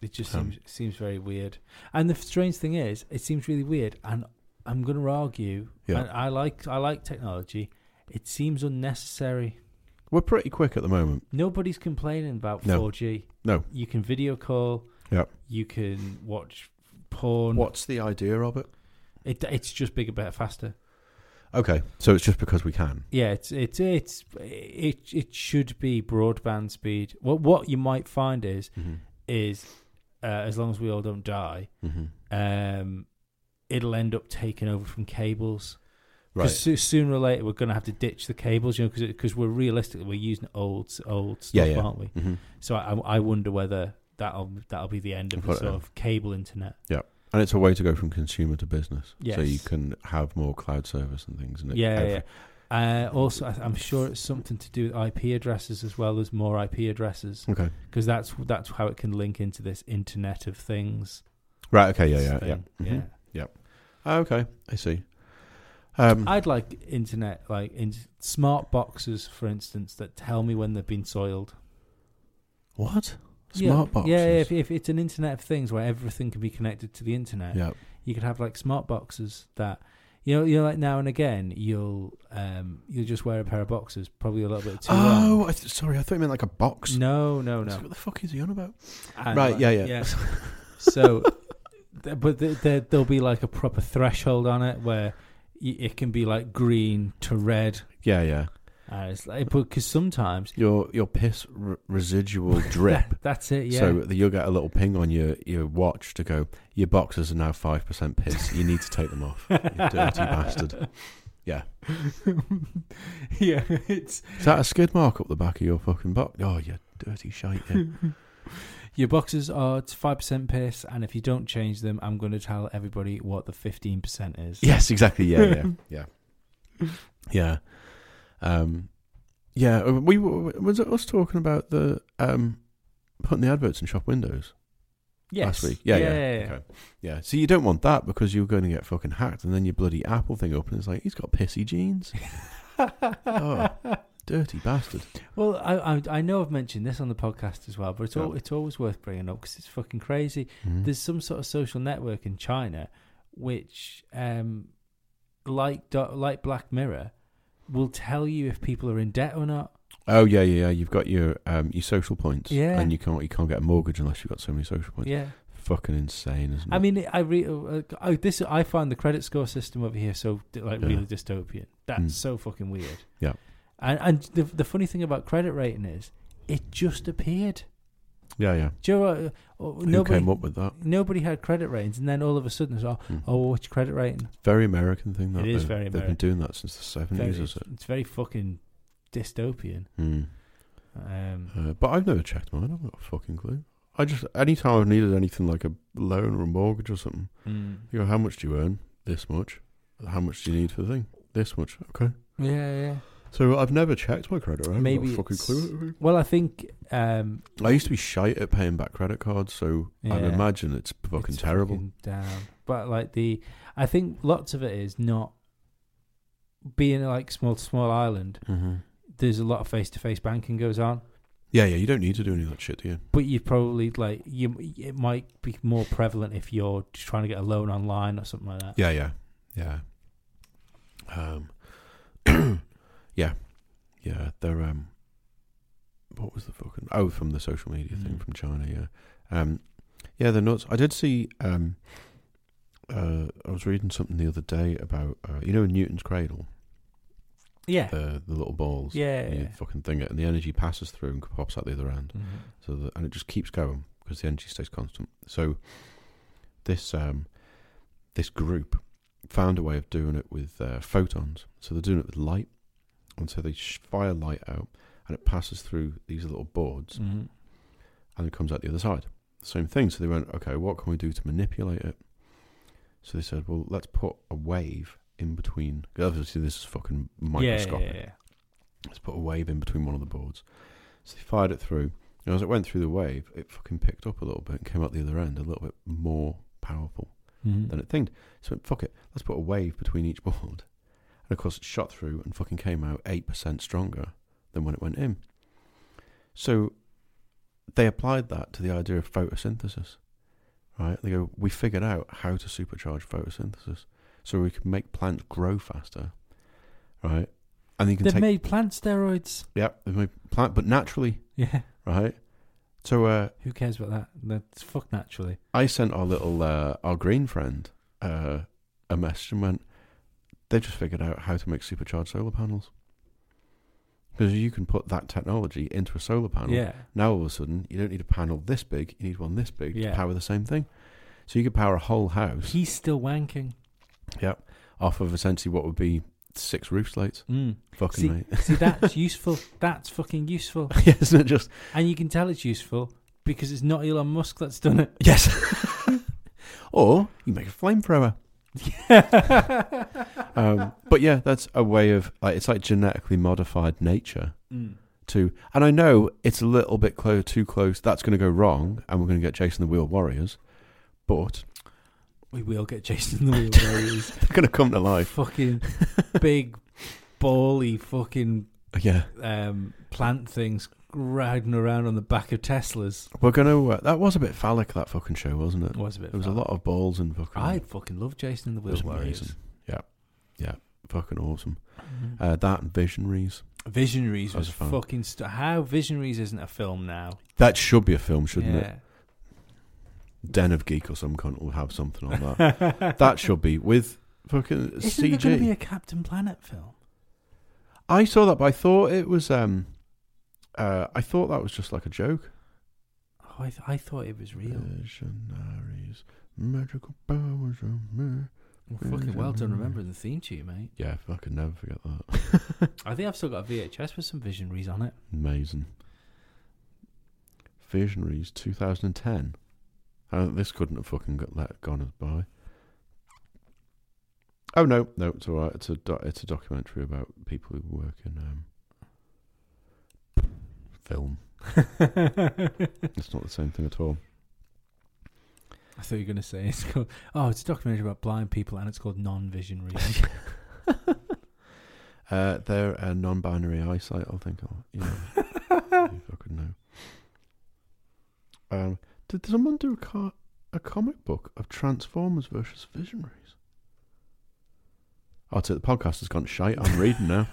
[SPEAKER 1] it just
[SPEAKER 2] Um,
[SPEAKER 1] seems seems very weird. And the strange thing is, it seems really weird. And I'm going to argue.
[SPEAKER 2] Yeah.
[SPEAKER 1] and I like I like technology. It seems unnecessary.
[SPEAKER 2] We're pretty quick at the moment.
[SPEAKER 1] Nobody's complaining about
[SPEAKER 2] No.
[SPEAKER 1] 4G.
[SPEAKER 2] No.
[SPEAKER 1] You can video call.
[SPEAKER 2] Yep.
[SPEAKER 1] You can watch porn.
[SPEAKER 2] What's the idea of it?
[SPEAKER 1] It, it's just bigger, better, faster.
[SPEAKER 2] Okay, so it's just because we can.
[SPEAKER 1] Yeah, it's it's it's it it should be broadband speed. What what you might find is
[SPEAKER 2] Mm-hmm.
[SPEAKER 1] is uh, as long as we all don't die,
[SPEAKER 2] Mm-hmm.
[SPEAKER 1] um, it'll end up taking over from cables.
[SPEAKER 2] Right.
[SPEAKER 1] Because sooner or later we're going to have to ditch the cables, you know, because we're realistically we're using old old stuff,
[SPEAKER 2] Yeah, yeah.
[SPEAKER 1] aren't we?
[SPEAKER 2] Mm-hmm.
[SPEAKER 1] So I, I wonder whether that'll that'll be the end of the
[SPEAKER 2] Got it.
[SPEAKER 1] sort of cable internet.
[SPEAKER 2] And it's a way to go from consumer to business. So you
[SPEAKER 1] Yes.
[SPEAKER 2] can have more cloud service and things. And it-
[SPEAKER 1] Yeah,
[SPEAKER 2] every-
[SPEAKER 1] yeah. Uh, also, I- I'm sure it's something to do with IP addresses as well. There's more IP addresses
[SPEAKER 2] Okay.
[SPEAKER 1] because that's that's how it can link into this Internet of Things.
[SPEAKER 2] Right. Okay. Yeah. Yeah.
[SPEAKER 1] thing.
[SPEAKER 2] Yeah. Mhm. Ah, okay. I see. Um,
[SPEAKER 1] I'd like internet, like in smart boxes, for instance, that tell me when they've been soiled.
[SPEAKER 2] what? Smart
[SPEAKER 1] yeah,
[SPEAKER 2] boxes.
[SPEAKER 1] Yeah, if, if it's an Internet of Things where everything can be connected to the internet,
[SPEAKER 2] Yeah.
[SPEAKER 1] you could have like smart boxes that you know, you know, like now and again you'll um you'll just wear a pair of boxes, probably a little bit too long.
[SPEAKER 2] Oh, I th- sorry. I thought you meant like a box.
[SPEAKER 1] No, no,
[SPEAKER 2] I was like,
[SPEAKER 1] no.
[SPEAKER 2] What the fuck is he on about?
[SPEAKER 1] And,
[SPEAKER 2] Right,
[SPEAKER 1] like,
[SPEAKER 2] yeah, yeah.
[SPEAKER 1] so, th- but th- there, there'll be like a proper threshold on it where y- it can be like green to red.
[SPEAKER 2] Yeah, yeah.
[SPEAKER 1] Uh, it's like, because sometimes
[SPEAKER 2] Your your piss r- residual drip.
[SPEAKER 1] that- that's it. Yeah.
[SPEAKER 2] So that you'll get a little ping on your, your watch to go. Your boxes are now five percent piss. You need to take them off. you dirty bastard. Yeah.
[SPEAKER 1] yeah, it's
[SPEAKER 2] Is that a skid mark up the back of your fucking box? Oh, you dirty shite. Yeah.
[SPEAKER 1] your boxes are five percent piss, and if you don't change them, I'm going to tell everybody what the fifteen percent is.
[SPEAKER 2] yes, exactly. Yeah, yeah, yeah, yeah. Um, yeah. uh, We were- was it us talking about the um putting the adverts in shop windows
[SPEAKER 1] Yes.
[SPEAKER 2] last week? Yeah, yeah, yeah.
[SPEAKER 1] yeah.
[SPEAKER 2] Okay. yeah. So you don't want that because you're going to get fucking hacked, and then your bloody Apple thing open. It's like he's got pissy jeans, Oh. dirty bastard.
[SPEAKER 1] Well, I, I I know I've mentioned this on the podcast as well, but it's al-
[SPEAKER 2] Yeah.
[SPEAKER 1] it's always worth bringing up because it's fucking crazy.
[SPEAKER 2] Mm.
[SPEAKER 1] There's some sort of social network in China, which um, like Do- like Black Mirror, will tell you if people are in debt or not.
[SPEAKER 2] Oh yeah, yeah, yeah. You've got your um your social points,
[SPEAKER 1] Yeah.
[SPEAKER 2] and you can't you can't get a mortgage unless you've got so many social points.
[SPEAKER 1] Yeah.
[SPEAKER 2] Fucking insane, isn't it?
[SPEAKER 1] I mean, I re- uh, oh, this I find the credit score system over here so d- like
[SPEAKER 2] Yeah.
[SPEAKER 1] really dystopian. That's
[SPEAKER 2] Mm.
[SPEAKER 1] so fucking weird.
[SPEAKER 2] Yeah.
[SPEAKER 1] and and the the funny thing about credit rating is it just appeared.
[SPEAKER 2] yeah, yeah.
[SPEAKER 1] Do you know what, uh,
[SPEAKER 2] Who
[SPEAKER 1] nobody
[SPEAKER 2] came up with that?
[SPEAKER 1] nobody had credit ratings, and then all of a sudden it's oh,
[SPEAKER 2] Mm.
[SPEAKER 1] oh which credit rating?
[SPEAKER 2] Very American thing. That
[SPEAKER 1] It is
[SPEAKER 2] though.
[SPEAKER 1] very
[SPEAKER 2] They've
[SPEAKER 1] American.
[SPEAKER 2] been doing that since the
[SPEAKER 1] Very-
[SPEAKER 2] seventies or
[SPEAKER 1] it's,
[SPEAKER 2] so.
[SPEAKER 1] it's very fucking dystopian.
[SPEAKER 2] Mm.
[SPEAKER 1] Um,
[SPEAKER 2] Uh, but I've never checked mine. I've got a fucking clue. I just anytime I've needed anything like a loan or a mortgage or something, you go, how much do you earn? This much. How much do you need for the thing? This much. Okay.
[SPEAKER 1] Yeah,
[SPEAKER 2] So I've never checked my credit. I haven't
[SPEAKER 1] Maybe
[SPEAKER 2] got a fucking
[SPEAKER 1] it's-
[SPEAKER 2] clue.
[SPEAKER 1] yeah. Well, I think um,
[SPEAKER 2] I used to be shite at paying back credit cards, so I
[SPEAKER 1] Yeah.
[SPEAKER 2] imagine it's fucking
[SPEAKER 1] It's
[SPEAKER 2] terrible.
[SPEAKER 1] fucking down. But like the, I think lots of it is not being like small small island.
[SPEAKER 2] Mm-hmm.
[SPEAKER 1] There's a lot of face to face banking goes on,
[SPEAKER 2] Yeah, yeah. You don't need to do any of that shit, do you?
[SPEAKER 1] but you probably like you. It might be more prevalent if you're just trying to get a loan online or something like that.
[SPEAKER 2] Yeah, yeah, yeah. Um, yeah, yeah. They're um, what was the fucking oh from the social media thing
[SPEAKER 1] Mm.
[SPEAKER 2] from China? Yeah, um, yeah. They're nuts. I did see um, uh, I was reading something the other day about uh, you know Newton's cradle,
[SPEAKER 1] Yeah,
[SPEAKER 2] the the little balls.
[SPEAKER 1] yeah.
[SPEAKER 2] And you fucking thing it, and the energy passes through and pops out the other end.
[SPEAKER 1] Mhm.
[SPEAKER 2] So the, and it just keeps going because the energy stays constant. So this um, this group found a way of doing it with uh, photons. So they're doing it with light, and so they sh- fire light out, and it passes through these little boards,
[SPEAKER 1] Mhm.
[SPEAKER 2] and it comes out the other side. Same thing. So they went, okay, what can we do to manipulate it? So they said, well, let's put a wave in between. 'cause Obviously, this is fucking
[SPEAKER 1] Yeah,
[SPEAKER 2] microscopic.
[SPEAKER 1] yeah, yeah.
[SPEAKER 2] Let's put a wave in between one of the boards. So they fired it through, and as it went through the wave, it fucking picked up a little bit and came out the other end a little bit more powerful
[SPEAKER 1] Mhm.
[SPEAKER 2] than it thinked. So it went, fuck it, let's put a wave between each board. And of course, it shot through and fucking came out 8% stronger than when it went in. So they applied that to the idea of photosynthesis, right? They go, we figured out how to supercharge photosynthesis so we could make plants grow faster, right? And you can
[SPEAKER 1] They've
[SPEAKER 2] take
[SPEAKER 1] made plant steroids.
[SPEAKER 2] Yep, they may plant, but naturally,
[SPEAKER 1] Yeah.
[SPEAKER 2] right? So uh,
[SPEAKER 1] Who cares about that? That's fuck naturally.
[SPEAKER 2] I sent our little uh, our green friend uh, a message and went, "They just figured out how to make supercharged solar panels because you can put that technology into a solar panel.
[SPEAKER 1] Yeah.
[SPEAKER 2] Now all of a sudden, you don't need a panel this big; you need one this big
[SPEAKER 1] Yeah.
[SPEAKER 2] to power the same thing. So you could power a whole house
[SPEAKER 1] He's still wanking.
[SPEAKER 2] yep, off of essentially what would be six roof slates.
[SPEAKER 1] Mm.
[SPEAKER 2] Fucking
[SPEAKER 1] See-
[SPEAKER 2] mate,
[SPEAKER 1] See, that's useful. That's fucking useful.
[SPEAKER 2] yeah, isn't it just
[SPEAKER 1] And you can tell it's useful because it's not Elon Musk that's done it.
[SPEAKER 2] yes?" or you make a flamethrower. um, but yeah, that's a way of like it's like genetically modified nature
[SPEAKER 1] Mm.
[SPEAKER 2] to. And I know it's a little bit clo- too close. That's going to go wrong, and we're going to get Jason the Wheel Warriors. But
[SPEAKER 1] We will get Jason the Wheel Warriors.
[SPEAKER 2] they're going to come to life.
[SPEAKER 1] fucking big, bally fucking
[SPEAKER 2] Yeah,
[SPEAKER 1] um, plant things riding around on the back of Teslas.
[SPEAKER 2] We're gonna. Uh, that was a bit phallic. That fucking show, wasn't it?
[SPEAKER 1] It was a bit.
[SPEAKER 2] There was a
[SPEAKER 1] fun.
[SPEAKER 2] lot of balls and fucking.
[SPEAKER 1] I fucking love Jason and the
[SPEAKER 2] it
[SPEAKER 1] Wheel
[SPEAKER 2] was
[SPEAKER 1] Warriors.
[SPEAKER 2] amazing. Yeah, yeah, fucking awesome.
[SPEAKER 1] Mhm.
[SPEAKER 2] Uh, that and Visionaries.
[SPEAKER 1] Visionaries
[SPEAKER 2] that was
[SPEAKER 1] was
[SPEAKER 2] fun.
[SPEAKER 1] fucking. St- How Visionaries isn't a film now?
[SPEAKER 2] That should be a film, shouldn't
[SPEAKER 1] yeah.
[SPEAKER 2] it? Den of Geek or some cunt will have something on that. that should be with fucking
[SPEAKER 1] Isn't there
[SPEAKER 2] CG.
[SPEAKER 1] going to be a Captain Planet film?
[SPEAKER 2] I saw that, but I thought it was. Um, uh, I thought that was just like a joke.
[SPEAKER 1] Oh, I, th- I thought it was real.
[SPEAKER 2] Visionaries, magical powers of me.
[SPEAKER 1] Well, fucking well done remembering the theme tune, mate.
[SPEAKER 2] Yeah, fucking never forget that.
[SPEAKER 1] I think I've still got a VHS with some Visionaries on it.
[SPEAKER 2] Amazing. Visionaries 2010. Uh, this couldn't have fucking got let gone us by. Oh no, no, it's all right. It's a do- it's a documentary about people who work in um, film. It's not the same thing at all.
[SPEAKER 1] I thought you were going to say it's called. Oh, it's a documentary about blind people, and it's called Non-Visionaries.
[SPEAKER 2] Uh, they're a non-binary eyesight. I think. Or, you know, you fucking know. Um, did someone do a, car- a comic book of Transformers versus Visionaries? Oh, so the podcast has gone shite. I'm reading now.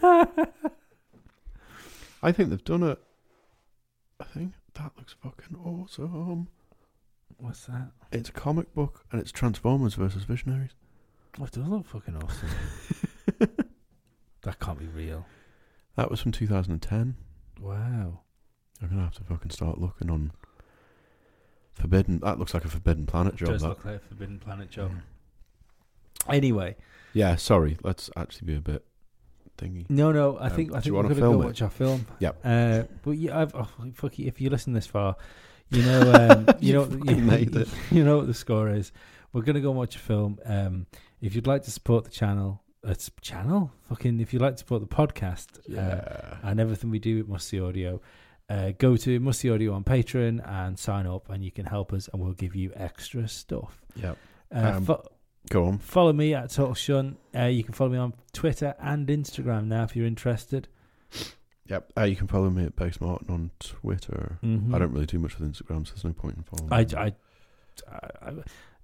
[SPEAKER 2] I think they've done it. I think that looks fucking awesome.
[SPEAKER 1] What's that?
[SPEAKER 2] It's a comic book and it's Transformers versus Visionaries.
[SPEAKER 1] Oh, it does look fucking awesome. that can't be real.
[SPEAKER 2] That was from 2010.
[SPEAKER 1] Wow.
[SPEAKER 2] I'm gonna have to fucking start looking on Forbidden. That looks like a Forbidden Planet job.
[SPEAKER 1] does
[SPEAKER 2] that.
[SPEAKER 1] look like a Forbidden Planet job. Anyway,
[SPEAKER 2] Yeah, sorry. Let's actually be a bit thingy.
[SPEAKER 1] no, no. I
[SPEAKER 2] Um,
[SPEAKER 1] think
[SPEAKER 2] do
[SPEAKER 1] I
[SPEAKER 2] you
[SPEAKER 1] think
[SPEAKER 2] wanna
[SPEAKER 1] we're gonna
[SPEAKER 2] film
[SPEAKER 1] go
[SPEAKER 2] it?
[SPEAKER 1] watch our film.
[SPEAKER 2] Yep.
[SPEAKER 1] Uh, but yeah, I've, oh, fuck it, if you listen this far, you know, um, you,
[SPEAKER 2] You
[SPEAKER 1] know,
[SPEAKER 2] fucking made it.
[SPEAKER 1] you know what the score is. We're gonna go and watch a film. Um, if you'd like to support the channel, it's channel. Fucking, if you'd like to support the podcast, uh,
[SPEAKER 2] Yeah.
[SPEAKER 1] and everything we do at Musty Audio. Uh, go to Musty Audio on Patreon and sign up, and you can help us, and we'll give you extra stuff.
[SPEAKER 2] Yep.
[SPEAKER 1] Uh,
[SPEAKER 2] Um,
[SPEAKER 1] fo-
[SPEAKER 2] Go on.
[SPEAKER 1] follow me at Total Shun. Uh, you can follow me on Twitter and Instagram now if you're interested.
[SPEAKER 2] Yep. Uh, you can follow me at Base Martin on Twitter.
[SPEAKER 1] Mhm.
[SPEAKER 2] I don't really do much with Instagram, so there's no point in following.
[SPEAKER 1] I,
[SPEAKER 2] me.
[SPEAKER 1] I, I,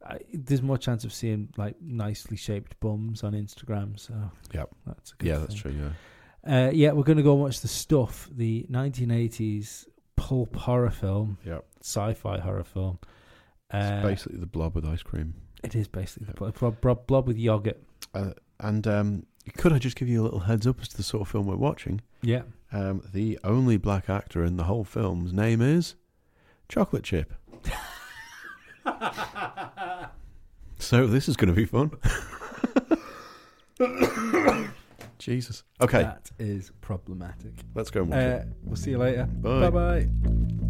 [SPEAKER 1] I, I- there's more chance of seeing like nicely shaped bums on Instagram, so
[SPEAKER 2] Yep.
[SPEAKER 1] that's a good
[SPEAKER 2] yeah,
[SPEAKER 1] thing.
[SPEAKER 2] that's true. Yeah.
[SPEAKER 1] Uh, yeah, we're going to go and watch the stuff, the 1980s pulp horror film,
[SPEAKER 2] Yep.
[SPEAKER 1] sci-fi horror film.
[SPEAKER 2] It's
[SPEAKER 1] Uh,
[SPEAKER 2] basically the blob with ice cream.
[SPEAKER 1] It is basically the
[SPEAKER 2] Yeah.
[SPEAKER 1] blob, blob, blob, blob with yogurt.
[SPEAKER 2] Uh, and um, could I just give you a little heads up as to the sort of film we're watching?
[SPEAKER 1] Yeah.
[SPEAKER 2] Um, the only black actor in the whole film's name is Chocolate Chip. So this is going to be fun. Jesus. Okay,
[SPEAKER 1] That is problematic.
[SPEAKER 2] let's go and watch
[SPEAKER 1] Uh,
[SPEAKER 2] it.
[SPEAKER 1] we'll see you later.
[SPEAKER 2] Bye.
[SPEAKER 1] Bye bye.